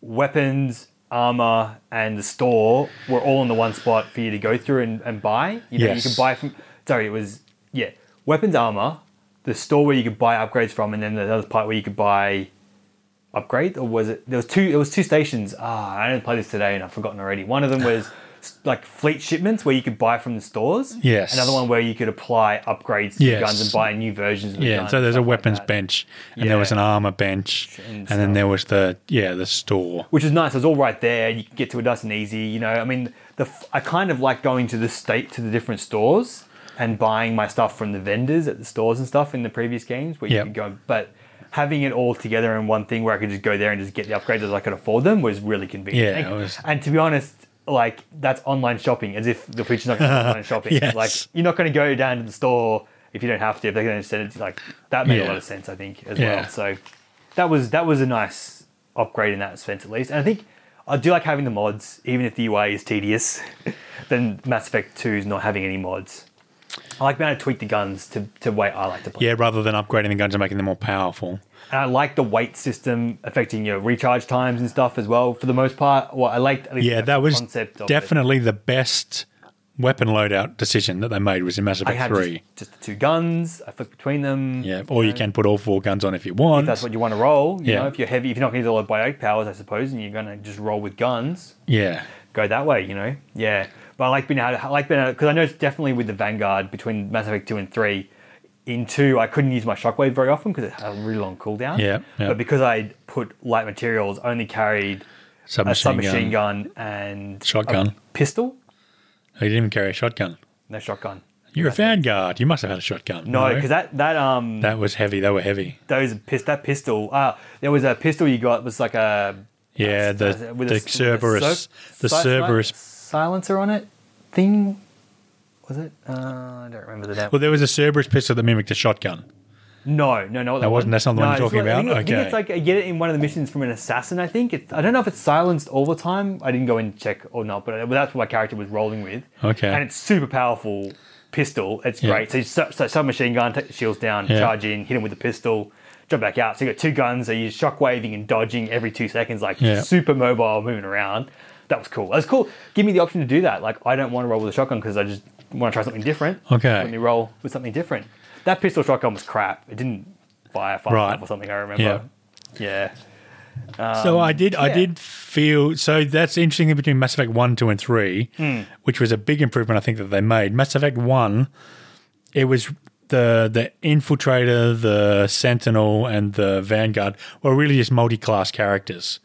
Speaker 1: weapons, armor, and the store were all in the one spot for you to go through and, and buy. You know,
Speaker 2: Yes.
Speaker 1: you could buy from. Sorry, it was yeah, weapons, armor, the store where you could buy upgrades from, and then the other part where you could buy upgrade or was it there was two it was two stations ah i didn't play this today and i've forgotten already one of them was s- like fleet shipments where you could buy from the stores
Speaker 2: Yes.
Speaker 1: another one where you could apply upgrades to the
Speaker 2: Yes.
Speaker 1: guns and buy new versions of the
Speaker 2: Yeah,
Speaker 1: gun
Speaker 2: so
Speaker 1: and
Speaker 2: there's a
Speaker 1: stuff like
Speaker 2: weapons
Speaker 1: that.
Speaker 2: bench, and there was
Speaker 1: Yeah.
Speaker 2: an armor bench,
Speaker 1: And
Speaker 2: and, then there was the yeah the store.
Speaker 1: which is nice. It was all right there. You can get to it nice and easy. You know, I mean, the f- I kind of like going to the state to the different stores and buying my stuff from the vendors at the stores and stuff in the previous games where you
Speaker 2: Yep.
Speaker 1: could go. But having it all together in one thing where I could just go there and just get the upgrades as I could afford them was really convenient.
Speaker 2: Yeah,
Speaker 1: and,
Speaker 2: it was-
Speaker 1: and to be honest. Like that's online shopping, as if the future's not going to be online shopping.
Speaker 2: Yes.
Speaker 1: Like you're not going to go down to the store if you don't have to. If they're going to send it, to, like that made a
Speaker 2: Yeah.
Speaker 1: lot of sense, I think, as
Speaker 2: Yeah.
Speaker 1: well. So that was that was a nice upgrade in that sense, at least. And I think I do like having the mods, even if the UI is tedious. then Mass Effect Two is not having any mods. I like being able to tweak the guns to to way I like to play.
Speaker 2: Yeah, rather than upgrading the guns and making them more powerful.
Speaker 1: And I like the weight system affecting your recharge times and stuff as well. For the most part, well, I liked at least
Speaker 2: Yeah,
Speaker 1: the
Speaker 2: that was
Speaker 1: concept of it.
Speaker 2: definitely the best weapon loadout decision that they made was in Mass
Speaker 1: I
Speaker 2: Effect
Speaker 1: have
Speaker 2: Three.
Speaker 1: just, just the two guns. I flick between them.
Speaker 2: Yeah, or you can put all four guns on if you want.
Speaker 1: That's what you want to roll. You
Speaker 2: Yeah.
Speaker 1: know, if you're heavy, if you're not going to use a lot of biotic powers, I suppose, and you're going to just roll with guns,
Speaker 2: yeah,
Speaker 1: go that way, you know? Yeah. But I like being out, I like being out, because I know it's definitely with the Vanguard between Mass Effect 2 and 3. In 2, I couldn't use my Shockwave very often because it had a really long cooldown.
Speaker 2: Yeah, yeah.
Speaker 1: But because I put light materials, only carried a
Speaker 2: submachine,
Speaker 1: submachine
Speaker 2: gun.
Speaker 1: gun, and a
Speaker 2: Shotgun.
Speaker 1: pistol?
Speaker 2: Oh, you didn't even carry a shotgun.
Speaker 1: No shotgun.
Speaker 2: You're a vanguard. You must have had a shotgun.
Speaker 1: No, because that, that, um,
Speaker 2: that was heavy. They were heavy.
Speaker 1: those, pis- that pistol, uh, there was a pistol you got, was like a,
Speaker 2: Yeah, the
Speaker 1: with
Speaker 2: the
Speaker 1: a-
Speaker 2: Cerberus,
Speaker 1: with a
Speaker 2: the
Speaker 1: sil- sil-
Speaker 2: Cerberus
Speaker 1: silencer on it thing. Was it? Uh, I don't remember the name.
Speaker 2: Well, there was a Cerberus pistol that mimicked a shotgun.
Speaker 1: no, no, no. That
Speaker 2: wasn't- that's not the one
Speaker 1: No,
Speaker 2: you're
Speaker 1: it's
Speaker 2: talking
Speaker 1: like- I think
Speaker 2: about?
Speaker 1: it- I think
Speaker 2: Okay.
Speaker 1: it's like I get it in one of the missions from an assassin. I think it's. I don't know if it's silenced all the time. I didn't go and check or not, but but that's what my character was rolling with.
Speaker 2: Okay.
Speaker 1: And it's super powerful pistol. It's
Speaker 2: Yeah.
Speaker 1: great. So, you su- so submachine gun, take the shields down,
Speaker 2: Yeah.
Speaker 1: charge in, hit him with the pistol. Jump back out. So you got two guns. So you're shockwaving and dodging every two seconds, like
Speaker 2: Yeah.
Speaker 1: super mobile, moving around. That was cool. That was cool. Give me the option to do that. Like I don't want to roll with a shotgun because I just want to try something different.
Speaker 2: Okay.
Speaker 1: Let me roll with something different. That pistol shotgun was crap. It didn't fire fast
Speaker 2: Right.
Speaker 1: enough or something. I remember. Yeah.
Speaker 2: so I did, I
Speaker 1: Um, yeah.
Speaker 2: did feel. So that's interesting between Mass Effect One, Two, and Three,
Speaker 1: Hmm.
Speaker 2: which was a big improvement I think that they made. Mass Effect One, it was the the infiltrator, the sentinel, and the vanguard were really just multi class characters.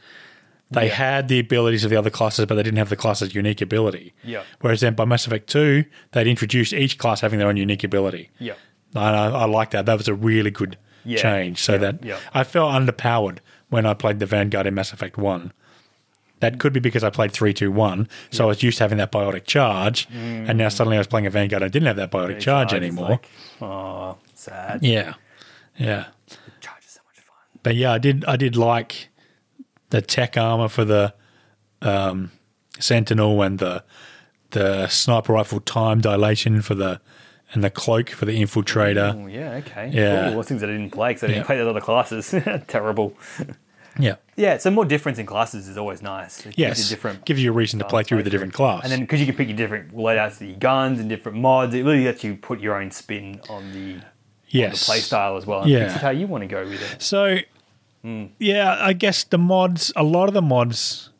Speaker 2: They
Speaker 1: Yeah.
Speaker 2: had the abilities of the other classes, but they didn't have the class's unique ability.
Speaker 1: Yeah.
Speaker 2: Whereas then by Mass Effect Two, they'd introduced each class having their own unique ability.
Speaker 1: Yeah.
Speaker 2: I, I, I like that. That was a really good
Speaker 1: Yeah.
Speaker 2: change. So that
Speaker 1: yeah.
Speaker 2: I felt underpowered when I played the Vanguard in Mass Effect One. That could be because I played three, two, one. So I was used to having that biotic charge, and now suddenly I was playing a Vanguard. I didn't have that biotic charge
Speaker 1: It's
Speaker 2: anymore.
Speaker 1: Like, oh, sad.
Speaker 2: yeah, yeah.
Speaker 1: Charge is so much fun.
Speaker 2: But yeah, I did. I did like the tech armor for the um, Sentinel and the the sniper rifle time dilation for the and the cloak for the infiltrator.
Speaker 1: Oh, yeah. Okay.
Speaker 2: Yeah.
Speaker 1: Cool. Those things I didn't play because I didn't
Speaker 2: Yeah.
Speaker 1: play those other classes. Terrible.
Speaker 2: Yeah.
Speaker 1: Yeah. So more difference in classes is always nice. It gives you
Speaker 2: Yes,
Speaker 1: different. uh,
Speaker 2: gives you a reason to play through with a different class.
Speaker 1: and then, because you can pick your different loadouts, the guns and different mods, it really lets you put your own spin on the, the
Speaker 2: yes,
Speaker 1: play style as well. And
Speaker 2: Yeah.
Speaker 1: fix it how you want to go with it.
Speaker 2: So,
Speaker 1: Hmm.
Speaker 2: yeah, I guess the mods, a lot of the mods,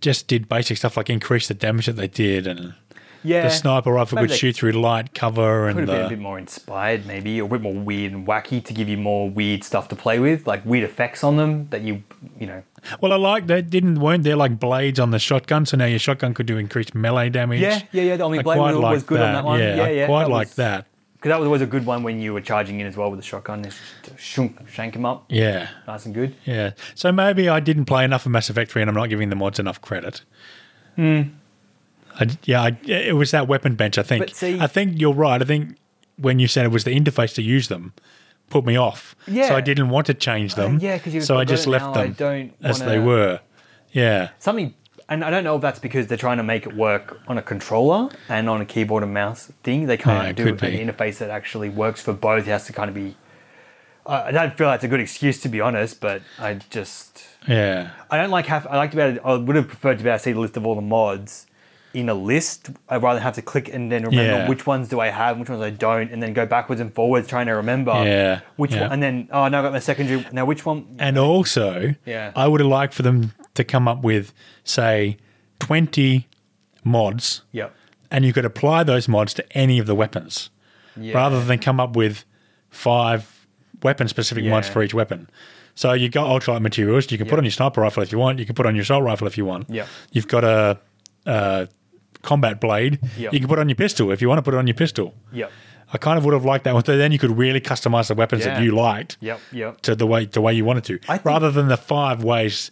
Speaker 2: just did basic stuff like increase the damage that they did, and
Speaker 1: Yeah.
Speaker 2: the sniper rifle
Speaker 1: Maybe
Speaker 2: could
Speaker 1: they
Speaker 2: shoot through light cover,
Speaker 1: Could
Speaker 2: and uh,
Speaker 1: have been a
Speaker 2: the,
Speaker 1: bit more inspired, maybe, or a bit more weird and wacky to give you more weird stuff to play with, like weird effects on them that you, you know.
Speaker 2: well, I like they didn't weren't there like blades on the shotgun, so now your shotgun could do increased melee damage.
Speaker 1: Yeah, yeah, yeah. The Omni
Speaker 2: I
Speaker 1: Blade
Speaker 2: quite
Speaker 1: was
Speaker 2: like
Speaker 1: good on that one.
Speaker 2: Yeah,
Speaker 1: Yeah,
Speaker 2: I
Speaker 1: yeah,
Speaker 2: quite
Speaker 1: that
Speaker 2: like
Speaker 1: was-
Speaker 2: that.
Speaker 1: Because that was always a good one when you were charging in as well with the shotgun. Just shunk, shank him up,
Speaker 2: Yeah,
Speaker 1: nice and good.
Speaker 2: yeah. So maybe I didn't play enough of Mass Effect 3 and I'm not giving the mods enough credit.
Speaker 1: Hmm.
Speaker 2: I, yeah, I, it was that weapon bench, I think.
Speaker 1: But see-
Speaker 2: I think you're right. I think when you said it was the interface to use them put me off.
Speaker 1: Yeah.
Speaker 2: So I didn't want to change them.
Speaker 1: yeah, 'cause you've
Speaker 2: so I
Speaker 1: got
Speaker 2: just
Speaker 1: it
Speaker 2: left
Speaker 1: now, I
Speaker 2: them
Speaker 1: don't
Speaker 2: as they
Speaker 1: wanna-
Speaker 2: were. Yeah.
Speaker 1: something and I don't know if that's because they're trying to make it work on a controller and on a keyboard and mouse thing. They can't
Speaker 2: Yeah, it
Speaker 1: do an
Speaker 2: could be.
Speaker 1: interface that actually works for both. It has to kind of be. I I don't feel that's a good excuse to be honest, but I just
Speaker 2: Yeah.
Speaker 1: I don't like have I like to be able to, I would have preferred to be able to see the list of all the mods in a list. I'd rather have to click and then remember
Speaker 2: Yeah.
Speaker 1: which ones do I have, and which ones I don't, and then go backwards and forwards trying to remember
Speaker 2: Yeah,
Speaker 1: which
Speaker 2: yeah.
Speaker 1: one. And then oh now I have got my secondary now which one
Speaker 2: And also,
Speaker 1: Yeah.
Speaker 2: I would have liked for them to come up with, say, 20 mods,
Speaker 1: yep
Speaker 2: and you could apply those mods to any of the weapons
Speaker 1: yeah.
Speaker 2: rather than come up with five weapon specific mods
Speaker 1: Yeah.
Speaker 2: for each weapon. So you got ultralight materials, you can put
Speaker 1: Yeah.
Speaker 2: on your sniper rifle if you want, you can put on your assault rifle if you want.
Speaker 1: Yeah.
Speaker 2: You've got a, a combat blade,
Speaker 1: Yeah.
Speaker 2: you can put on your pistol if you want to put it on your pistol.
Speaker 1: yep
Speaker 2: I kind of would have liked that one. So then you could really customize the weapons that
Speaker 1: Yeah.
Speaker 2: you liked
Speaker 1: yep yep
Speaker 2: to the way the way you wanted to,
Speaker 1: I think-
Speaker 2: rather than the five ways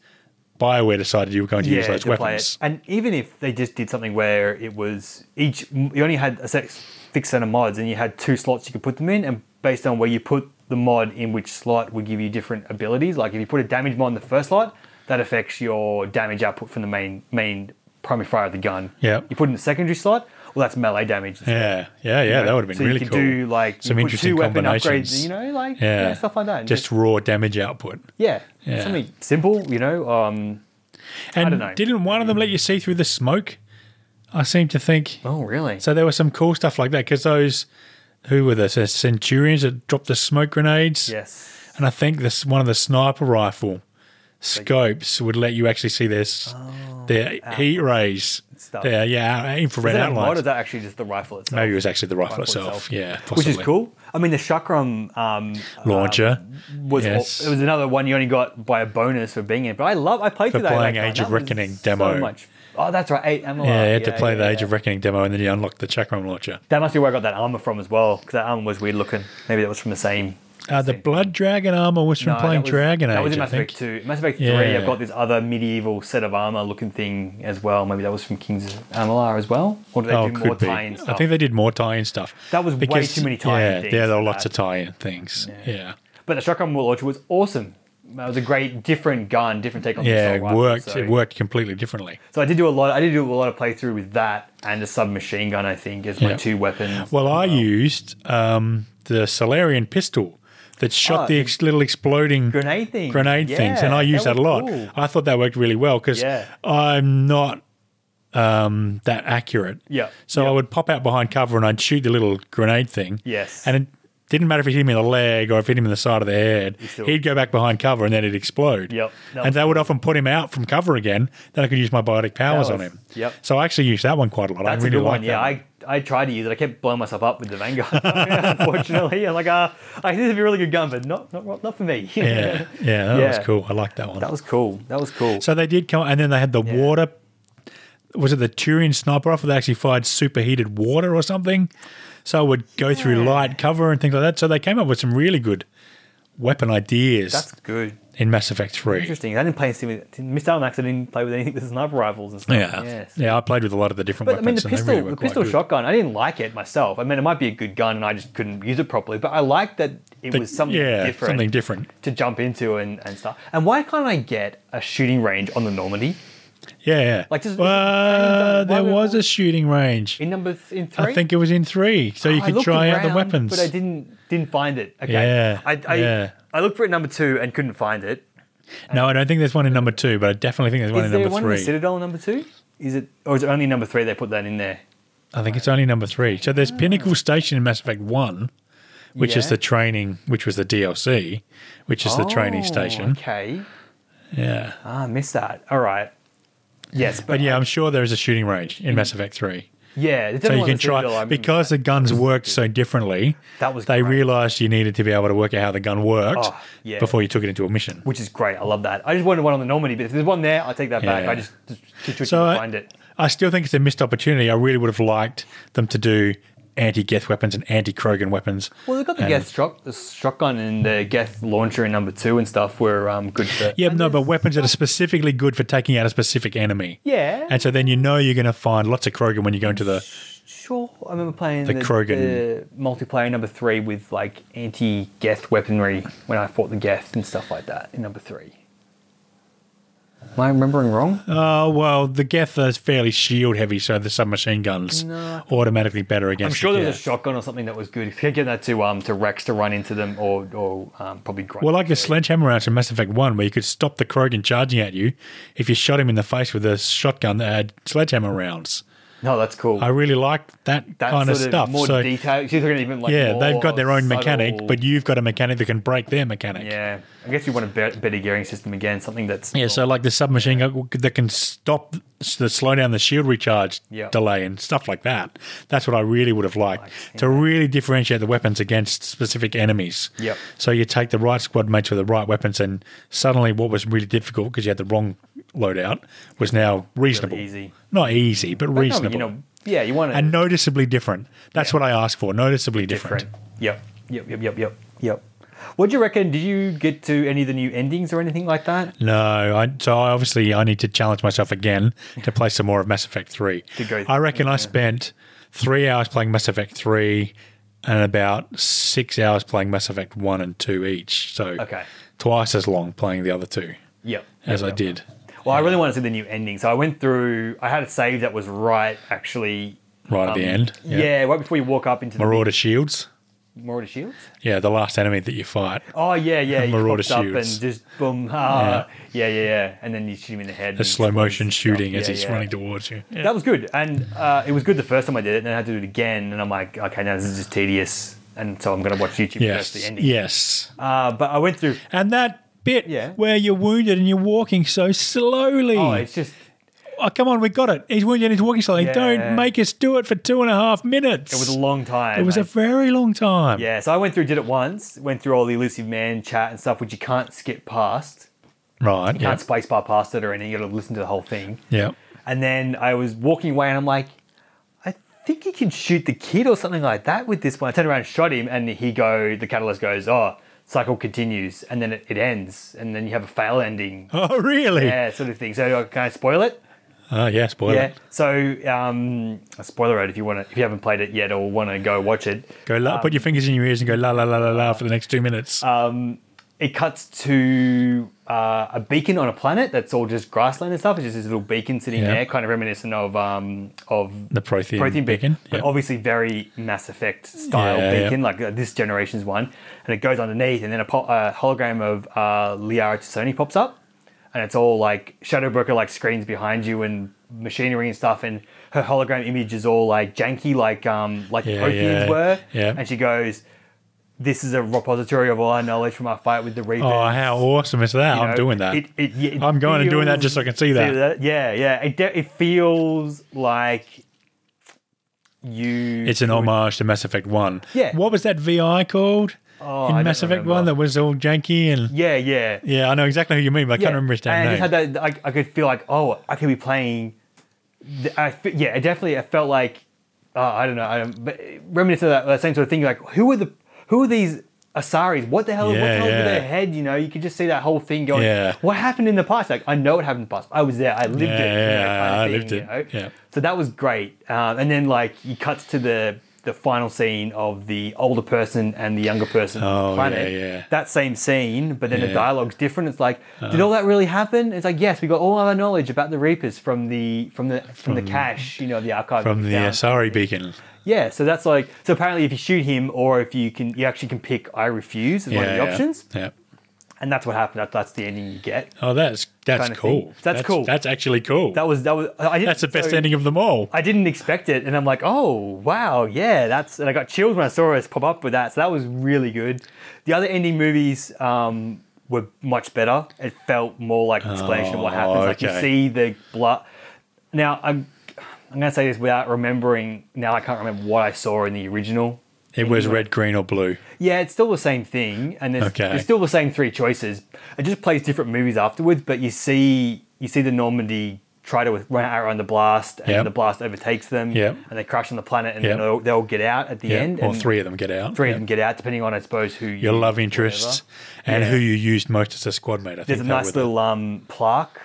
Speaker 2: Bioware decided you were going to use those
Speaker 1: to play
Speaker 2: weapons.
Speaker 1: it. And even if they just did something where it was each, you only had a sex, fixed set of mods, and you had two slots you could put them in, and based on where you put the mod in which slot would give you different abilities. Like if you put a damage mod in the first slot, that affects your damage output from the main main primary fire of the gun.
Speaker 2: Yeah.
Speaker 1: You put it in the secondary slot, well, that's melee damage.
Speaker 2: Yeah, yeah, yeah. that would have been
Speaker 1: so you
Speaker 2: really
Speaker 1: could
Speaker 2: cool.
Speaker 1: do like
Speaker 2: Some
Speaker 1: you put
Speaker 2: interesting
Speaker 1: two weapon
Speaker 2: combinations.
Speaker 1: upgrades, you know, like
Speaker 2: yeah.
Speaker 1: yeah, stuff like that. And
Speaker 2: Just, raw damage output.
Speaker 1: yeah,
Speaker 2: Yeah.
Speaker 1: something simple, you know. Um,
Speaker 2: And
Speaker 1: don't know.
Speaker 2: didn't one of them let you see through the smoke? I seem to think.
Speaker 1: oh, really?
Speaker 2: So there was some cool stuff like that because those who were the, the centurions that dropped the smoke grenades.
Speaker 1: yes.
Speaker 2: And I think this one of the sniper rifle scopes would let you actually see their s their heat rays.
Speaker 1: Oh, Stuff.
Speaker 2: Their, yeah, infrared
Speaker 1: Is that a mod or
Speaker 2: outlines.
Speaker 1: is that actually just the rifle itself?
Speaker 2: Maybe it was actually the rifle,
Speaker 1: Rifle
Speaker 2: itself.
Speaker 1: itself.
Speaker 2: Yeah,
Speaker 1: Which is
Speaker 2: possibly.
Speaker 1: cool. I mean, the Chakram um,
Speaker 2: Launcher.
Speaker 1: um, was
Speaker 2: Yes.
Speaker 1: it was another one you only got by a bonus for being in. But I love I played
Speaker 2: For
Speaker 1: through that.
Speaker 2: playing
Speaker 1: like, oh,
Speaker 2: Age of
Speaker 1: that was
Speaker 2: Reckoning
Speaker 1: so
Speaker 2: demo.
Speaker 1: much- Oh, that's right. Eight MLR.
Speaker 2: yeah, you had to play the
Speaker 1: yeah,
Speaker 2: Age of
Speaker 1: yeah.
Speaker 2: Reckoning demo, and then you unlock the Chakram launcher.
Speaker 1: That must be where I got that armor from as well, because that armor was weird looking. Maybe that was from the same.
Speaker 2: Uh, the Blood Dragon armor was from
Speaker 1: No,
Speaker 2: playing
Speaker 1: that was,
Speaker 2: Dragon
Speaker 1: That
Speaker 2: Age.
Speaker 1: was in
Speaker 2: I
Speaker 1: Mass Effect
Speaker 2: think.
Speaker 1: Two. Mass Effect Three.
Speaker 2: Yeah.
Speaker 1: I've got this other medieval set of armor looking thing as well. Maybe that was from Kings of Amalur as well, or do they
Speaker 2: Oh,
Speaker 1: do more
Speaker 2: could be.
Speaker 1: tie-in
Speaker 2: I
Speaker 1: stuff?
Speaker 2: think they did more tie-in stuff.
Speaker 1: That was way too many tie-in
Speaker 2: yeah,
Speaker 1: things
Speaker 2: Yeah, there were
Speaker 1: for
Speaker 2: lots
Speaker 1: that.
Speaker 2: of tie-in things. Yeah, yeah,
Speaker 1: But the shotgun war launcher was awesome. That was a great, different gun, different take on the
Speaker 2: it
Speaker 1: assault rifle,
Speaker 2: worked.
Speaker 1: So,
Speaker 2: It worked completely differently.
Speaker 1: So I did do a lot. I did do a lot of playthrough with that and a submachine gun. I think as my
Speaker 2: Yeah.
Speaker 1: two weapons.
Speaker 2: Well, I used um, the Solarian pistol that shot
Speaker 1: Oh,
Speaker 2: the
Speaker 1: the
Speaker 2: ex- little exploding
Speaker 1: grenade thing.
Speaker 2: grenade
Speaker 1: Yeah,
Speaker 2: things, and I use that, a
Speaker 1: was
Speaker 2: lot.
Speaker 1: cool.
Speaker 2: I thought that worked really well because
Speaker 1: Yeah.
Speaker 2: I'm not um, that accurate.
Speaker 1: Yeah.
Speaker 2: So I would pop out behind cover and I'd shoot the little grenade thing.
Speaker 1: Yes.
Speaker 2: And it didn't matter if it hit him in the leg or if it hit him in the side of the head.
Speaker 1: still-
Speaker 2: He'd go back behind cover and then it'd explode.
Speaker 1: Yep. That
Speaker 2: and
Speaker 1: was
Speaker 2: that would often put him out from cover again. Then I could use my biotic powers
Speaker 1: Powers.
Speaker 2: on him.
Speaker 1: Yep.
Speaker 2: So I actually used that one quite a lot.
Speaker 1: That's
Speaker 2: I
Speaker 1: a
Speaker 2: really
Speaker 1: good one.
Speaker 2: liked
Speaker 1: Yeah,
Speaker 2: that.
Speaker 1: I, I tried to use it. I kept blowing myself up with the Vanguard. unfortunately, I'm like, ah, I think it'd be a really good gun, but not not not for me.
Speaker 2: yeah. Yeah. That was
Speaker 1: Yeah.
Speaker 2: cool. I liked that one.
Speaker 1: that was cool. That was cool.
Speaker 2: So they did come, and then they had the water. Was it the Turian sniper rifle? They actually fired superheated water or something, so it would go through
Speaker 1: Yeah.
Speaker 2: light cover and things like that. So they came up with some really good weapon ideas
Speaker 1: That's good.
Speaker 2: in Mass Effect Three.
Speaker 1: Interesting. I didn't play anything with Mr. Almax. I didn't play with anything with sniper rifles and stuff.
Speaker 2: Yeah,
Speaker 1: Yes.
Speaker 2: yeah. I played with a lot of the different
Speaker 1: But I mean,
Speaker 2: weapons.
Speaker 1: the
Speaker 2: and
Speaker 1: pistol,
Speaker 2: they really were
Speaker 1: the
Speaker 2: quite
Speaker 1: pistol
Speaker 2: good.
Speaker 1: shotgun. I didn't like it myself. I mean, it might be a good gun, and I just couldn't use it properly. But I liked that it
Speaker 2: But
Speaker 1: was something
Speaker 2: yeah,
Speaker 1: different,
Speaker 2: something different.
Speaker 1: to jump into and, and stuff. And why can't I get a shooting range on the Normandy
Speaker 2: Yeah, yeah.
Speaker 1: Like, just-
Speaker 2: uh,
Speaker 1: why
Speaker 2: there
Speaker 1: would-
Speaker 2: was a shooting range.
Speaker 1: in number th- in three?
Speaker 2: I think it was in three, so you
Speaker 1: I
Speaker 2: could
Speaker 1: looked
Speaker 2: try out the
Speaker 1: around,
Speaker 2: weapons.
Speaker 1: but I didn't didn't find it. Okay,
Speaker 2: Yeah,
Speaker 1: I, I,
Speaker 2: yeah.
Speaker 1: I looked for it in number two and couldn't find it.
Speaker 2: no, I don't think there's one in number two, but I definitely think there's one
Speaker 1: Is
Speaker 2: in
Speaker 1: there
Speaker 2: number
Speaker 1: one
Speaker 2: three.
Speaker 1: in the Citadel in number two? Is it or is it only number three they put that in there?
Speaker 2: I think it's only number three. So there's Pinnacle Station in Mass Effect One, which
Speaker 1: Ah.
Speaker 2: is
Speaker 1: Yeah.
Speaker 2: the training, which was the DLC, which is the training
Speaker 1: Oh,
Speaker 2: station.
Speaker 1: Okay,
Speaker 2: Yeah,
Speaker 1: ah, I missed that. All right. Yes, but,
Speaker 2: but yeah, I'm sure there is a shooting range in Mass Effect Three,
Speaker 1: yeah.
Speaker 2: so you can try because the guns worked so differently.
Speaker 1: That was
Speaker 2: they
Speaker 1: great.
Speaker 2: realized you needed to be able to work out how the gun worked
Speaker 1: Oh, yeah.
Speaker 2: before you took it into a mission.
Speaker 1: which is great. I love that. I just wanted one on the Normandy, but if there's one there, I'll take that back.
Speaker 2: Yeah.
Speaker 1: I just, just, just, just
Speaker 2: So I-
Speaker 1: couldn't find it.
Speaker 2: I still think it's a missed opportunity. I really would have liked them to do anti-Geth weapons and anti-Krogan weapons.
Speaker 1: Well, they've got the
Speaker 2: and-
Speaker 1: Geth shot, the shotgun and the Geth launcher in number two and stuff were um, good for.
Speaker 2: Yeah,
Speaker 1: And
Speaker 2: no, but
Speaker 1: there's-
Speaker 2: weapons that are specifically good for taking out a specific enemy.
Speaker 1: Yeah.
Speaker 2: And so then you know you're going to find lots of Krogan when you go into the
Speaker 1: sure. I remember playing
Speaker 2: The
Speaker 1: the,
Speaker 2: Krogan.
Speaker 1: the multiplayer number three with like anti Geth weaponry when I fought the Geth and stuff like that in number three. Am I remembering wrong?
Speaker 2: Oh, well, the Geth is fairly shield heavy, so the submachine guns
Speaker 1: No.
Speaker 2: automatically better against
Speaker 1: I'm sure
Speaker 2: the
Speaker 1: there was a
Speaker 2: Geth.
Speaker 1: shotgun or something that was good. If you could get that to um to Rex to run into them or or um, probably Grunt.
Speaker 2: Well, like the sledgehammer rounds from Mass Effect 1, where you could stop the Krogan charging at you if you shot him in the face with a shotgun that had sledgehammer rounds.
Speaker 1: no, that's cool.
Speaker 2: I really like that,
Speaker 1: that's
Speaker 2: kind of stuff.
Speaker 1: more
Speaker 2: so,
Speaker 1: detail. She's looking at even like
Speaker 2: yeah,
Speaker 1: more
Speaker 2: they've got their own mechanic,
Speaker 1: subtle-
Speaker 2: but you've got a mechanic that can break their mechanic.
Speaker 1: yeah, I guess you want a bet- better gearing system again. Something that's
Speaker 2: Yeah, so like the submachine gun that can stop the slow down the shield recharge
Speaker 1: Yeah.
Speaker 2: delay and stuff like that. That's what I really would have liked to really differentiate the weapons against specific enemies.
Speaker 1: Yep.
Speaker 2: So you take the right squad mates with the right weapons, and suddenly what was really difficult because you had the wrong loadout was now reasonable,
Speaker 1: easy.
Speaker 2: not easy, but
Speaker 1: No,
Speaker 2: reasonable,
Speaker 1: you know, yeah, you want to
Speaker 2: and noticeably different. That's what I asked for. Noticeably different.
Speaker 1: different. Yep, yep, yep, yep, yep, yep. What do you reckon? Did you get to any of the new endings or anything like that?
Speaker 2: No, I, so I obviously I need to challenge myself again to play some more of Mass Effect Three.
Speaker 1: To go-
Speaker 2: I reckon I spent three hours playing Mass Effect Three, and about six hours playing Mass Effect One and Two each. So
Speaker 1: Okay.
Speaker 2: twice as long playing the other two
Speaker 1: Yep.
Speaker 2: as I
Speaker 1: Yep, yep.
Speaker 2: did.
Speaker 1: Well, I really want to see the new ending, so I went through. I had a save that was right, actually.
Speaker 2: Right at the end,
Speaker 1: Um, Yeah. right before you walk up into
Speaker 2: Marauder shields.
Speaker 1: the Marauder Shields.
Speaker 2: Yeah, the last enemy that you fight.
Speaker 1: Oh yeah, yeah. He
Speaker 2: Marauder
Speaker 1: pops up
Speaker 2: shields.
Speaker 1: and just boom. Ah, yeah. yeah, yeah, And then you shoot him in the head.
Speaker 2: The slow motion shooting as
Speaker 1: Yeah,
Speaker 2: he's
Speaker 1: yeah.
Speaker 2: running towards you. Yeah.
Speaker 1: That was good, and uh, it was good the first time I did it. And then I had to do it again, and I'm like, okay, now this is just tedious, and so I'm going to watch YouTube
Speaker 2: Yes.
Speaker 1: first, the ending.
Speaker 2: Yes.
Speaker 1: Uh, but I went through.
Speaker 2: And that bit
Speaker 1: Yeah.
Speaker 2: where you're wounded and you're walking so slowly.
Speaker 1: Oh, it's just
Speaker 2: oh, come on, we got it. He's wounded and he's walking slowly.
Speaker 1: Yeah.
Speaker 2: Don't make us do it for two and a half minutes.
Speaker 1: it was a long time.
Speaker 2: It was a
Speaker 1: I-
Speaker 2: very long time.
Speaker 1: yeah. So I went through, did it once, went through all the elusive man chat and stuff, which you can't skip past.
Speaker 2: Right. Yeah.
Speaker 1: Can't space bar past it or anything. You got to listen to the whole thing.
Speaker 2: yeah.
Speaker 1: And then I was walking away, and I'm like, I think you can shoot the kid or something like that with this one. I turned around, and shot him, and he go. The catalyst goes, oh, cycle continues, and then it, it ends, and then you have a fail ending.
Speaker 2: Oh, really?
Speaker 1: Yeah, sort of thing. So uh, can I spoil it?
Speaker 2: Oh, yeah. Spoiler.
Speaker 1: Yeah. So, um, a spoiler out if you want to, if you haven't played it yet or want to go watch it.
Speaker 2: Go la-
Speaker 1: Um,
Speaker 2: put your fingers in your ears and go la la la la la for the next two minutes.
Speaker 1: It cuts to uh, a beacon on a planet that's all just grassland and stuff. It's just this little beacon sitting
Speaker 2: Yeah.
Speaker 1: there, kind of reminiscent of um, of
Speaker 2: the Prothean,
Speaker 1: Prothean beacon, but
Speaker 2: Yeah.
Speaker 1: obviously very Mass Effect style
Speaker 2: Yeah, yeah.
Speaker 1: beacon, like uh, this generation's one. And it goes underneath, and then a, po- a hologram of uh, Liara Sony pops up, and it's all like shadow broker like screens behind you and machinery and stuff. And her hologram image is all like janky, like um like the
Speaker 2: Yeah,
Speaker 1: Protheans
Speaker 2: yeah,
Speaker 1: were.
Speaker 2: yeah.
Speaker 1: And she goes, "This is a repository of all our knowledge from our fight with the Reapers."
Speaker 2: oh, how awesome is that?
Speaker 1: You
Speaker 2: I'm
Speaker 1: know,
Speaker 2: doing that.
Speaker 1: it- it- yeah, it
Speaker 2: I'm going and doing that
Speaker 1: feels-
Speaker 2: just so I can see that.
Speaker 1: Yeah, yeah. It, de- it feels like you.
Speaker 2: it's an homage to Mass Effect One.
Speaker 1: Yeah.
Speaker 2: What was that VI called
Speaker 1: Oh, I
Speaker 2: in
Speaker 1: don't
Speaker 2: Mass Effect
Speaker 1: remember.
Speaker 2: One that was all janky and
Speaker 1: Yeah, yeah. yeah.
Speaker 2: yeah, I know exactly who you mean, but I can't remember his damn
Speaker 1: and
Speaker 2: name.
Speaker 1: I just had that. I, I could feel like, oh, I could be playing. th- I fe- yeah, I definitely. I felt like uh, I don't know. I don't, but reminiscent of that, that same sort of thing. Like, who are the who are these Asaris? What the hell?
Speaker 2: Yeah,
Speaker 1: what's over
Speaker 2: yeah.
Speaker 1: their head? You know, you could just see that whole thing going.
Speaker 2: Yeah.
Speaker 1: What happened in the past? Like, I know it happened in the past. I was there. I lived it.
Speaker 2: Yeah,
Speaker 1: you know,
Speaker 2: yeah,
Speaker 1: kind of
Speaker 2: I
Speaker 1: thing,
Speaker 2: lived it.
Speaker 1: you know?
Speaker 2: Yeah.
Speaker 1: So that was great. Um, and then like you cuts to the the final scene of the older person and the younger person on
Speaker 2: Oh,
Speaker 1: the planet.
Speaker 2: yeah, yeah.
Speaker 1: That same scene, but then the
Speaker 2: Yeah. Uh-huh.
Speaker 1: dialogue's different. It's like, did all that really happen? It's like, yes, we got all our knowledge about the Reapers from the from the from, the cache, you know, the archive
Speaker 2: from
Speaker 1: we
Speaker 2: the
Speaker 1: found.
Speaker 2: Asari beacon.
Speaker 1: Yeah, so that's like so. Apparently, if you shoot him, or if you can, you actually can pick "I refuse" as one of the options,
Speaker 2: Yeah.
Speaker 1: and that's what happened. That, that's the ending you get.
Speaker 2: Oh, that's that's
Speaker 1: Kinda
Speaker 2: cool.
Speaker 1: thing. That's cool.
Speaker 2: That's actually cool.
Speaker 1: That was that was. I didn't,
Speaker 2: that's the best
Speaker 1: so-
Speaker 2: ending of them all.
Speaker 1: I didn't expect it, and I'm like, oh wow, yeah, that's. And I got chills when I saw us pop up with that. So that was really good. The other ending movies um, were much better. It felt more like an explanation of what happens. Like
Speaker 2: okay.
Speaker 1: you see the blood. Now I'm, I'm going to say this without remembering. Now I can't remember what I saw in the original.
Speaker 2: it was red, green, or blue.
Speaker 1: Yeah, it's still the same thing, and there's,
Speaker 2: Okay.
Speaker 1: there's still the same three choices. It just plays different movies afterwards, but you see you see the Normandy try to run out on the blast, and
Speaker 2: Yep.
Speaker 1: the blast overtakes them,
Speaker 2: Yep.
Speaker 1: and they crash on the planet, and
Speaker 2: Yep.
Speaker 1: then they'll, they'll get out at the
Speaker 2: Yeah.
Speaker 1: end.
Speaker 2: Or
Speaker 1: and
Speaker 2: three of them get out.
Speaker 1: three
Speaker 2: Yeah.
Speaker 1: of them get out, depending on, I suppose, who
Speaker 2: Your
Speaker 1: you-
Speaker 2: love interests and
Speaker 1: Yeah.
Speaker 2: who you used most as a squad mate. I
Speaker 1: There's a
Speaker 2: think they
Speaker 1: nice
Speaker 2: were the-
Speaker 1: little um, plaque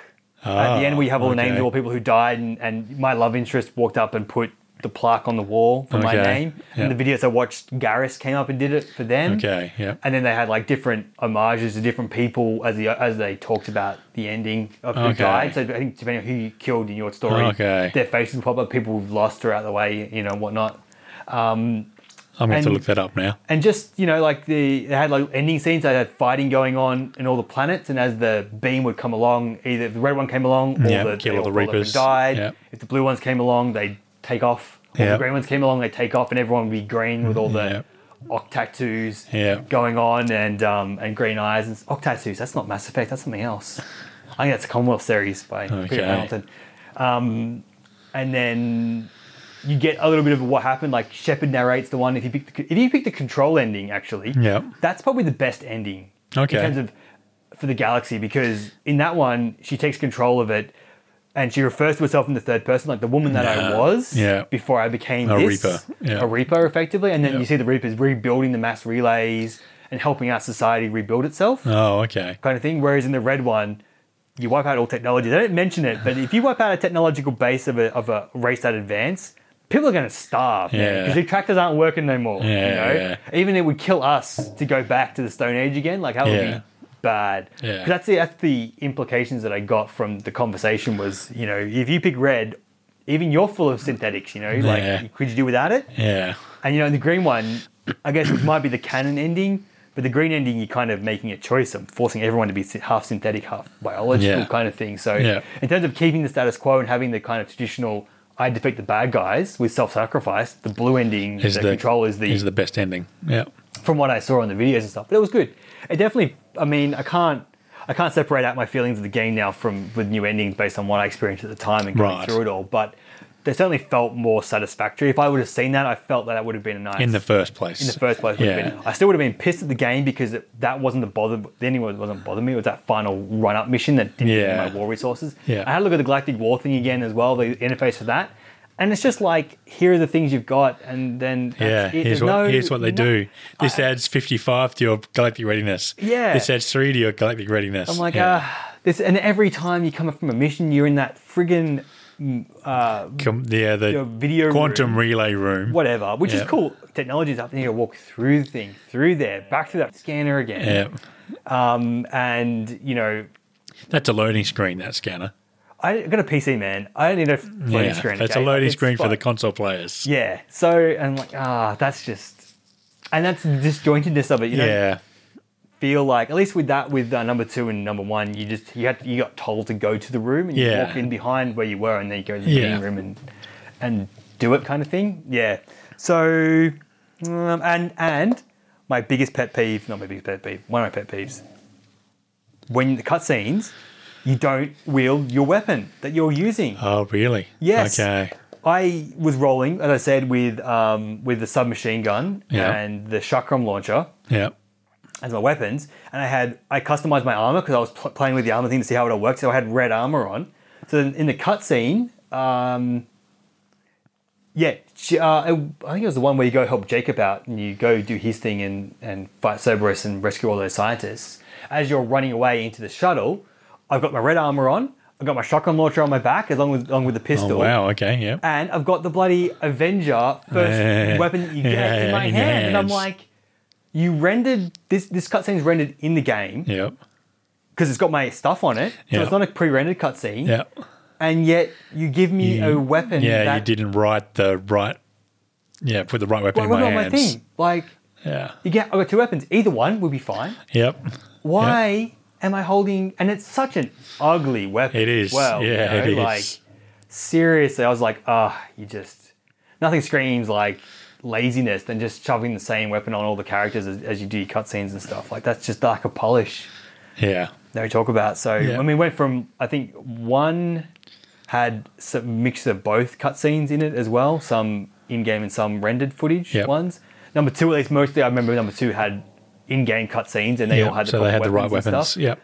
Speaker 1: at the end where you have all the names
Speaker 2: Ah, okay.
Speaker 1: of all the people who died, and, and my love interest walked up and put the plaque on the wall for my
Speaker 2: Okay,
Speaker 1: name. And
Speaker 2: yeah.
Speaker 1: the videos I watched, Garrus came up and did it for them.
Speaker 2: Okay, yeah.
Speaker 1: And then they had like different homages to different people as the as they talked about the ending of who
Speaker 2: Okay.
Speaker 1: died. So I think depending on who you killed in your story,
Speaker 2: Okay.
Speaker 1: their faces pop up, people we've lost throughout the way, you know, and whatnot.
Speaker 2: I'm going to
Speaker 1: And-
Speaker 2: look that up now.
Speaker 1: and just you know like the they had like ending scenes they had fighting going on in all the planets and as the beam would come along either if the red one came along or
Speaker 2: Yeah,
Speaker 1: the,
Speaker 2: kill
Speaker 1: they
Speaker 2: all the
Speaker 1: all fell over and
Speaker 2: Reapers.
Speaker 1: died
Speaker 2: Yeah.
Speaker 1: if the blue ones came along they take off or
Speaker 2: Yeah.
Speaker 1: the green ones came along they take off and everyone would be green with all
Speaker 2: Yeah.
Speaker 1: the oct tattoos
Speaker 2: Yeah.
Speaker 1: going on and um and green eyes and oct tattoos that's not mass effect that's something else i think that's a commonwealth series by
Speaker 2: Okay.
Speaker 1: peter hamilton Um, and then you get a little bit of what happened. Like Shepard narrates the one. If you pick the, if you pick the control ending, actually,
Speaker 2: Yeah.
Speaker 1: that's probably the best ending.
Speaker 2: Okay.
Speaker 1: In terms of for the galaxy, because in that one she takes control of it, and she refers to herself in the third person, like the woman that I
Speaker 2: Yeah.
Speaker 1: was
Speaker 2: Yeah.
Speaker 1: before I became
Speaker 2: A
Speaker 1: this,
Speaker 2: Reaper. Yeah.
Speaker 1: a Reaper, effectively. And then
Speaker 2: Yeah.
Speaker 1: you see the Reapers rebuilding the mass relays and helping our society rebuild itself
Speaker 2: Oh, okay.
Speaker 1: kind of thing. Whereas in the red one, you wipe out all technology. They don't mention it, but if you wipe out a technological base of a, of a race that advanced, people are going to starve
Speaker 2: Yeah.
Speaker 1: because the tractors aren't working no more.
Speaker 2: Yeah,
Speaker 1: you know?
Speaker 2: yeah.
Speaker 1: Even it would kill us to go back to the Stone Age again. Like that would
Speaker 2: Yeah.
Speaker 1: be bad.
Speaker 2: Yeah.
Speaker 1: 'Cause That's the that's the implications that I got from the conversation was you know if you pick red. Even you're full of synthetics, you know.
Speaker 2: Yeah.
Speaker 1: Like, could you do without it?
Speaker 2: Yeah.
Speaker 1: And you know, the green one, I guess it might be the canon ending, but the green ending, you're kind of making a choice and forcing everyone to be sy- half synthetic, half biological
Speaker 2: Yeah.
Speaker 1: kind of thing. So,
Speaker 2: Yeah.
Speaker 1: in terms of keeping the status quo and having the kind of traditional, I defeat the bad guys with self sacrifice, the blue ending,
Speaker 2: Is
Speaker 1: the,
Speaker 2: the-
Speaker 1: control is the,
Speaker 2: Is the best ending. Yeah.
Speaker 1: from what I saw on the videos and stuff, but it was good. It definitely, I mean, I can't. I can't separate out my feelings of the game now from with new endings based on what I experienced at the time and going
Speaker 2: Right.
Speaker 1: through it all, but they certainly felt more satisfactory. If I would have seen that, I felt that that would have been a nice
Speaker 2: In the first place.
Speaker 1: in the first place. would have
Speaker 2: Yeah.
Speaker 1: been- I still would have been pissed at the game because it, that wasn't the bother. The ending was- wasn't bothering me. It was that final run up mission that didn't give me
Speaker 2: Yeah.
Speaker 1: my war resources.
Speaker 2: Yeah.
Speaker 1: I had a look at the Galactic War thing again as well. The interface for that. And it's just like here are the things you've got, and then that's
Speaker 2: Yeah,
Speaker 1: it.
Speaker 2: here's
Speaker 1: There's
Speaker 2: what
Speaker 1: no-
Speaker 2: here's what they
Speaker 1: no-
Speaker 2: do. This adds 55 to your galactic readiness.
Speaker 1: Yeah.
Speaker 2: This adds three to your galactic readiness.
Speaker 1: I'm like,
Speaker 2: yeah.
Speaker 1: ah, this. And every time you come up from a mission, you're in that friggin'
Speaker 2: Com- yeah, the
Speaker 1: your video
Speaker 2: quantum
Speaker 1: room.
Speaker 2: relay room.
Speaker 1: whatever, which is
Speaker 2: Yeah.
Speaker 1: cool. Technology's up, and you walk through the thing, through there, back through that scanner again,
Speaker 2: Yeah,
Speaker 1: um, and you know
Speaker 2: that's a loading screen. That scanner.
Speaker 1: I got a PC, man. I don't need a loading
Speaker 2: Yeah,
Speaker 1: screen.
Speaker 2: that's
Speaker 1: okay?
Speaker 2: a loading
Speaker 1: It's
Speaker 2: screen for the
Speaker 1: fine.
Speaker 2: console players.
Speaker 1: yeah. So and I'm like, ah, that's just, and that's the disjointedness of it. You don't
Speaker 2: yeah,
Speaker 1: feel like at least with that with uh, number two and number one, you just you had you got told to go to the room and you
Speaker 2: Yeah.
Speaker 1: walk in behind where you were, and then you go to the
Speaker 2: Yeah.
Speaker 1: meeting room and and do it kind of thing. Yeah. So um, and and my biggest pet peeve, not my biggest pet peeve, one of my pet peeves, when the cutscenes. You don't wield your weapon that you're using.
Speaker 2: Oh, really?
Speaker 1: Yes.
Speaker 2: Okay.
Speaker 1: I was rolling, as I said, with um, with the submachine gun
Speaker 2: Yeah.
Speaker 1: and the chakram launcher
Speaker 2: Yeah.
Speaker 1: as my weapons, and I had I customized my armor because I was pl- playing with the armor thing to see how it all worked. So I had red armor on. So then in the cutscene, um, yeah, she, uh, I I think it was the one where you go help Jacob out and you go do his thing and and fight Cerberus and rescue all those scientists. As you're running away into the shuttle, I've got my red armor on. I've got my shotgun launcher on my back, along with along with the pistol
Speaker 2: Oh, wow. Okay. Yeah.
Speaker 1: and I've got the bloody Avenger first
Speaker 2: Yeah.
Speaker 1: weapon that you get
Speaker 2: Yeah,
Speaker 1: in my
Speaker 2: in your
Speaker 1: hand, and I'm
Speaker 2: hands.
Speaker 1: like, you rendered this. This cutscene's rendered in the game
Speaker 2: Yeah.
Speaker 1: because it's got my stuff on it, so
Speaker 2: Yeah.
Speaker 1: it's not a pre-rendered cutscene.
Speaker 2: Yeah.
Speaker 1: And yet you give me a weapon.
Speaker 2: Yeah.
Speaker 1: that,
Speaker 2: you didn't write the right. Yeah, put the right weapon
Speaker 1: Well,
Speaker 2: in
Speaker 1: what
Speaker 2: my
Speaker 1: about my
Speaker 2: hands.
Speaker 1: thing? Like
Speaker 2: Yeah.
Speaker 1: you get, I've got two weapons. Either one would be fine.
Speaker 2: Yep.
Speaker 1: Why am I holding? And it's such an ugly weapon.
Speaker 2: It is.
Speaker 1: as Well, you
Speaker 2: yeah.
Speaker 1: know,
Speaker 2: it is.
Speaker 1: Like, seriously, I was like, ah, you just nothing screams like laziness than just shoving the same weapon on all the characters as, as you do your cutscenes and stuff. Like that's just lack of polish
Speaker 2: yeah.
Speaker 1: that we talk about. So
Speaker 2: Yeah.
Speaker 1: I mean, we went from I think one had some mix of both cutscenes in it as well, some in-game and some rendered footage
Speaker 2: Yep.
Speaker 1: ones. Number two, at least mostly, I remember number two had in-game cutscenes and they
Speaker 2: Yep,
Speaker 1: all had the,
Speaker 2: so they
Speaker 1: proper
Speaker 2: had the right
Speaker 1: weapons and
Speaker 2: weapons.
Speaker 1: stuff.
Speaker 2: Yep.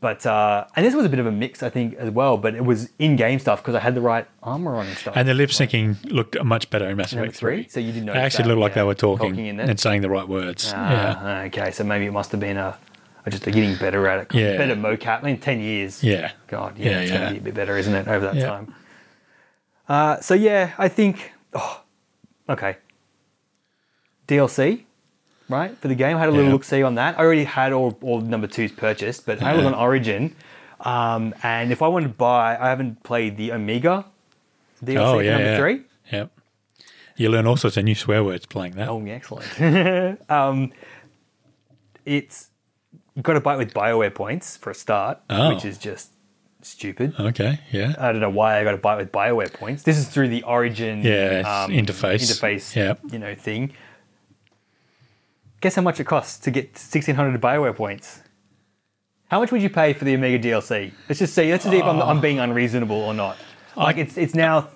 Speaker 1: But uh, and this was a bit of a mix, I think, as well. But it was in-game stuff because I had the right armor on and stuff.
Speaker 2: And the lip syncing looked much better in Mass
Speaker 1: Number
Speaker 2: Effect 3.
Speaker 1: three? So you did
Speaker 2: They
Speaker 1: notice
Speaker 2: actually
Speaker 1: that,
Speaker 2: looked like
Speaker 1: yeah,
Speaker 2: they were talking,
Speaker 1: talking in there?
Speaker 2: and saying the right words. yeah.
Speaker 1: Ah, okay. So maybe it must have been a, a just a getting better at it.
Speaker 2: Yeah.
Speaker 1: Better mocap. I mean, 10 years.
Speaker 2: Yeah.
Speaker 1: God, yeah,
Speaker 2: Yeah,
Speaker 1: it's
Speaker 2: yeah.
Speaker 1: going to be a bit better, isn't it, over that
Speaker 2: Yeah.
Speaker 1: time? Uh, so, yeah, I think okay. DLC, right, for the game. I had a little
Speaker 2: Yeah.
Speaker 1: look see on that. I already had all, all number twos purchased, but I had a look
Speaker 2: Yeah.
Speaker 1: on Origin. Um, and if I wanted to buy, I haven't played the Omega DLC
Speaker 2: Oh,
Speaker 1: for
Speaker 2: yeah.
Speaker 1: number
Speaker 2: yeah.
Speaker 1: three.
Speaker 2: Yep. You learn all sorts of new swear words playing that.
Speaker 1: Oh, yeah, excellent. um, it's got a bite with Bioware points for a start,
Speaker 2: Oh.
Speaker 1: which is just stupid.
Speaker 2: Okay. Yeah.
Speaker 1: I don't know why I got a bite with Bioware points. This is through the Origin um,
Speaker 2: Yeah, it's interface.
Speaker 1: interface,
Speaker 2: Yep.
Speaker 1: you know, thing. Guess how much it costs to get 1600 Bioware points? How much would you pay for the Omega DLC? Let's just see. Let's just see if I'm,
Speaker 2: Oh.
Speaker 1: I'm being unreasonable or not. Like it's it's now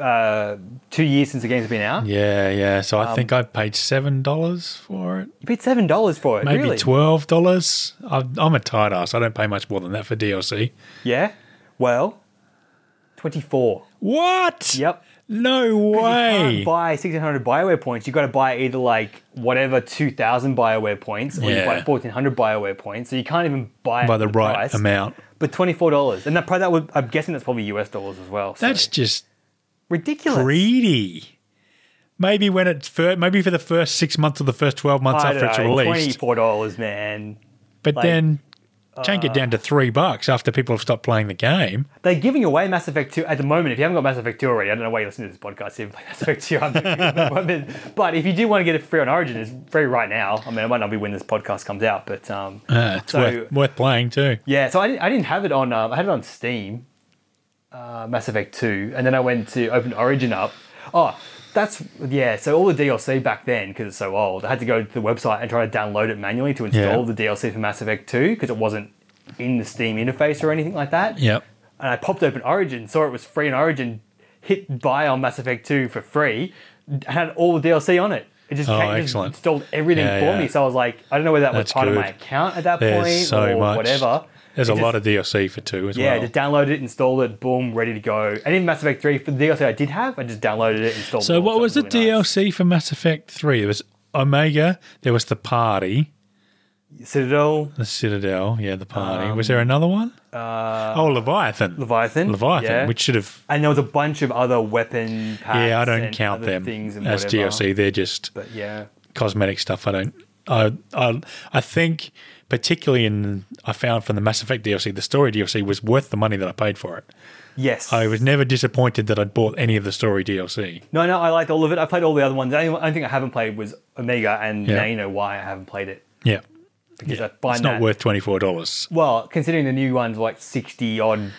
Speaker 1: uh, two years since the game's been out.
Speaker 2: yeah. Yeah. So
Speaker 1: Um,
Speaker 2: I think I paid seven dollars for it.
Speaker 1: You paid seven dollars for it.
Speaker 2: Maybe
Speaker 1: really?
Speaker 2: twelve dollars. I'm I'm a tight ass. I don't pay much more than that for DLC.
Speaker 1: Yeah. Well, 24.
Speaker 2: What?
Speaker 1: Yep.
Speaker 2: No
Speaker 1: You
Speaker 2: way.
Speaker 1: can't buy 1600 Bioware points. You've got to buy either like whatever 2000 Bioware points or you
Speaker 2: Yeah.
Speaker 1: buy 1400 Bioware points. So you can't even buy, it
Speaker 2: By
Speaker 1: for
Speaker 2: the right
Speaker 1: price.
Speaker 2: amount.
Speaker 1: But $24. And that, probably, that would, I'm guessing that's probably US dollars as well. So
Speaker 2: That's just
Speaker 1: ridiculous.
Speaker 2: greedy. Maybe when it's fir- maybe for the first six months or the first twelve months
Speaker 1: I don't
Speaker 2: after it's
Speaker 1: know,
Speaker 2: released,
Speaker 1: $24, man.
Speaker 2: but
Speaker 1: like, uh,
Speaker 2: then change it down to three bucks after people have stopped playing the game.
Speaker 1: They're giving away Mass Effect 2 at the moment. If you haven't got Mass Effect 2 already, I don't know why you're listening to this podcast. If you haven't played Mass Effect 2, I'm not- but if you do want to get it free on Origin, it's free right now. I mean, it might not be when this podcast comes out, but um,
Speaker 2: Uh, it's
Speaker 1: So-
Speaker 2: worth, worth playing too.
Speaker 1: yeah. So I didn't, I didn't have it on. Um, I had it on Steam, uh, Mass Effect 2, and then I went to open Origin up. Oh, that's yeah. So all the DLC back then, because it's so old, I had to go to the website and try to download it manually to install
Speaker 2: Yeah.
Speaker 1: the DLC for Mass Effect 2 because it wasn't in the Steam interface or anything like that
Speaker 2: Yep.
Speaker 1: and I popped open Origin, saw it was free in Origin, hit buy on Mass Effect 2 for free, and had all the DLC on it. It just,
Speaker 2: Oh,
Speaker 1: came, just
Speaker 2: excellent.
Speaker 1: installed everything
Speaker 2: Yeah,
Speaker 1: for
Speaker 2: yeah.
Speaker 1: me. So I was like, I don't know whether that
Speaker 2: That's
Speaker 1: was part of my
Speaker 2: good.
Speaker 1: account at that
Speaker 2: There's
Speaker 1: point
Speaker 2: so
Speaker 1: or
Speaker 2: much.
Speaker 1: whatever.
Speaker 2: There's
Speaker 1: It
Speaker 2: a
Speaker 1: just-
Speaker 2: lot of DLC for two as
Speaker 1: yeah,
Speaker 2: well.
Speaker 1: just download it, install it, boom, ready to go. And even Mass Effect 3 for the DLC I did have, I just downloaded it, installed it.
Speaker 2: so
Speaker 1: all,
Speaker 2: what
Speaker 1: it
Speaker 2: was the
Speaker 1: really nice.
Speaker 2: DLC for Mass Effect Three? There was Omega. There was the party,
Speaker 1: Citadel,
Speaker 2: the Citadel. Yeah, the party. was
Speaker 1: Um,
Speaker 2: there another one? Uh, oh, Leviathan.
Speaker 1: Leviathan.
Speaker 2: Leviathan,
Speaker 1: yeah.
Speaker 2: which should have.
Speaker 1: and there was a bunch of other weapon packs.
Speaker 2: Yeah, I don't
Speaker 1: and
Speaker 2: count
Speaker 1: other
Speaker 2: them
Speaker 1: things and
Speaker 2: as
Speaker 1: whatever.
Speaker 2: DLC. They're just
Speaker 1: But yeah.
Speaker 2: cosmetic stuff. I don't. I, I I think particularly in I found from the Mass Effect DLC, the story DLC was worth the money that I paid for it.
Speaker 1: Yes.
Speaker 2: I was never disappointed that I'd bought any of the story DLC.
Speaker 1: No, no, I liked all of it. I played all the other ones. The only, only thing I haven't played was Omega, and
Speaker 2: Yeah.
Speaker 1: now you know why I haven't played it
Speaker 2: Yeah,
Speaker 1: because I find
Speaker 2: it's not
Speaker 1: that
Speaker 2: worth twenty four dollars.
Speaker 1: well, considering the new ones were like sixty odd,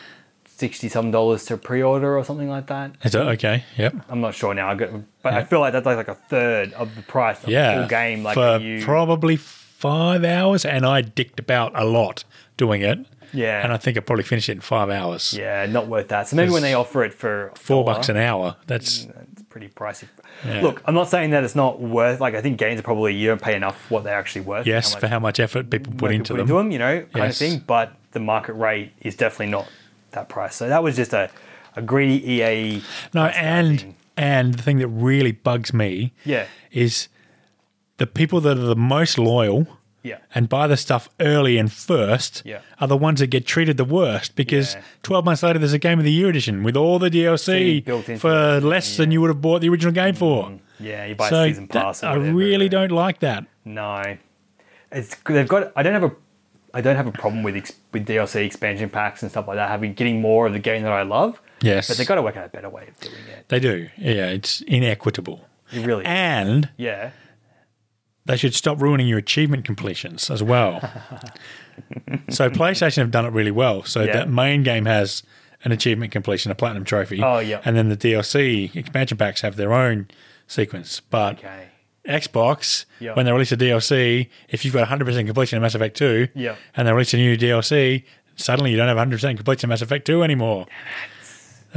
Speaker 1: sixty some dollars to pre-order or something like that.
Speaker 2: Is that okay? Yep.
Speaker 1: I'm not sure now. I got, but I feel like that's like, like a third of the price of the
Speaker 2: Yeah.
Speaker 1: full game. Like
Speaker 2: for
Speaker 1: you,
Speaker 2: probably five hours, and I dicked about a lot doing it.
Speaker 1: yeah,
Speaker 2: And I think I probably finished it in five hours.
Speaker 1: yeah, Oh, not worth that. So maybe when they offer it for
Speaker 2: Four bucks an hour. That's
Speaker 1: it's pretty pricey.
Speaker 2: Yeah.
Speaker 1: Look, I'm not saying that it's not worth. Like I think games are probably you don't pay enough what they're actually worth.
Speaker 2: yes
Speaker 1: much Mm,
Speaker 2: for how much effort people put
Speaker 1: people
Speaker 2: into
Speaker 1: put
Speaker 2: them.
Speaker 1: into them, you know, kind
Speaker 2: Yes.
Speaker 1: of thing. But the market rate is definitely not that price. So that was just a, a greedy EA.
Speaker 2: No,
Speaker 1: price
Speaker 2: and
Speaker 1: gouging.
Speaker 2: and the thing that really bugs me
Speaker 1: yeah,
Speaker 2: is the people that are the most loyal
Speaker 1: yeah,
Speaker 2: and buy the stuff early and first
Speaker 1: Yeah.
Speaker 2: are the ones that get treated the worst because
Speaker 1: Yeah.
Speaker 2: 12 months later there's a game of the year edition with all the DLC
Speaker 1: Built into Mm.
Speaker 2: for less than you would have bought the original game for.
Speaker 1: yeah. You buy
Speaker 2: So
Speaker 1: a season
Speaker 2: that-
Speaker 1: pass. or
Speaker 2: I
Speaker 1: whatever,
Speaker 2: really
Speaker 1: and-
Speaker 2: don't like that.
Speaker 1: No, it's they've got. I don't have a. I don't have a problem with ex, with DLC expansion packs and stuff like that. Having getting more of the game that I love.
Speaker 2: Yes.
Speaker 1: but they've got to work out a better way of doing it.
Speaker 2: They do. Yeah, it's inequitable.
Speaker 1: It really. is.
Speaker 2: And
Speaker 1: yeah.
Speaker 2: they should stop ruining your achievement completions as well. so PlayStation have done it really well. So
Speaker 1: Yeah.
Speaker 2: that main game has an achievement completion, a platinum trophy.
Speaker 1: Oh, yeah.
Speaker 2: And then the DLC expansion packs have their own sequence. But
Speaker 1: Okay.
Speaker 2: Xbox,
Speaker 1: Yeah.
Speaker 2: when they release a DLC, if you've got 100% completion of Mass Effect 2,
Speaker 1: Yeah.
Speaker 2: and they release a new DLC, suddenly you don't have 100% completion of Mass Effect 2 anymore.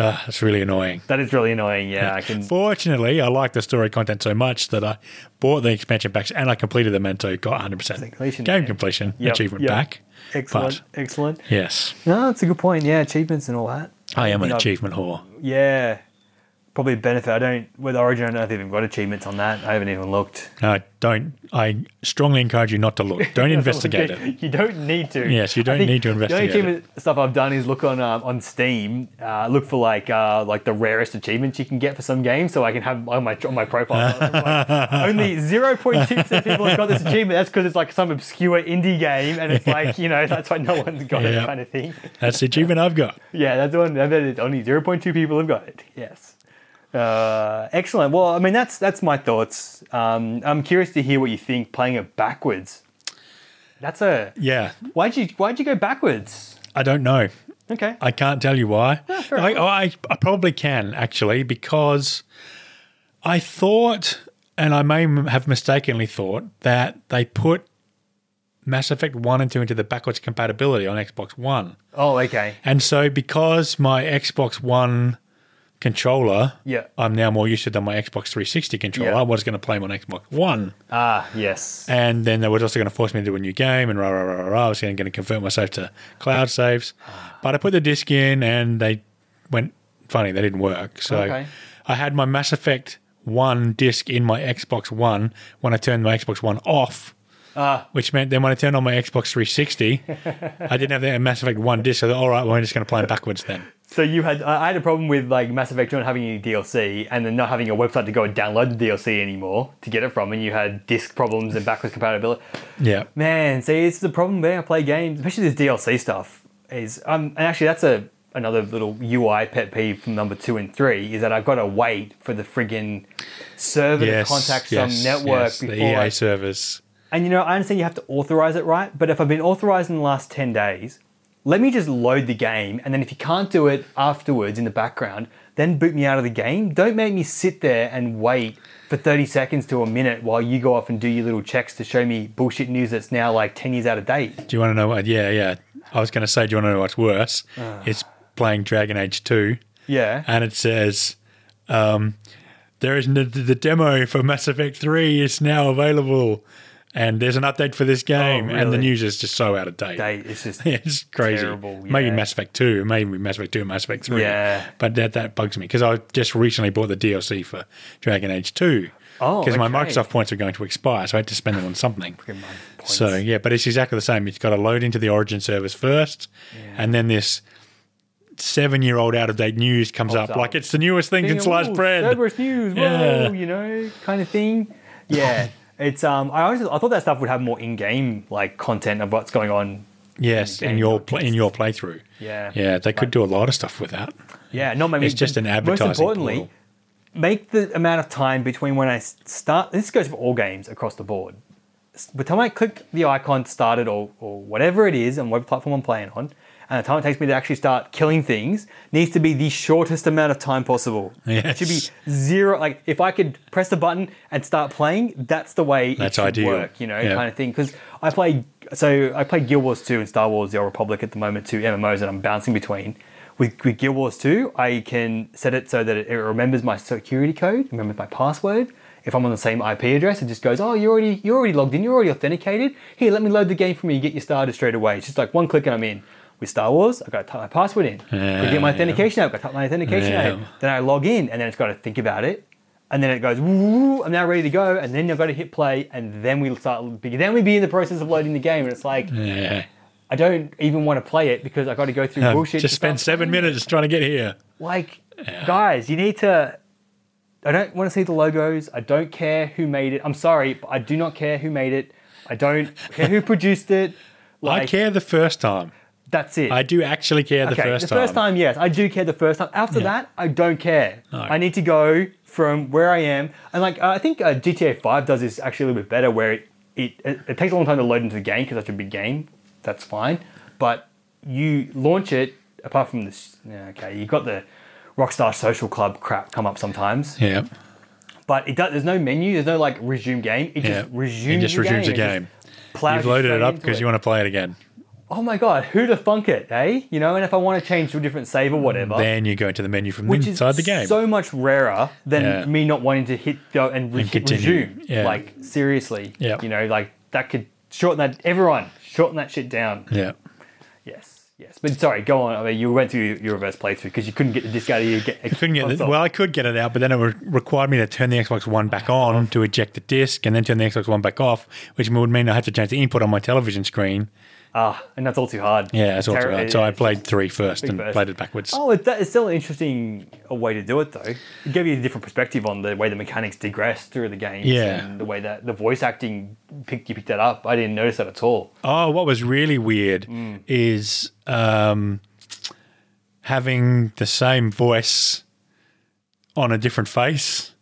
Speaker 2: Ah, that's really annoying.
Speaker 1: That is really annoying. Yeah, I can.
Speaker 2: Fortunately, I like the story content so much that I bought the expansion packs and I completed them and so got 100%
Speaker 1: Completion,
Speaker 2: game
Speaker 1: yeah.
Speaker 2: completion
Speaker 1: Yep,
Speaker 2: achievement
Speaker 1: yep.
Speaker 2: back.
Speaker 1: Excellent. excellent.
Speaker 2: Yes,
Speaker 1: No, that's a good point. Yeah, achievements and all that.
Speaker 2: I am an
Speaker 1: think I've-
Speaker 2: achievement whore.
Speaker 1: Yeah. probably a benefit. I don't with Origin. I don't know if they've even got achievements on that. I haven't even looked.
Speaker 2: Uh, don't. I strongly encourage you not to look. Don't investigate it.
Speaker 1: You don't need to.
Speaker 2: Yes, you don't
Speaker 1: I think
Speaker 2: need to investigate
Speaker 1: The only achievement stuff I've done is look on um, on Steam. Uh, look for like uh, like the rarest achievements you can get for some games, so I can have on my on my profile. like, only zero point two percent people have got this achievement. That's because it's like some obscure indie game, and it's like you know that's why no one's got
Speaker 2: Yeah.
Speaker 1: it kind of thing.
Speaker 2: That's the achievement I've got.
Speaker 1: Yeah, that's the one. I bet it's only zero point two people have got it. Yes. Uh, excellent. Well, I mean, that's that's my thoughts. Um, I'm curious to hear what you think playing it backwards. That's a
Speaker 2: Yeah,
Speaker 1: why'd you why'd you go backwards?
Speaker 2: I don't know.
Speaker 1: Okay.
Speaker 2: I can't tell you why.
Speaker 1: fair
Speaker 2: I, I, I probably can actually because I thought, and I may m- have mistakenly thought that they put Mass Effect One and Two into the backwards compatibility on Xbox One,
Speaker 1: Oh, okay.
Speaker 2: and so because my Xbox One controller,
Speaker 1: Yeah.
Speaker 2: I'm now more used to than my Xbox 360 controller.
Speaker 1: Yeah.
Speaker 2: I was going to play my Xbox One.
Speaker 1: Ah, yes.
Speaker 2: And then they were also going to force me to do a new game and rah, rah, rah, rah, rah. I was going to convert myself to cloud saves. But I put the disc in and they went funny. They didn't work. So
Speaker 1: Okay.
Speaker 2: I had my Mass Effect 1 disc in my Xbox One when I turned my Xbox One off.
Speaker 1: Ah.
Speaker 2: Which meant then when I turned on my Xbox 360, I didn't have the Mass Effect 1 disc. So I thought, all right, well, I'm just going to play them backwards then.
Speaker 1: So you had I I had a problem with like Mass Effect not having any DLC and then not having a website to go and download the DLC anymore to get it from, and you had disk problems and backwards compatibility.
Speaker 2: Yeah.
Speaker 1: Man, see, it's the problem when I play games, especially this DLC stuff. Is um, and actually that's a another little UI pet peeve from number two and three is that I've got to wait for the friggin' server to contact some network
Speaker 2: yes,
Speaker 1: before
Speaker 2: The E EA
Speaker 1: I
Speaker 2: servers.
Speaker 1: and you know, I understand you have to authorize it right, but if I've been authorized in the last 10 days, let me just load the game. And then if you can't do it afterwards in the background, then boot me out of the game. Don't make me sit there and wait for 30 seconds to a minute while you go off and do your little checks to show me bullshit news that's now like 10 years out of date.
Speaker 2: Do you want to know what? Yeah, yeah. I was going to say, do you want to know what's worse?
Speaker 1: Ah.
Speaker 2: it's playing Dragon Age 2,
Speaker 1: Yeah.
Speaker 2: and it says, um, there is n- the demo for Mass Effect 3 is now available, and there's an update for this game, and the
Speaker 1: Oh, really?
Speaker 2: news is just so out of date.
Speaker 1: Date. It's just.
Speaker 2: It's crazy.
Speaker 1: Terrible,
Speaker 2: Maybe
Speaker 1: yeah.
Speaker 2: Mass Effect 2, maybe Mass Effect 2, Mass Effect 3.
Speaker 1: Yeah.
Speaker 2: But that, that bugs me because I just recently bought the DLC for Dragon Age 2.
Speaker 1: Oh,
Speaker 2: Because my
Speaker 1: okay.
Speaker 2: Microsoft points are going to expire, so I had to spend them on something.
Speaker 1: Freaking month points.
Speaker 2: So yeah, but it's exactly the same. You've got to load into the Origin service first, and then this seven-year-old out-of-date news comes up,
Speaker 1: up.
Speaker 2: like it's the newest thing since
Speaker 1: Ooh,
Speaker 2: last bread.
Speaker 1: Cerberus news, whoa,
Speaker 2: Yeah.
Speaker 1: you know, kind of thing. Yeah. It's um. I always I thought that stuff would have more in-game like content of what's going on.
Speaker 2: Yes, in
Speaker 1: game,
Speaker 2: your
Speaker 1: not
Speaker 2: pl- in your playthrough.
Speaker 1: Yeah.
Speaker 2: yeah, they could do a lot of stuff with that.
Speaker 1: Yeah, not maybe.
Speaker 2: It's just an advertising
Speaker 1: Most importantly,
Speaker 2: portal.
Speaker 1: make the amount of time between when I s- start. This goes for all games across the board. S- By the time I click the icon, start it, or, or whatever it is, and what platform I'm playing on, and the time it takes me to actually start killing things needs to be the shortest amount of time possible. It should
Speaker 2: Yes.
Speaker 1: be zero. Like if I could press the button and start playing, that's the way it
Speaker 2: That's
Speaker 1: should
Speaker 2: ideal.
Speaker 1: work. You know,
Speaker 2: Yeah.
Speaker 1: kind of thing. Because I play, so I play Guild Wars 2 and Star Wars: The Old Republic at the moment, two MMOs that I'm bouncing between. With, with Guild Wars 2, I can set it so that it, it remembers my security code, remembers my password. If I'm on the same IP address, it just goes, "Oh, you're already you're already logged in, you're already authenticated. Here, let me load the game for me and get you started straight away." It's just like one click and I'm in. With Star Wars, I've got to type my password in.
Speaker 2: Yeah,
Speaker 1: Gotta get my
Speaker 2: yeah.
Speaker 1: authentication out, I've got to type my authentication
Speaker 2: Yeah.
Speaker 1: out. Then I log in and then it's got to think about it. And then it goes, "Woo, I'm now ready to go. And then I've got to hit play. And then we start, then we be in the process of loading the game. And it's like,
Speaker 2: Yeah,
Speaker 1: I don't even want to play it because I've got to go through
Speaker 2: Um,
Speaker 1: bullshit.
Speaker 2: just
Speaker 1: to
Speaker 2: spend
Speaker 1: start
Speaker 2: seven
Speaker 1: playing.
Speaker 2: minutes trying to get here.
Speaker 1: Like, guys, you need to. I don't want to see the logos. I don't care who made it. I'm sorry, but I do not care who made it. I don't care who produced it. Like,
Speaker 2: I care the first time.
Speaker 1: That's it.
Speaker 2: I do actually care the,
Speaker 1: Okay,
Speaker 2: first,
Speaker 1: the first time, yes, I do care. The first time, after that, I don't care.
Speaker 2: No.
Speaker 1: I need to go from where I am, and like uh, I think uh, GTA Five does this actually a little bit better, where it it, it, it takes a long time to load into the game because that's a big game. That's fine, but you launch it. Apart from this, yeah, okay, you have got the Rockstar Social Club crap come up sometimes,
Speaker 2: Yeah,
Speaker 1: but it does, there's no menu. There's no like resume game. It
Speaker 2: yeah.
Speaker 1: just resumes.
Speaker 2: it just
Speaker 1: your
Speaker 2: resumes
Speaker 1: game.
Speaker 2: the game.
Speaker 1: plows
Speaker 2: You've
Speaker 1: you
Speaker 2: loaded
Speaker 1: straight
Speaker 2: it up
Speaker 1: into
Speaker 2: because
Speaker 1: it
Speaker 2: you want to play it again.
Speaker 1: oh my god, who to thunk it, eh? You know, and if I want to change to a different save or whatever,
Speaker 2: Then you go into the menu from
Speaker 1: which
Speaker 2: inside
Speaker 1: is
Speaker 2: the game.
Speaker 1: so much rarer than
Speaker 2: Yeah.
Speaker 1: me not wanting to hit go and, re- hit
Speaker 2: continue.
Speaker 1: resume.
Speaker 2: Yeah.
Speaker 1: Like seriously,
Speaker 2: Yeah.
Speaker 1: you know, like that could shorten that. Everyone shorten that shit down.
Speaker 2: yeah.
Speaker 1: Yes. Yes, but sorry, go on. I mean, you went through your reverse playthrough because you couldn't get the disc out of your. Get,
Speaker 2: I couldn't get it. Well, I could get it out, but then it would- required me to turn the Xbox One back on to eject the disc, and then turn the Xbox One back off, which would mean I had to change the input on my television screen.
Speaker 1: ah, and that's all too hard.
Speaker 2: Yeah, it's all
Speaker 1: Terri-
Speaker 2: right. So I
Speaker 1: it's
Speaker 2: played three first
Speaker 1: big
Speaker 2: and
Speaker 1: verse.
Speaker 2: played it backwards.
Speaker 1: Oh, it's, that- it's still an interesting uh, way to do it, though. It gave you a different perspective on the way the mechanics digress through the games
Speaker 2: Yeah.
Speaker 1: and the way that the voice acting picked you picked that up. I didn't notice that at all.
Speaker 2: Oh, what was really weird is um, having the same voice on a different face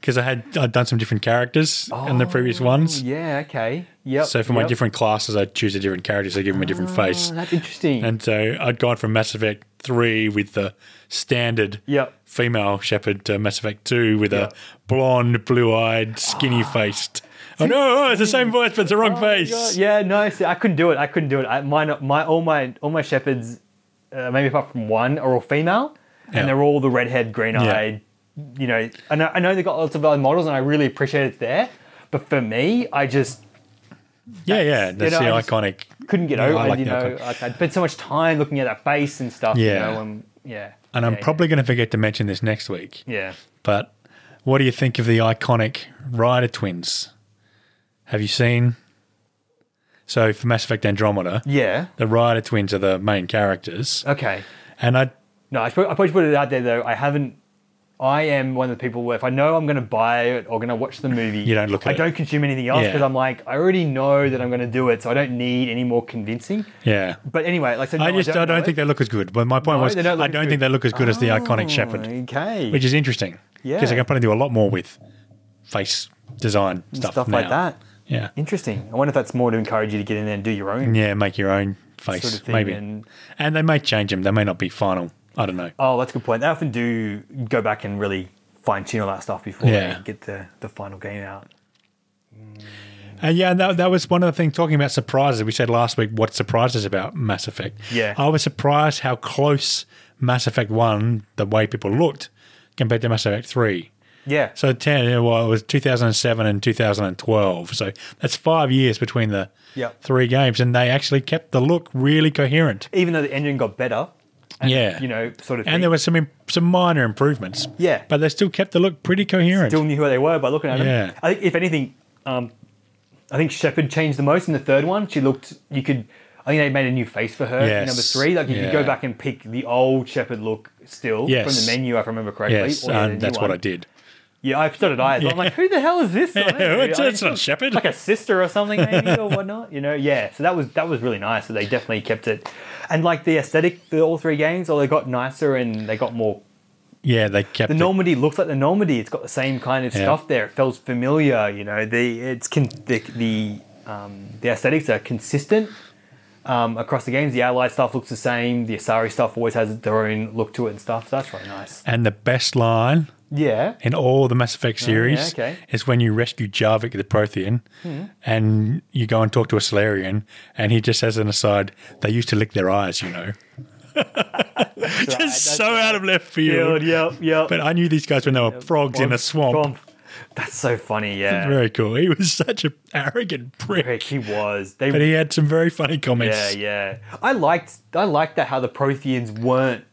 Speaker 2: because I had I'd done some different characters in the previous ones.
Speaker 1: Yeah. Okay. Yep.
Speaker 2: So for my
Speaker 1: yep.
Speaker 2: different classes, I'd choose a different character, so I'd give them a different face.
Speaker 1: Oh, that's interesting.
Speaker 2: And so I'd gone from Mass Effect 3 with the standard
Speaker 1: Yep.
Speaker 2: female shepherd to Mass Effect 2 with
Speaker 1: Yep. Ah.
Speaker 2: a blonde, blue eyed, skinny faced. Oh no, it's the same voice, but it's the wrong face.
Speaker 1: Oh, God, Yeah, no, see, I couldn't do it. I couldn't do it. I, mine, my all my all my shepherds, uh, maybe apart from one, are all female,
Speaker 2: Yeah.
Speaker 1: and they're all the redhead, green-eyed. You know, I know, I know they got lots of other models, and I really appreciate it there. But for me, I just
Speaker 2: Yeah, yeah, that's
Speaker 1: know, I
Speaker 2: the
Speaker 1: just-
Speaker 2: iconic.
Speaker 1: couldn't get
Speaker 2: Yeah,
Speaker 1: over.
Speaker 2: I
Speaker 1: it,
Speaker 2: like
Speaker 1: you
Speaker 2: the
Speaker 1: know,
Speaker 2: icon.
Speaker 1: like I'd spent so much time looking at that face and stuff.
Speaker 2: Yeah.
Speaker 1: you know, and yeah.
Speaker 2: And I'm
Speaker 1: yeah,
Speaker 2: probably going to forget to mention this next week.
Speaker 1: yeah. yeah.
Speaker 2: But what do you think of the iconic Rider twins? Have you seen? So for Mass Effect Andromeda,
Speaker 1: Yeah.
Speaker 2: the Rider twins are the main characters,
Speaker 1: Okay.
Speaker 2: and I
Speaker 1: No, I suppose, I probably should put it out there though. I haven't. I am one of the people where if I know I'm going to buy it or going to watch the movie,
Speaker 2: You don't look at
Speaker 1: I
Speaker 2: it.
Speaker 1: don't consume anything else
Speaker 2: Yeah.
Speaker 1: because I'm like, I already know that I'm going to do it, so I don't need any more convincing.
Speaker 2: yeah,
Speaker 1: But anyway, like so
Speaker 2: I
Speaker 1: no,
Speaker 2: just I don't,
Speaker 1: know
Speaker 2: think they look as good. But my point
Speaker 1: No,
Speaker 2: was
Speaker 1: they don't look
Speaker 2: I
Speaker 1: as
Speaker 2: don't
Speaker 1: good.
Speaker 2: think they look as good as the iconic
Speaker 1: it.
Speaker 2: Shepherd,
Speaker 1: Okay,
Speaker 2: which is interesting.
Speaker 1: Yeah.
Speaker 2: because they can probably do a lot more with face design stuff,
Speaker 1: stuff, like
Speaker 2: now.
Speaker 1: that.
Speaker 2: Yeah,
Speaker 1: Interesting. I wonder if that's more to encourage you to get in there and do your own
Speaker 2: yeah, make your own face
Speaker 1: sort of thing.
Speaker 2: maybe, and,
Speaker 1: And
Speaker 2: they may change them. They may not be final. I don't know.
Speaker 1: Oh, that's a good point. They often do go back and really fine tune all that stuff before
Speaker 2: Yeah.
Speaker 1: they get the, the final game out.
Speaker 2: And yeah, that, that was one of the things talking about surprises. We said last week what surprises about Mass Effect.
Speaker 1: Yeah.
Speaker 2: I was surprised how close Mass Effect 1, the way people looked, compared to Mass Effect 3.
Speaker 1: Yeah.
Speaker 2: So 10, yeah, well, it was 2007 and 2012. So that's five years between the
Speaker 1: Yep.
Speaker 2: three games. And they actually kept the look really coherent.
Speaker 1: Even though the engine got better,
Speaker 2: yeah.
Speaker 1: you know, sort of. thing.
Speaker 2: and there were some im- some minor improvements.
Speaker 1: Yeah.
Speaker 2: But they still kept the look pretty coherent.
Speaker 1: still knew who they were by looking at them.
Speaker 2: Yeah.
Speaker 1: I think if anything, um, I think Shepard changed the most in the third one. She looked. You could. I think they made a new face for her. in
Speaker 2: Yes.
Speaker 1: Number three, like you could go
Speaker 2: Yeah.
Speaker 1: back and pick the old Shepherd look still
Speaker 2: Yes.
Speaker 1: from the menu, if I remember correctly.
Speaker 2: yes.
Speaker 1: or, yeah, the
Speaker 2: And
Speaker 1: new
Speaker 2: that's what
Speaker 1: one.
Speaker 2: I did.
Speaker 1: Yeah, I started eyes. I'm like, who the hell is this?
Speaker 2: Yeah, it's-
Speaker 1: I-
Speaker 2: it's not Shepard.
Speaker 1: Like a sister or something, maybe or whatnot. You know, yeah. So that was that was really nice. So they definitely kept it, and like the aesthetic, the all three games, oh, they got nicer and they got more.
Speaker 2: Yeah, they kept
Speaker 1: The
Speaker 2: it.
Speaker 1: Normandy looks like the Normandy. It's got the same kind of
Speaker 2: Yeah.
Speaker 1: stuff there. It feels familiar. You know, the it's con- the the, um, the aesthetics are consistent. Um, across the games, the Allied stuff looks the same. The Asari stuff always has their own look to it and stuff. So that's really nice.
Speaker 2: And the best line
Speaker 1: Yeah.
Speaker 2: in all the Mass Effect series
Speaker 1: Oh, okay. Hmm.
Speaker 2: is when you rescue Jarvik the Prothean and you go and talk to a Solarian and he just says an aside, they used to lick their eyes, you know.
Speaker 1: That's right.
Speaker 2: It's so out of left field.
Speaker 1: Yep, yep, yep.
Speaker 2: But I knew these guys when they were frogs in a swamp.
Speaker 1: That's so funny, yeah.
Speaker 2: Very cool. He was such an arrogant
Speaker 1: Rick,
Speaker 2: prick.
Speaker 1: he was.
Speaker 2: But
Speaker 1: They,
Speaker 2: he had some very funny comments.
Speaker 1: yeah, yeah. I liked, I liked that how the Protheans weren't.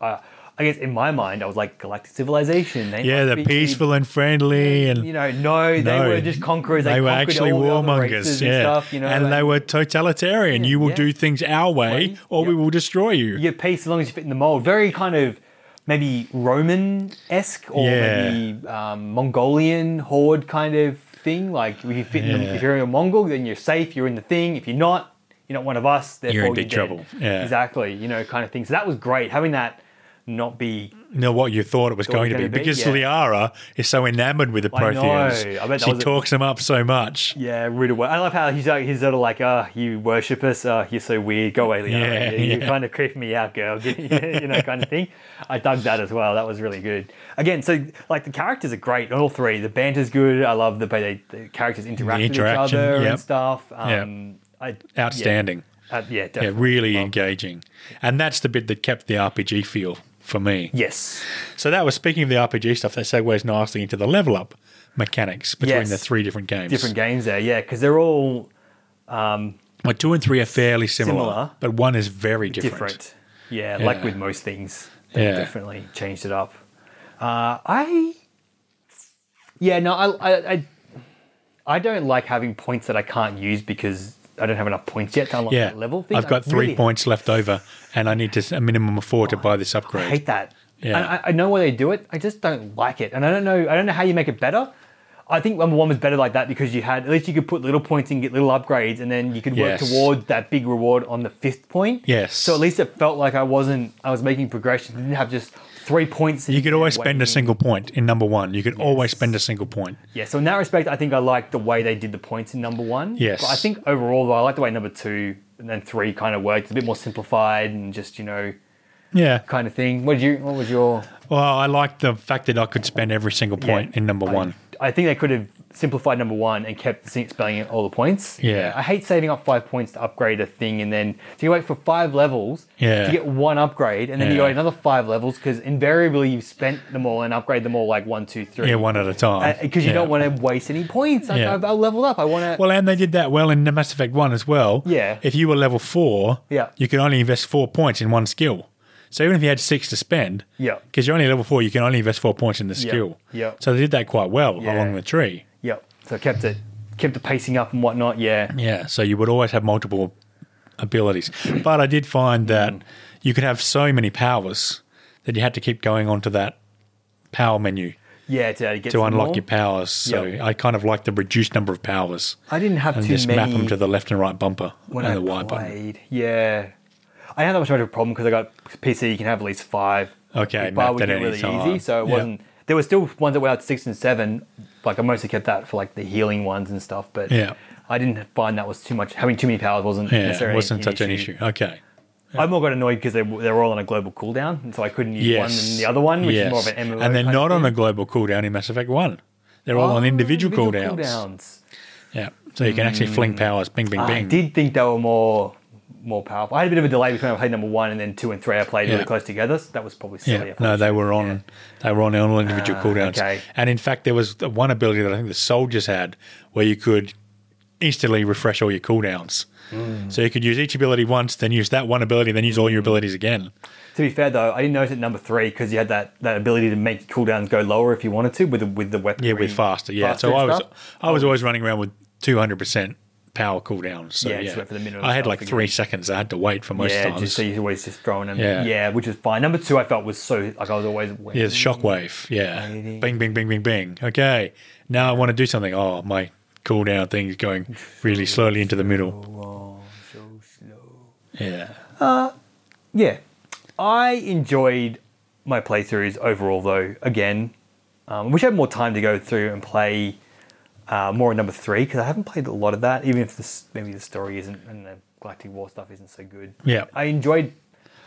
Speaker 1: Uh, I guess in my mind, I was like galactic civilization. They
Speaker 2: Yeah,
Speaker 1: must
Speaker 2: they're
Speaker 1: be-
Speaker 2: peaceful and friendly and
Speaker 1: You know, no, they
Speaker 2: No.
Speaker 1: were just conquerors. They,
Speaker 2: were
Speaker 1: conquered
Speaker 2: actually
Speaker 1: all the other
Speaker 2: warmongers,
Speaker 1: races
Speaker 2: yeah.
Speaker 1: and stuff. You know,
Speaker 2: and they were totalitarian. you will
Speaker 1: yeah.
Speaker 2: do things our way,
Speaker 1: Way,
Speaker 2: or we
Speaker 1: yep.
Speaker 2: will destroy you.
Speaker 1: you get peace as long as you fit in the mold. Very kind of maybe Roman esque or
Speaker 2: Yeah.
Speaker 1: maybe um, Mongolian horde kind of thing. Like if you fit in,
Speaker 2: Yeah.
Speaker 1: the, if you're a Mongol, then you're safe. You're in the thing. If you're not, you're not one of us. Therefore,
Speaker 2: You're in big
Speaker 1: dead.
Speaker 2: trouble. Yeah.
Speaker 1: exactly. You know, kind of thing. So that was great having that not be.
Speaker 2: know what you thought it was going to be
Speaker 1: gonna be,
Speaker 2: because
Speaker 1: yeah.
Speaker 2: Liara is so enamored with the
Speaker 1: I know.
Speaker 2: Protheans.
Speaker 1: I bet that
Speaker 2: she
Speaker 1: was a-
Speaker 2: talks them up so much.
Speaker 1: Yeah, rude away. I love how he's like, he's sort of like, oh, you worship us. Oh, you're so weird. Go away, Leo.
Speaker 2: Yeah,
Speaker 1: you you
Speaker 2: yeah.
Speaker 1: kind of creep me out, girl. you know, kind of thing. I dug that as well. That was really good. Again, so like the characters are great. All three. The banter's good. I love the way they, the characters interact with each
Speaker 2: interaction,
Speaker 1: other
Speaker 2: yep.
Speaker 1: and stuff. Um, I,
Speaker 2: Outstanding.
Speaker 1: Yeah, uh, yeah,
Speaker 2: Yeah,
Speaker 1: definitely.
Speaker 2: really engaging. And that's the bit that kept the RPG feel for me.
Speaker 1: Yes.
Speaker 2: So that was speaking of the RPG stuff, that segues nicely into the level up mechanics between
Speaker 1: Yes.
Speaker 2: the three different games.
Speaker 1: Different games there, yeah, because they're all. Um,
Speaker 2: Like two and three are fairly similar,
Speaker 1: Similar.
Speaker 2: but one is very different.
Speaker 1: different. Yeah, like
Speaker 2: Yeah.
Speaker 1: with most things, they
Speaker 2: Yeah.
Speaker 1: definitely changed it up. Uh, I, yeah, no, I, I, I, I don't like having points that I can't use because I don't have enough points yet to unlock
Speaker 2: Yeah,
Speaker 1: that level. thing.
Speaker 2: I've got
Speaker 1: I
Speaker 2: three
Speaker 1: really Oh,
Speaker 2: points left over, and I need to s- a minimum of four to buy this upgrade.
Speaker 1: I hate that. And
Speaker 2: Yeah.
Speaker 1: I, I know why they do it. I just don't like it, and I don't know. I don't know how you make it better. I think number one was better like that because you had at least you could put little points and get little upgrades, and then you could work
Speaker 2: Yes.
Speaker 1: towards that big reward on the fifth point.
Speaker 2: Yes.
Speaker 1: So at least it felt like I wasn't. I was making progression. I didn't have just three points.
Speaker 2: You could always spend a single point in number one. You could always spend a single point.
Speaker 1: Yeah. So in that respect, I think I liked the way they did the points in number one.
Speaker 2: Yes.
Speaker 1: But I think overall, though, I like the way number two and then three kind of worked. It's a bit more simplified and just you know
Speaker 2: Yeah.
Speaker 1: kind of thing. What did you? What was your?
Speaker 2: Well, I like the fact that I could spend every single point in number one.
Speaker 1: I think they could have simplified number one and kept se- spelling out all the points.
Speaker 2: Yeah.
Speaker 1: I hate saving up five points to upgrade a thing and then so you wait for five levels
Speaker 2: Yeah.
Speaker 1: to get one upgrade and then you
Speaker 2: Yeah.
Speaker 1: wait another five levels because invariably you've spent them all and upgrade them all like one, two, three.
Speaker 2: Yeah, one at a time.
Speaker 1: Because Uh, you
Speaker 2: Yeah.
Speaker 1: don't want to waste any points. I,
Speaker 2: Yeah.
Speaker 1: I, I leveled up. I want to.
Speaker 2: Well, and they did that well in the Mass Effect One as well.
Speaker 1: Yeah.
Speaker 2: If you were level four,
Speaker 1: Yeah.
Speaker 2: you could only invest four points in one skill. So even if you had six to spend,
Speaker 1: Yeah.
Speaker 2: because you're only level four, you can only invest four points in the skill.
Speaker 1: Yeah.
Speaker 2: So they did that quite well
Speaker 1: Yeah.
Speaker 2: along the tree.
Speaker 1: yep. So I kept it, kept the pacing up and whatnot. Yeah.
Speaker 2: Yeah, so you would always have multiple abilities. But I did find that you could have so many powers that you had to keep going onto that power menu
Speaker 1: Yeah. To, get
Speaker 2: to
Speaker 1: some
Speaker 2: unlock
Speaker 1: more.
Speaker 2: your powers. So
Speaker 1: Yep.
Speaker 2: I kind of like the reduced number of powers
Speaker 1: I didn't have
Speaker 2: and
Speaker 1: too
Speaker 2: just
Speaker 1: many.
Speaker 2: map them to the left and right bumper
Speaker 1: when
Speaker 2: and
Speaker 1: I
Speaker 2: the Y button.
Speaker 1: played. Yeah, I didn't have that much of a problem because I got PC. You can have at least five.
Speaker 2: Okay,
Speaker 1: Which bar
Speaker 2: mapped
Speaker 1: would
Speaker 2: at
Speaker 1: get
Speaker 2: any
Speaker 1: really
Speaker 2: time.
Speaker 1: easy, so it
Speaker 2: Yeah.
Speaker 1: wasn't. There were still ones that were out six and seven. Like I mostly kept that for like the healing ones and stuff. But
Speaker 2: Yeah.
Speaker 1: I didn't find that was too much. Having too many powers wasn't
Speaker 2: Yeah,
Speaker 1: necessarily
Speaker 2: it wasn't such an issue. Okay.
Speaker 1: I more got annoyed because they they were all on a global cooldown, and so I couldn't use one
Speaker 2: Yes.
Speaker 1: and the other one, which
Speaker 2: yes.
Speaker 1: is more of an MMO.
Speaker 2: And they're
Speaker 1: kind of
Speaker 2: not on
Speaker 1: thing.
Speaker 2: a global cooldown in Mass Effect 1. They're all on
Speaker 1: Oh,
Speaker 2: individual,
Speaker 1: individual Hmm.
Speaker 2: cooldowns. Yeah. So you can actually fling powers, bing, bing,
Speaker 1: I
Speaker 2: bing.
Speaker 1: did think they were more more powerful. I had a bit of a delay between I played number one and then two and three. I played really
Speaker 2: Yeah.
Speaker 1: close together, so that was probably silly.
Speaker 2: Yeah, no, they were on. They were on all individual
Speaker 1: Ah,
Speaker 2: cooldowns,
Speaker 1: okay.
Speaker 2: and in fact, there was the one ability that I think the soldiers had, where you could instantly refresh all your cooldowns.
Speaker 1: Hmm.
Speaker 2: So you could use each ability once, then use that one ability, then use all your abilities again.
Speaker 1: To be fair though, I didn't notice at number three because you had that, that ability to make your cooldowns go lower if you wanted to with the, with the weapon.
Speaker 2: Yeah, with faster. Yeah, so I
Speaker 1: and
Speaker 2: was
Speaker 1: stuff. Oh.
Speaker 2: I was always running around with two hundred percent power cooldowns. So
Speaker 1: Yeah,
Speaker 2: yeah,
Speaker 1: just wait for the minute
Speaker 2: I had
Speaker 1: itself
Speaker 2: like
Speaker 1: again.
Speaker 2: three seconds. I had to wait for most
Speaker 1: yeah,
Speaker 2: times.
Speaker 1: just so you always just throwing them.
Speaker 2: Yeah.
Speaker 1: Yeah. which is fine. Number two, I felt was so like I was always
Speaker 2: yeah, the shockwave. Yeah,
Speaker 1: Waiting.
Speaker 2: bing, bing, bing, bing, bing. Okay, now I want to do something. Oh, my cooldown thing is going really slowly into the middle.
Speaker 1: Oh, so slow.
Speaker 2: Yeah.
Speaker 1: Yeah, I enjoyed my playthroughs overall though. Again, um, I wish I had more time to go through and play uh, more in number three because I haven't played a lot of that. Even if this maybe the story isn't and the Galactic War stuff isn't so good.
Speaker 2: Yeah.
Speaker 1: I enjoyed.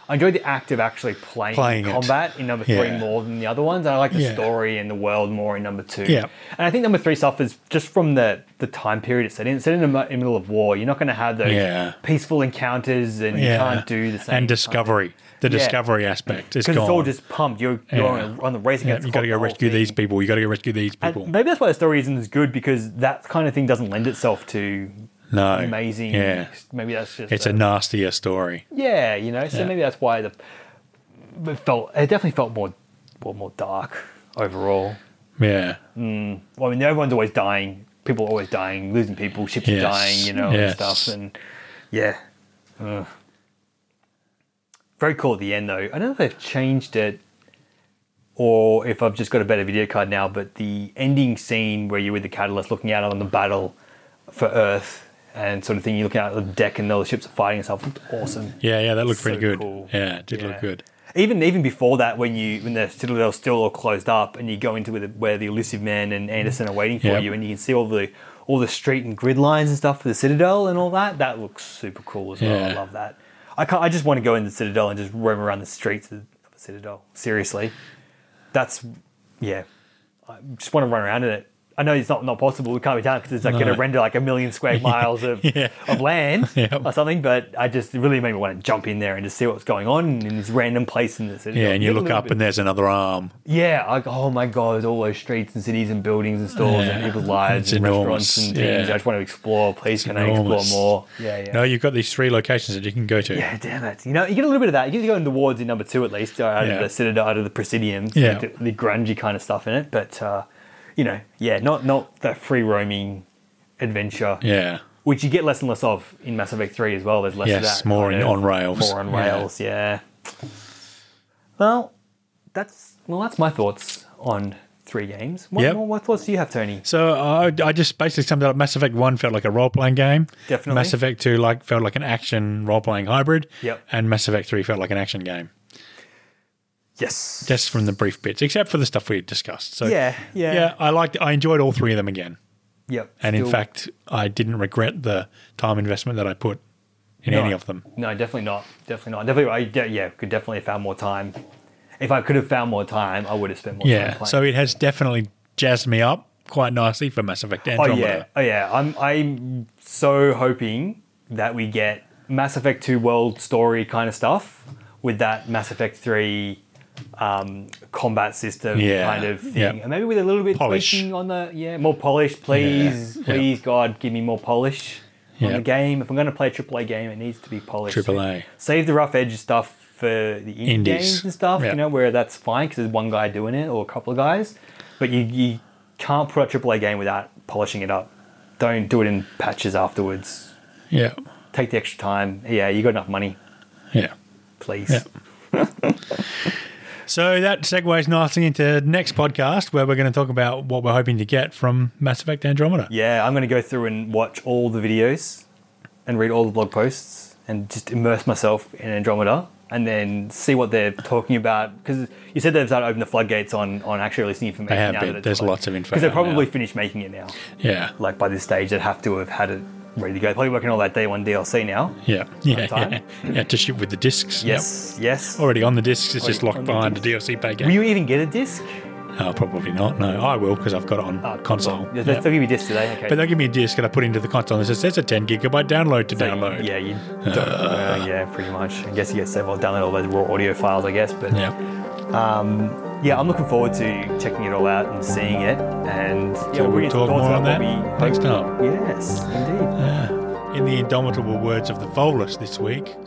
Speaker 1: I enjoyed the act of actually playing,
Speaker 2: Playing it.
Speaker 1: combat in number three
Speaker 2: Yeah.
Speaker 1: more than the other ones. And I like the
Speaker 2: Yeah.
Speaker 1: story and the world more in number two.
Speaker 2: Yeah.
Speaker 1: And I think number three suffers just from the, the time period it's set in. It's set in the mi- in the middle of war. You're not going to have those
Speaker 2: Yeah.
Speaker 1: peaceful encounters and you can't do the same.
Speaker 2: And
Speaker 1: kind of-
Speaker 2: discovery. The
Speaker 1: Yeah.
Speaker 2: discovery aspect is gone.
Speaker 1: because it's all just pumped. You're, you're
Speaker 2: Yeah.
Speaker 1: on, a- on the race
Speaker 2: Yeah,
Speaker 1: against.
Speaker 2: you got to
Speaker 1: the
Speaker 2: go
Speaker 1: whole
Speaker 2: rescue
Speaker 1: thing.
Speaker 2: these people. You got to go rescue these
Speaker 1: And
Speaker 2: people.
Speaker 1: maybe that's why the story isn't as good because that kind of thing doesn't lend itself to
Speaker 2: No.
Speaker 1: amazing.
Speaker 2: Yeah.
Speaker 1: Maybe that's just
Speaker 2: It's a nastier story.
Speaker 1: yeah, you know. So
Speaker 2: Yeah.
Speaker 1: maybe that's why the it felt it definitely felt more well more dark overall.
Speaker 2: Yeah.
Speaker 1: Well, I mean, everyone's always dying. People are always dying, losing people, ships
Speaker 2: Yes.
Speaker 1: are dying, you know,
Speaker 2: Yes.
Speaker 1: and stuff. And yeah. Ugh. Very cool at the end, though. I don't know if they've changed it or if I've just got a better video card now, but the ending scene where you're with the Catalyst looking out on the battle for Earth and sort of thing, you're looking out at the deck and all the ships are fighting and stuff looked awesome.
Speaker 2: Yeah, yeah, that looked
Speaker 1: So
Speaker 2: pretty good.
Speaker 1: cool.
Speaker 2: Yeah, it did look
Speaker 1: Yeah.
Speaker 2: good.
Speaker 1: Even even before that, when you when the Citadel's still all closed up, and you go into where the, where the elusive man and Anderson are waiting for
Speaker 2: Yep.
Speaker 1: you, and you can see all the all the street and grid lines and stuff for the Citadel and all that. That looks super cool as well. I
Speaker 2: Yeah.
Speaker 1: love that. I can't, I just want to go in the Citadel and just roam around the streets of the Citadel. Seriously, that's yeah. I just want to run around in it. I know it's not, not possible. It can't be done because it's like going
Speaker 2: No.
Speaker 1: to render like a million square miles of,
Speaker 2: Yeah.
Speaker 1: of land
Speaker 2: Yep.
Speaker 1: or something. But I just it really made me want to jump in there and just see what's going on in this random place in the city.
Speaker 2: Yeah, and you
Speaker 1: Little
Speaker 2: look
Speaker 1: bit.
Speaker 2: up and there's another arm.
Speaker 1: yeah, like oh my god, all those streets and cities and buildings and stores and
Speaker 2: Yeah.
Speaker 1: people's lives
Speaker 2: It's
Speaker 1: and
Speaker 2: enormous.
Speaker 1: restaurants and things.
Speaker 2: Yeah.
Speaker 1: I just want to explore. Please, can I
Speaker 2: enormous.
Speaker 1: explore more? Yeah, yeah.
Speaker 2: No, you've got these three locations that you can go to.
Speaker 1: Yeah, damn it. You know, you get a little bit of that. You get to go into the wards in number two at least, uh, out
Speaker 2: Yeah.
Speaker 1: of the Citadel, out of the Presidium, so
Speaker 2: Yeah.
Speaker 1: like the, the grungy kind of stuff in it. But, uh, you know, yeah, not, not that free roaming adventure,
Speaker 2: Yeah.
Speaker 1: which you get less and less of in Mass Effect 3 as well. There's less of
Speaker 2: Yes,
Speaker 1: that.
Speaker 2: more
Speaker 1: kind
Speaker 2: in-
Speaker 1: of-
Speaker 2: on rails.
Speaker 1: More on
Speaker 2: Yeah.
Speaker 1: rails, yeah. Well, that's well, that's my thoughts on three games. What,
Speaker 2: Yep.
Speaker 1: what, what thoughts do you have, Tony?
Speaker 2: So I, I just basically summed it up. Mass Effect One felt like a role playing game.
Speaker 1: Definitely.
Speaker 2: Mass Effect Two like felt like an action role playing hybrid.
Speaker 1: Yep.
Speaker 2: And Mass Effect Three felt like an action game.
Speaker 1: Yes.
Speaker 2: Just from the brief bits, except for the stuff we discussed. So
Speaker 1: Yeah, yeah.
Speaker 2: yeah. I liked. I enjoyed all three of them again.
Speaker 1: Yep.
Speaker 2: And in
Speaker 1: Still-
Speaker 2: fact, I didn't regret the time investment that I put in
Speaker 1: No.
Speaker 2: any of them.
Speaker 1: No, definitely not. Definitely not. Definitely, I de- yeah, could definitely have found more time. If I could have found more time, I would have spent more time
Speaker 2: Yeah.
Speaker 1: playing.
Speaker 2: So it has definitely jazzed me up quite nicely for Mass Effect
Speaker 1: oh
Speaker 2: Andromeda.
Speaker 1: yeah, oh yeah. I'm I'm so hoping that we get Mass Effect Two World Story kind of stuff with that Mass Effect Three um, combat system
Speaker 2: Yeah,
Speaker 1: kind of
Speaker 2: yeah.
Speaker 1: thing, and maybe with a little bit
Speaker 2: Polish.
Speaker 1: tweaking on the yeah more polish, please,
Speaker 2: Yeah, yeah.
Speaker 1: please God, give me more polish on
Speaker 2: Yeah.
Speaker 1: the game. If I'm going to play a AAA game, it needs to be polished.
Speaker 2: AAA.
Speaker 1: Save the rough edge stuff for the indie
Speaker 2: Indies.
Speaker 1: games and stuff,
Speaker 2: Yeah.
Speaker 1: you know, where that's fine because there's one guy doing it or a couple of guys, but you, you can't put out a AAA game without polishing it up. Don't do it in patches afterwards.
Speaker 2: Yeah.
Speaker 1: Take the extra time. Yeah, you got enough money,
Speaker 2: Yeah.
Speaker 1: please.
Speaker 2: Yeah. So that segues nicely into next podcast where we're going to talk about what we're hoping to get from Mass Effect Andromeda.
Speaker 1: Yeah, I'm going to go through and watch all the videos and read all the blog posts and just immerse myself in Andromeda and then see what they're talking about. Because you said they've started opening the floodgates on, on actually releasing information.
Speaker 2: have
Speaker 1: now
Speaker 2: been.
Speaker 1: that it's
Speaker 2: There's
Speaker 1: like-
Speaker 2: lots of info
Speaker 1: Because they're
Speaker 2: out now.
Speaker 1: probably finished making it now.
Speaker 2: Yeah.
Speaker 1: Like by this stage, they'd have to have had it ready to go. Probably working on that day one DLC now.
Speaker 2: Yeah. Yeah. Yeah.
Speaker 1: Sometime.
Speaker 2: yeah. To ship with the discs.
Speaker 1: Yes, yes.
Speaker 2: Yep. Already on the discs. It's just
Speaker 1: Already
Speaker 2: locked
Speaker 1: on the
Speaker 2: behind a DLC packet.
Speaker 1: Will you even get a disc?
Speaker 2: oh, probably not. No, I will because I've got it on
Speaker 1: Ah,
Speaker 2: Uh, console.
Speaker 1: They'll,
Speaker 2: Yeah.
Speaker 1: they'll give you discs today. Okay.
Speaker 2: But they'll give me a disc and I put it into the console and it says there's a 10 gigabyte download to download.
Speaker 1: Yeah, you don't. Uh, yeah, pretty much. I guess you get to save all download all those raw audio files, I guess. But
Speaker 2: Yeah.
Speaker 1: yeah, I'm looking forward to checking it all out and seeing it. And yeah,
Speaker 2: So
Speaker 1: we'll
Speaker 2: we'll
Speaker 1: get
Speaker 2: talk
Speaker 1: thoughts
Speaker 2: more on
Speaker 1: about
Speaker 2: that
Speaker 1: what
Speaker 2: next time.
Speaker 1: we- Yes, indeed.
Speaker 2: In the indomitable words of the Volus this week,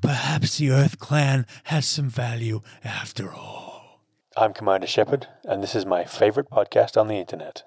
Speaker 2: perhaps the Earth Clan has some value after all. I'm Commander Shepard, and this is my favorite podcast on the internet.